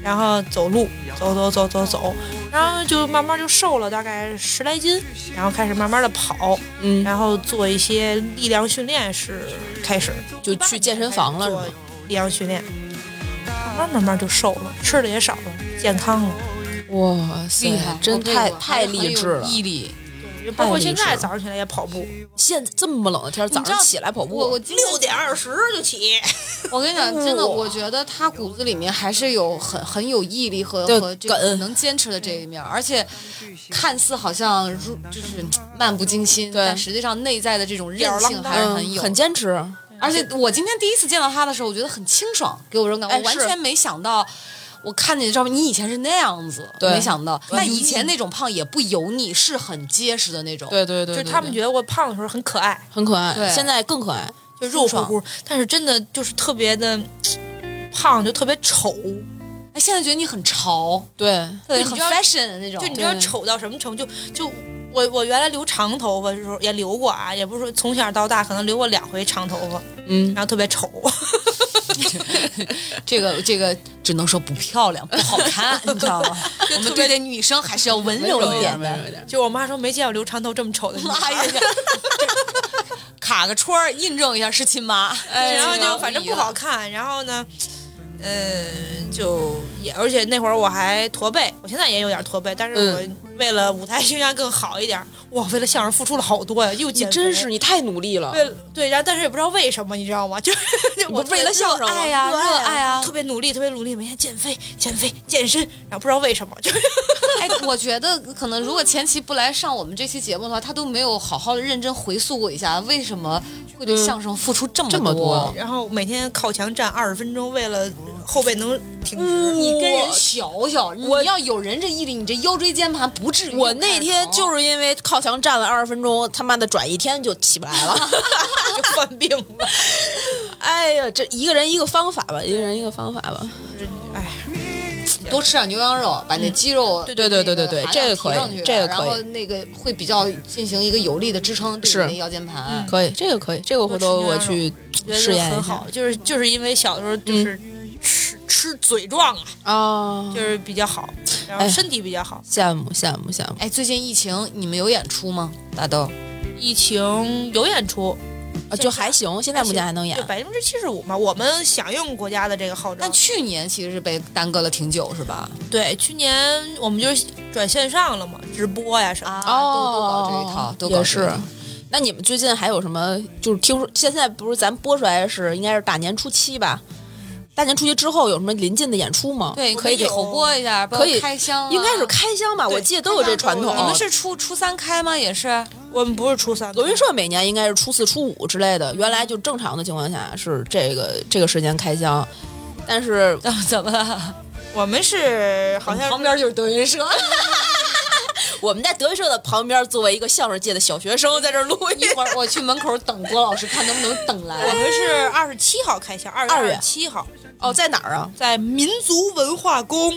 Speaker 5: 然后走路，走走走走走，然后就慢慢就瘦了大概十来斤，然后开始慢慢的跑，
Speaker 3: 嗯
Speaker 5: 然后做一些力量训练是开始，
Speaker 3: 就去健身房了是
Speaker 5: 做
Speaker 3: 吗？
Speaker 5: 力量训练，慢慢慢慢就瘦了，吃的也少了，健康了。
Speaker 3: 哇塞
Speaker 4: 厉害，，
Speaker 3: 真
Speaker 4: 对
Speaker 3: 太
Speaker 4: 我
Speaker 3: 太励志
Speaker 4: 很有
Speaker 3: 了！
Speaker 4: 毅力。
Speaker 5: 就包括现
Speaker 3: 太
Speaker 5: 在
Speaker 3: 励志了
Speaker 5: 早上起来也跑步，
Speaker 3: 现在这么冷的天，早
Speaker 4: 你知
Speaker 3: 上
Speaker 4: 道
Speaker 3: 起来跑步，
Speaker 4: 我我今天
Speaker 5: 六点二十就起。
Speaker 4: 我跟你讲，真的，我觉得他骨子里面还是有很很有毅力和
Speaker 3: 对
Speaker 4: 和这个
Speaker 3: 梗
Speaker 4: 能坚持的这一面，而且看似好像如就是漫不经心，
Speaker 3: 对
Speaker 4: 但实际上内在的这种韧性还是
Speaker 3: 嗯
Speaker 4: 很有。
Speaker 3: 很坚持，
Speaker 4: 而且我今天第一次见到他的时候，我觉得很清爽，给我这种感觉，
Speaker 3: 哎
Speaker 4: 我完
Speaker 3: 是
Speaker 4: 全没想到。我看见照片，你以前是那样子，
Speaker 3: 对
Speaker 4: 没想到。
Speaker 3: 对
Speaker 4: 但以前那种胖也不油腻，是很结实的那种。
Speaker 3: 对对对，
Speaker 5: 就是
Speaker 3: 对
Speaker 5: 他们
Speaker 3: 对
Speaker 5: 觉得我胖的时候很可爱，
Speaker 3: 很可爱，
Speaker 4: 对
Speaker 3: 现在更可爱，
Speaker 5: 就肉乎乎，但是真的就是特别的胖，就特别丑。
Speaker 4: 哎，现在觉得你很潮，
Speaker 3: 对，
Speaker 4: 对，
Speaker 5: 你
Speaker 4: 很
Speaker 5: 知道
Speaker 4: fashion 的那种。
Speaker 5: 就你知道
Speaker 3: 对
Speaker 5: 丑到什么程度？就就我我原来留长头发的时候也留过啊，也不是说从小到大可能留过两回长头发，
Speaker 3: 嗯，
Speaker 5: 然后特别丑。
Speaker 4: 这个这个只能说不漂亮，不好看，你知道吗？我们对待女生还是要温柔一点的。
Speaker 3: 的，
Speaker 5: 就我妈说没见过留长头这 么丑的女孩，
Speaker 4: 哎呀，卡个戳儿印证一下是亲妈，
Speaker 5: 哎
Speaker 3: 哎
Speaker 5: 然后就反正不好看，然后呢，嗯，就也而且那会儿我还驼背，我现在也有点驼背，但是
Speaker 3: 嗯
Speaker 5: 我为了舞台形象更好一点，哇，为了相声付出了好多呀，又
Speaker 3: 你
Speaker 5: 减肥，
Speaker 3: 真是你太努力了，
Speaker 5: 为了对，然后但是也不知道为什么，你知道吗？就是 我
Speaker 3: 为了笑
Speaker 5: 笑
Speaker 3: 声吗
Speaker 5: 爱呀、热爱啊，特别努力，特别努力，每天减肥、减肥、健身，然后不知道为什么， 就是
Speaker 4: 哎，我觉得可能如果前期不来上我们这期节目的话，他都没有好好的认真回溯过一下，为什么会对相声付出这么
Speaker 3: 这么多
Speaker 5: 然后每天靠墙站二十分钟，为了后背能挺直。
Speaker 4: 你跟人学学，你要有人这毅力，你这腰椎间盘不至于。
Speaker 3: 我那天就是因为靠墙站了二十分钟，他妈的转一天就起不来 了，
Speaker 5: 就犯病了，
Speaker 3: 哎呀，这一个人一个方法吧，一个人一个方法吧，
Speaker 5: 哎，
Speaker 4: 多吃点牛羊肉，把那肌肉
Speaker 3: 对对对对对
Speaker 4: 含量
Speaker 3: 这个
Speaker 4: 提
Speaker 3: 可以
Speaker 4: 上去啊
Speaker 3: 这个
Speaker 4: 然
Speaker 3: 可以
Speaker 4: 后那个会比较进行一个有力的支撑，对
Speaker 3: 是
Speaker 4: 你那腰间盘。
Speaker 3: 可以，这个可以，这个回头我去
Speaker 5: 觉
Speaker 3: 试
Speaker 5: 得
Speaker 3: 验
Speaker 5: 很
Speaker 3: 一下嗯
Speaker 5: 好，就是就是因为小的时候就是吃、吃嘴壮啊，
Speaker 3: 啊，
Speaker 5: 就是比较好，然后
Speaker 3: 哎
Speaker 5: 身体比较好。
Speaker 3: 羡慕羡慕羡慕，
Speaker 4: 哎，最近疫情，你们有演出吗？大豆，
Speaker 5: 疫情有演出，
Speaker 3: 啊就还行，现在目前还能演
Speaker 5: 就，百分之七十五嘛，我们响应国家的这个号召
Speaker 4: 但。去年其实是被耽搁了挺久，是吧？
Speaker 5: 对，去年我们就是转线上了嘛，直播呀什么。
Speaker 4: 啊，都都搞这一套
Speaker 3: 哦，，
Speaker 4: 都搞这
Speaker 3: 也
Speaker 4: 一
Speaker 3: 是
Speaker 4: 套。。
Speaker 3: 那你们最近还有什么？就是听说现在不是咱播出来是应该是大年初七吧？大年初七之后有什么临近的演出吗？
Speaker 4: 对，
Speaker 5: 我
Speaker 4: 可以
Speaker 5: 们有
Speaker 4: 口播一下，包括
Speaker 3: 可以
Speaker 4: 开哦箱啊，
Speaker 3: 应该是开箱吧，我记得都有这传统。
Speaker 4: 你们是初初三开吗？ 也是，
Speaker 5: 我们不是初三，
Speaker 3: 德云社每年应该是初四、初五之类的，原来就正常的情况下是这个这个时间开箱，但是
Speaker 4: 怎么怎么了？
Speaker 5: 我们是好 像
Speaker 4: 旁边就是德云社，
Speaker 3: 我们在德云社的旁边，作为一个相声界的小学生，在这儿录一
Speaker 4: 一会儿我去门口等郭老师，看能不能等来。
Speaker 5: 我们是二十七号开箱，二
Speaker 3: 2
Speaker 5: 月
Speaker 3: 月
Speaker 5: 二十七号
Speaker 3: 哦，在哪儿啊？
Speaker 5: 在民族文化宫，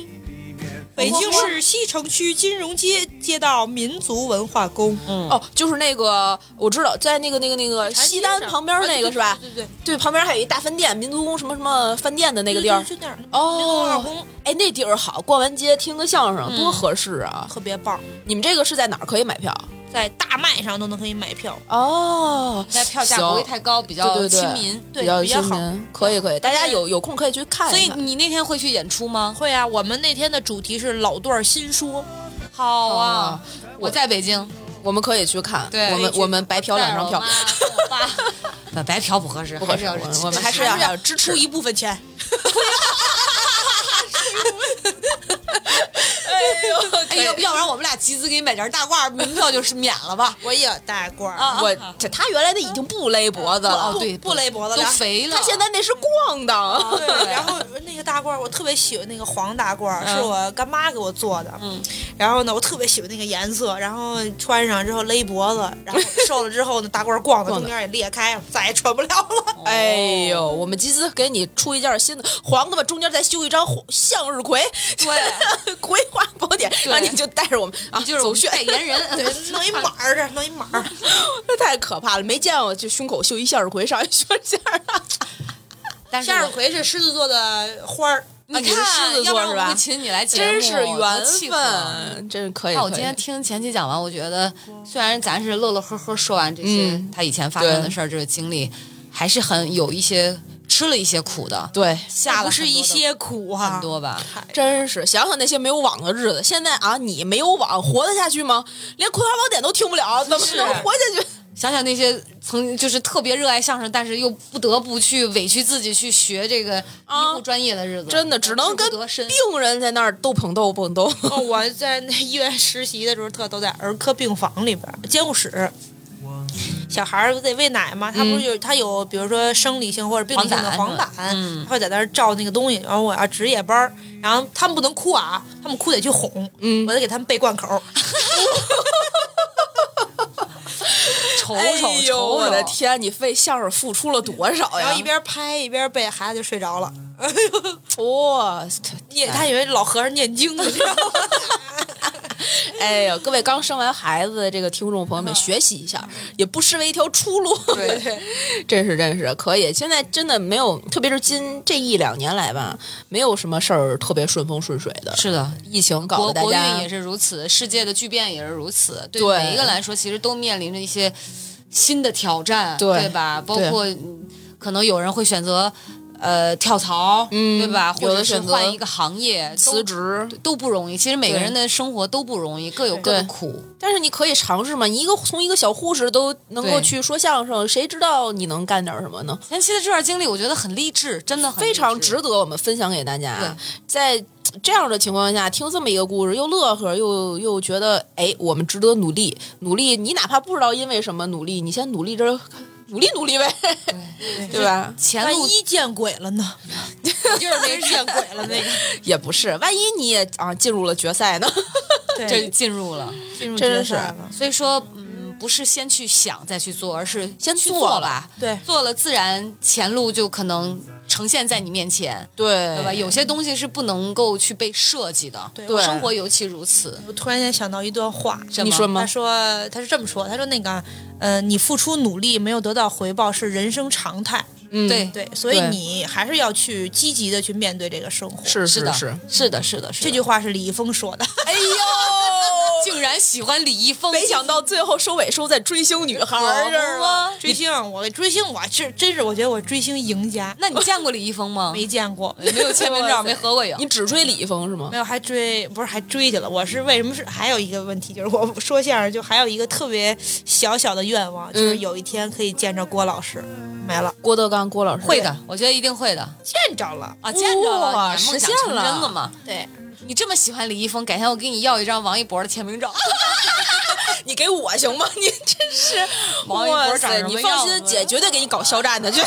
Speaker 5: 北京市西城区金融街街道民族文化宫。嗯，
Speaker 3: 哦，就是那个我知道，在那个那个那个西单旁边那个是吧？
Speaker 5: 对对对
Speaker 3: 对，旁边还有一大饭店，民族宫什么什么饭店的那
Speaker 5: 那
Speaker 3: 个地儿。
Speaker 5: 就那儿民族文化
Speaker 3: 哦
Speaker 5: 宫，
Speaker 3: 哎，那地儿好，逛完街听个相声多合适啊！
Speaker 5: 特别棒，
Speaker 3: 你们这个是在哪儿可以买票？
Speaker 5: 在大麦上都能可以买票。
Speaker 3: 哦，
Speaker 4: 那票价不会
Speaker 3: 行
Speaker 4: 太高，比较
Speaker 3: 对对对，
Speaker 4: 亲民。
Speaker 5: 对
Speaker 3: 比较
Speaker 5: 比较
Speaker 3: 亲
Speaker 5: 好
Speaker 3: 民，可以可以，大家有有空可以去看
Speaker 4: 所
Speaker 3: 一
Speaker 4: 以
Speaker 3: 看。
Speaker 4: 你那天会去演出吗？
Speaker 5: 会啊，我们那天的主题是老段儿新说，
Speaker 4: 好
Speaker 3: 啊
Speaker 4: 啊，我在北京，
Speaker 3: 我们可以去看，
Speaker 4: 对
Speaker 3: 我们我们白嫖两张票，
Speaker 4: 爸， 不白嫖不合适，
Speaker 3: 不合适，
Speaker 4: 还
Speaker 3: 我
Speaker 4: 是要
Speaker 3: 们我们还是要还要支持
Speaker 5: 出一部分钱。
Speaker 4: 哎，要不要不然我们俩集资给你买件大褂，门票就是免了吧？
Speaker 5: 我也带罐儿，
Speaker 3: 我这他原来那已经不勒脖子了，
Speaker 4: 哦，对，
Speaker 5: 不勒脖子
Speaker 4: 都
Speaker 5: 了
Speaker 4: 肥了。
Speaker 3: 他现在那是逛的。
Speaker 5: 对，然后那个大褂儿我特别喜欢那个黄大褂儿，是我干妈给我做的。嗯，然后呢，我特别喜欢那个颜色，然后穿上之后勒脖子， 然后瘦了之后呢，大褂儿逛的哦
Speaker 3: 逛
Speaker 5: 中
Speaker 3: 的
Speaker 5: 间也裂开，再也穿不了了。
Speaker 3: 哎呦，我们集资给你出一件新的黄的吧，中间再绣一张黄向日葵，对， 葵花宝典，然后你就带着我们啊，
Speaker 4: 就是我
Speaker 3: 走
Speaker 4: 们
Speaker 3: 炫
Speaker 4: 代，言人，
Speaker 5: 对， 弄一码儿这，弄一码儿。
Speaker 3: 这太可怕了，没见过就胸口绣一向日葵，上一胸线儿啊。
Speaker 4: 但是
Speaker 5: 向日
Speaker 4: 我
Speaker 5: 葵是狮子座的呃花儿，
Speaker 4: 你
Speaker 3: 啊你是狮
Speaker 4: 看，
Speaker 3: 子
Speaker 4: 要不
Speaker 3: 座
Speaker 4: 然
Speaker 3: 是
Speaker 4: 我
Speaker 3: 吧
Speaker 4: 不请你来节目，
Speaker 3: 真是缘
Speaker 4: 多契合。
Speaker 3: 分，真是可以。
Speaker 4: 哦那我
Speaker 3: 可以
Speaker 4: 今天听前期讲完，我觉得虽然咱是乐乐呵呵说完这些
Speaker 3: 嗯
Speaker 4: 他以前发生的
Speaker 3: 对
Speaker 4: 事儿，这个经历，还是很有一些吃了一些苦的，
Speaker 3: 对，
Speaker 4: 下了
Speaker 5: 哎不是
Speaker 4: 很多
Speaker 5: 一
Speaker 4: 的
Speaker 5: 些苦啊，
Speaker 4: 很多吧？
Speaker 3: 真是想想那些没有网的日子，现在啊，你没有网活得下去吗？连《葵花宝典》都听不了，怎么能活下去？
Speaker 4: 想想那些曾经就是特别热爱相声，但是又不得不去委屈自己去学这个医护专业的日子，
Speaker 3: 啊真的只能
Speaker 4: 志
Speaker 3: 跟
Speaker 4: 不得身
Speaker 3: 病人在那儿斗捧斗捧斗。
Speaker 5: 哦，我在那医院实习的时候，特都在儿科病房里边儿监护室。小孩儿不得喂奶吗？他不是有、他有，比如说生理性或者病理性的
Speaker 4: 黄
Speaker 5: 黄
Speaker 4: 疸
Speaker 5: 疸，他会在那儿照那个东西。然后我要值夜班儿，然后他们不能哭啊，他们哭得去哄，我得给他们背贯口儿。
Speaker 4: 瞅
Speaker 3: 哎
Speaker 4: 瞅瞅
Speaker 3: 呦，我的
Speaker 4: 瞅，
Speaker 3: 天！你为相声付出了多少
Speaker 5: 然
Speaker 3: 哎呀
Speaker 5: 后一？边拍一边背，孩子就睡着了。
Speaker 3: 哇！
Speaker 5: 念他以为老和尚念经呢，你知道吗？
Speaker 3: 哎呦，各位刚生完孩子的这个听众朋友
Speaker 4: 嗯
Speaker 3: 们，学习一下，也不失为一条出路。对对， 真是真是可以。现在真的没有，特别是今这一两年来吧，没有什么事儿特别顺风顺水的。
Speaker 4: 是的。
Speaker 3: 疫情搞
Speaker 4: 国
Speaker 3: 得大
Speaker 4: 国
Speaker 3: 家
Speaker 4: 运也是如此，世界的巨变也是如此，对
Speaker 3: 对
Speaker 4: 每一个来说，其实都面临着一些新的挑战，
Speaker 3: 对
Speaker 4: 吧？包
Speaker 3: 对
Speaker 4: 括嗯可能有人会选择呃跳槽，
Speaker 3: 嗯
Speaker 4: 对吧？
Speaker 3: 有
Speaker 4: 或
Speaker 3: 的
Speaker 4: 者是
Speaker 3: 选择
Speaker 4: 换一个行业，
Speaker 3: 辞职，
Speaker 4: 都都不容易。其实每个
Speaker 3: 对
Speaker 4: 人的生活都不容易，各有各的苦。
Speaker 3: 但是你可以尝试嘛。你一个从一个小护士都能够
Speaker 4: 对
Speaker 3: 去说相声，谁知道你能干点什么呢？
Speaker 4: 前期的这段经历，我觉得很励志，真的很
Speaker 3: 非常
Speaker 4: 励志
Speaker 3: 值得我们分享给大家。在这样的情况下，听这么一个故事，又乐呵，又又觉得，哎，我们值得努力，努力。你哪怕不知道因为什么努力，你先努力着，努力努力呗， 对吧？
Speaker 4: 前
Speaker 5: 万
Speaker 4: 路
Speaker 5: 一见鬼了呢？就是没见鬼了那个，
Speaker 3: 也不是，万一你也啊进入了决赛呢？
Speaker 4: 这进入了，
Speaker 5: 进入
Speaker 3: 真
Speaker 5: 决
Speaker 3: 是
Speaker 5: 赛 了。
Speaker 4: 所以说，嗯，不是先去想再去做，而是
Speaker 3: 先
Speaker 4: 去
Speaker 3: 做
Speaker 4: 做
Speaker 3: 了
Speaker 4: 吧。
Speaker 5: 对
Speaker 4: 做了自然前路就可能呈现在你面前，
Speaker 3: 对
Speaker 4: 对吧？有些东西是不能够去被设计的，
Speaker 5: 对
Speaker 4: 生活尤其如此。
Speaker 5: 我突然间想到一段话，
Speaker 3: 你说吗
Speaker 5: 他？说他是这么说，他说那个，呃，你付出努力没有得到回报是人生常态，
Speaker 3: 嗯，
Speaker 4: 对，
Speaker 5: 对，所以
Speaker 3: 对
Speaker 5: 你还是要去积极的去面对这个生活。
Speaker 3: 是
Speaker 4: 是
Speaker 3: 是
Speaker 4: 的，
Speaker 3: 是。
Speaker 4: 是的，是的，是
Speaker 5: 这
Speaker 4: 的。
Speaker 5: 句话是李易峰说的，
Speaker 3: 哎呦！
Speaker 4: 竟然喜欢李易峰，
Speaker 3: 没想到最后收尾收在追星女孩儿这儿了。
Speaker 5: 追星，我追星，我是真是我觉得我追星赢家，
Speaker 4: 那你见过李易峰吗？
Speaker 5: 没见过，
Speaker 4: 没有签 名照，没合过影。
Speaker 3: 你只追李易峰是吗
Speaker 5: 没？有还追，不是还追去了。我是为什么是还有一个问题，就是我说相声就还有一个特别小小的愿望，就是
Speaker 3: 嗯
Speaker 5: 有一天可以见着郭老师，没了，
Speaker 3: 郭德纲，郭老师
Speaker 4: 会的，我觉得一定会的
Speaker 5: 见着了，
Speaker 4: 啊！见着了，
Speaker 3: 哇
Speaker 4: 你的梦
Speaker 3: 实
Speaker 4: 想
Speaker 3: 现
Speaker 4: 成真
Speaker 3: 了
Speaker 4: 了嘛？
Speaker 5: 对，
Speaker 4: 你这么喜欢李易峰，改天我给你要一张王一博的签名照。
Speaker 3: 你给我行吗？你真是，
Speaker 4: 王一博
Speaker 3: 哇
Speaker 4: 长
Speaker 3: 塞！
Speaker 4: 什么
Speaker 3: 你放
Speaker 4: 样
Speaker 3: 心，
Speaker 4: 子啊
Speaker 3: 姐绝对给你搞肖战的去。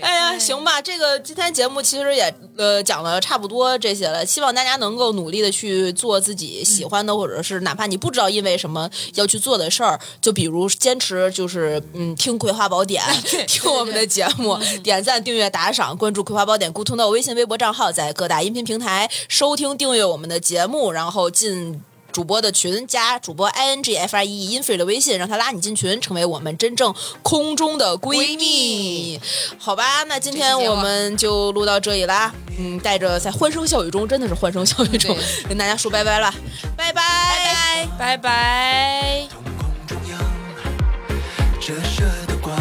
Speaker 3: 哎呀，行吧，这个今天节目其实也呃，讲的差不多这些了，希望大家能够努力的去做自己喜欢的，或者是哪怕你不知道因为什么要去做的事儿，就比如坚持就是嗯听《葵花宝典》，听我们的节目，点赞、订阅、打赏，关注《葵花宝典》顾通的微信、微博账号，在各大音频平台收听、订阅我们的节目，然后进。主播的群加主播 i n g f r e infree 的微信，让他拉你进群，成为我们真正空中的闺蜜，好吧？那今天我们就录到这里啦，嗯，带着在欢声笑语中，真的是欢声笑语中，跟大家说拜拜了，拜拜，拜拜。
Speaker 5: 拜拜。
Speaker 9: 中央折射的光，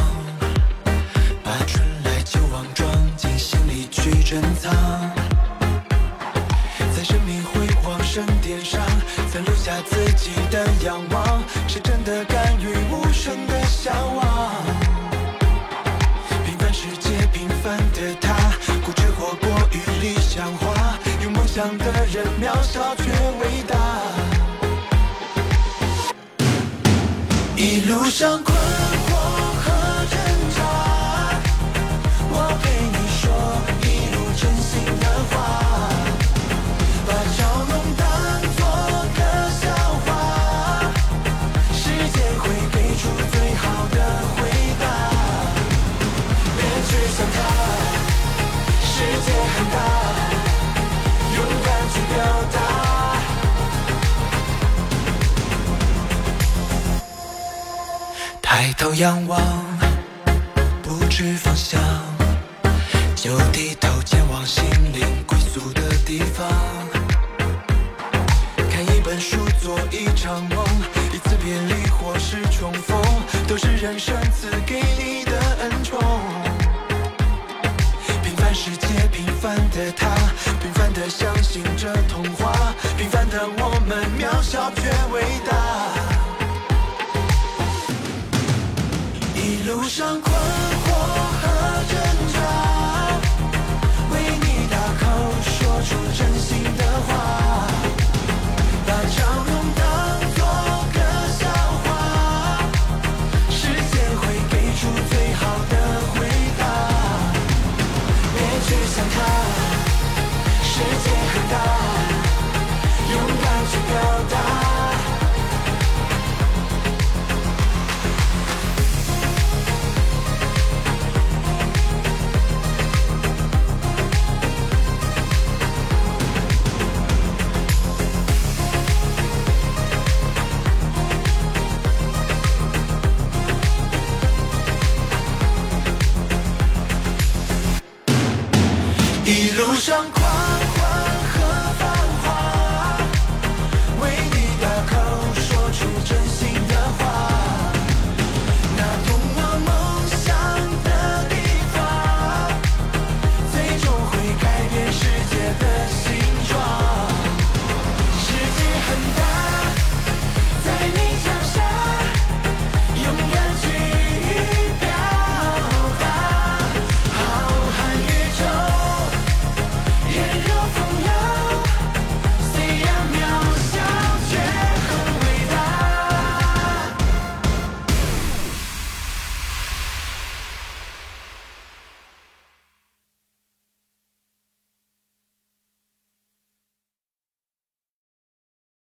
Speaker 9: 把春来秋往装进心里去珍藏，在生命辉煌盛典上，曾留下自己的仰望，是真的甘于无声的向往。平凡世界，平凡的他，固执活泼与理想化，有梦想的人渺小却伟大。一路上困惑和挣扎，我陪你说一路真心的话，把嘲弄当作个笑话，时间会给出最好的回答。别去想它，世界很大，勇敢去表达。抬头仰望，不知方向，就低头前往心灵归宿的地方。看一本书，做一场梦，一次别离或是重逢，都是人生赐给你的恩宠。平凡世界，平凡的他，平凡的相信着童话，平凡的我们渺小却伟大。一路上困惑和挣扎，为你大口说出真心的话，把嘲弄当作个笑话，时间会给出最好的回答。别去想它，世界很大，勇敢去表达。一路上。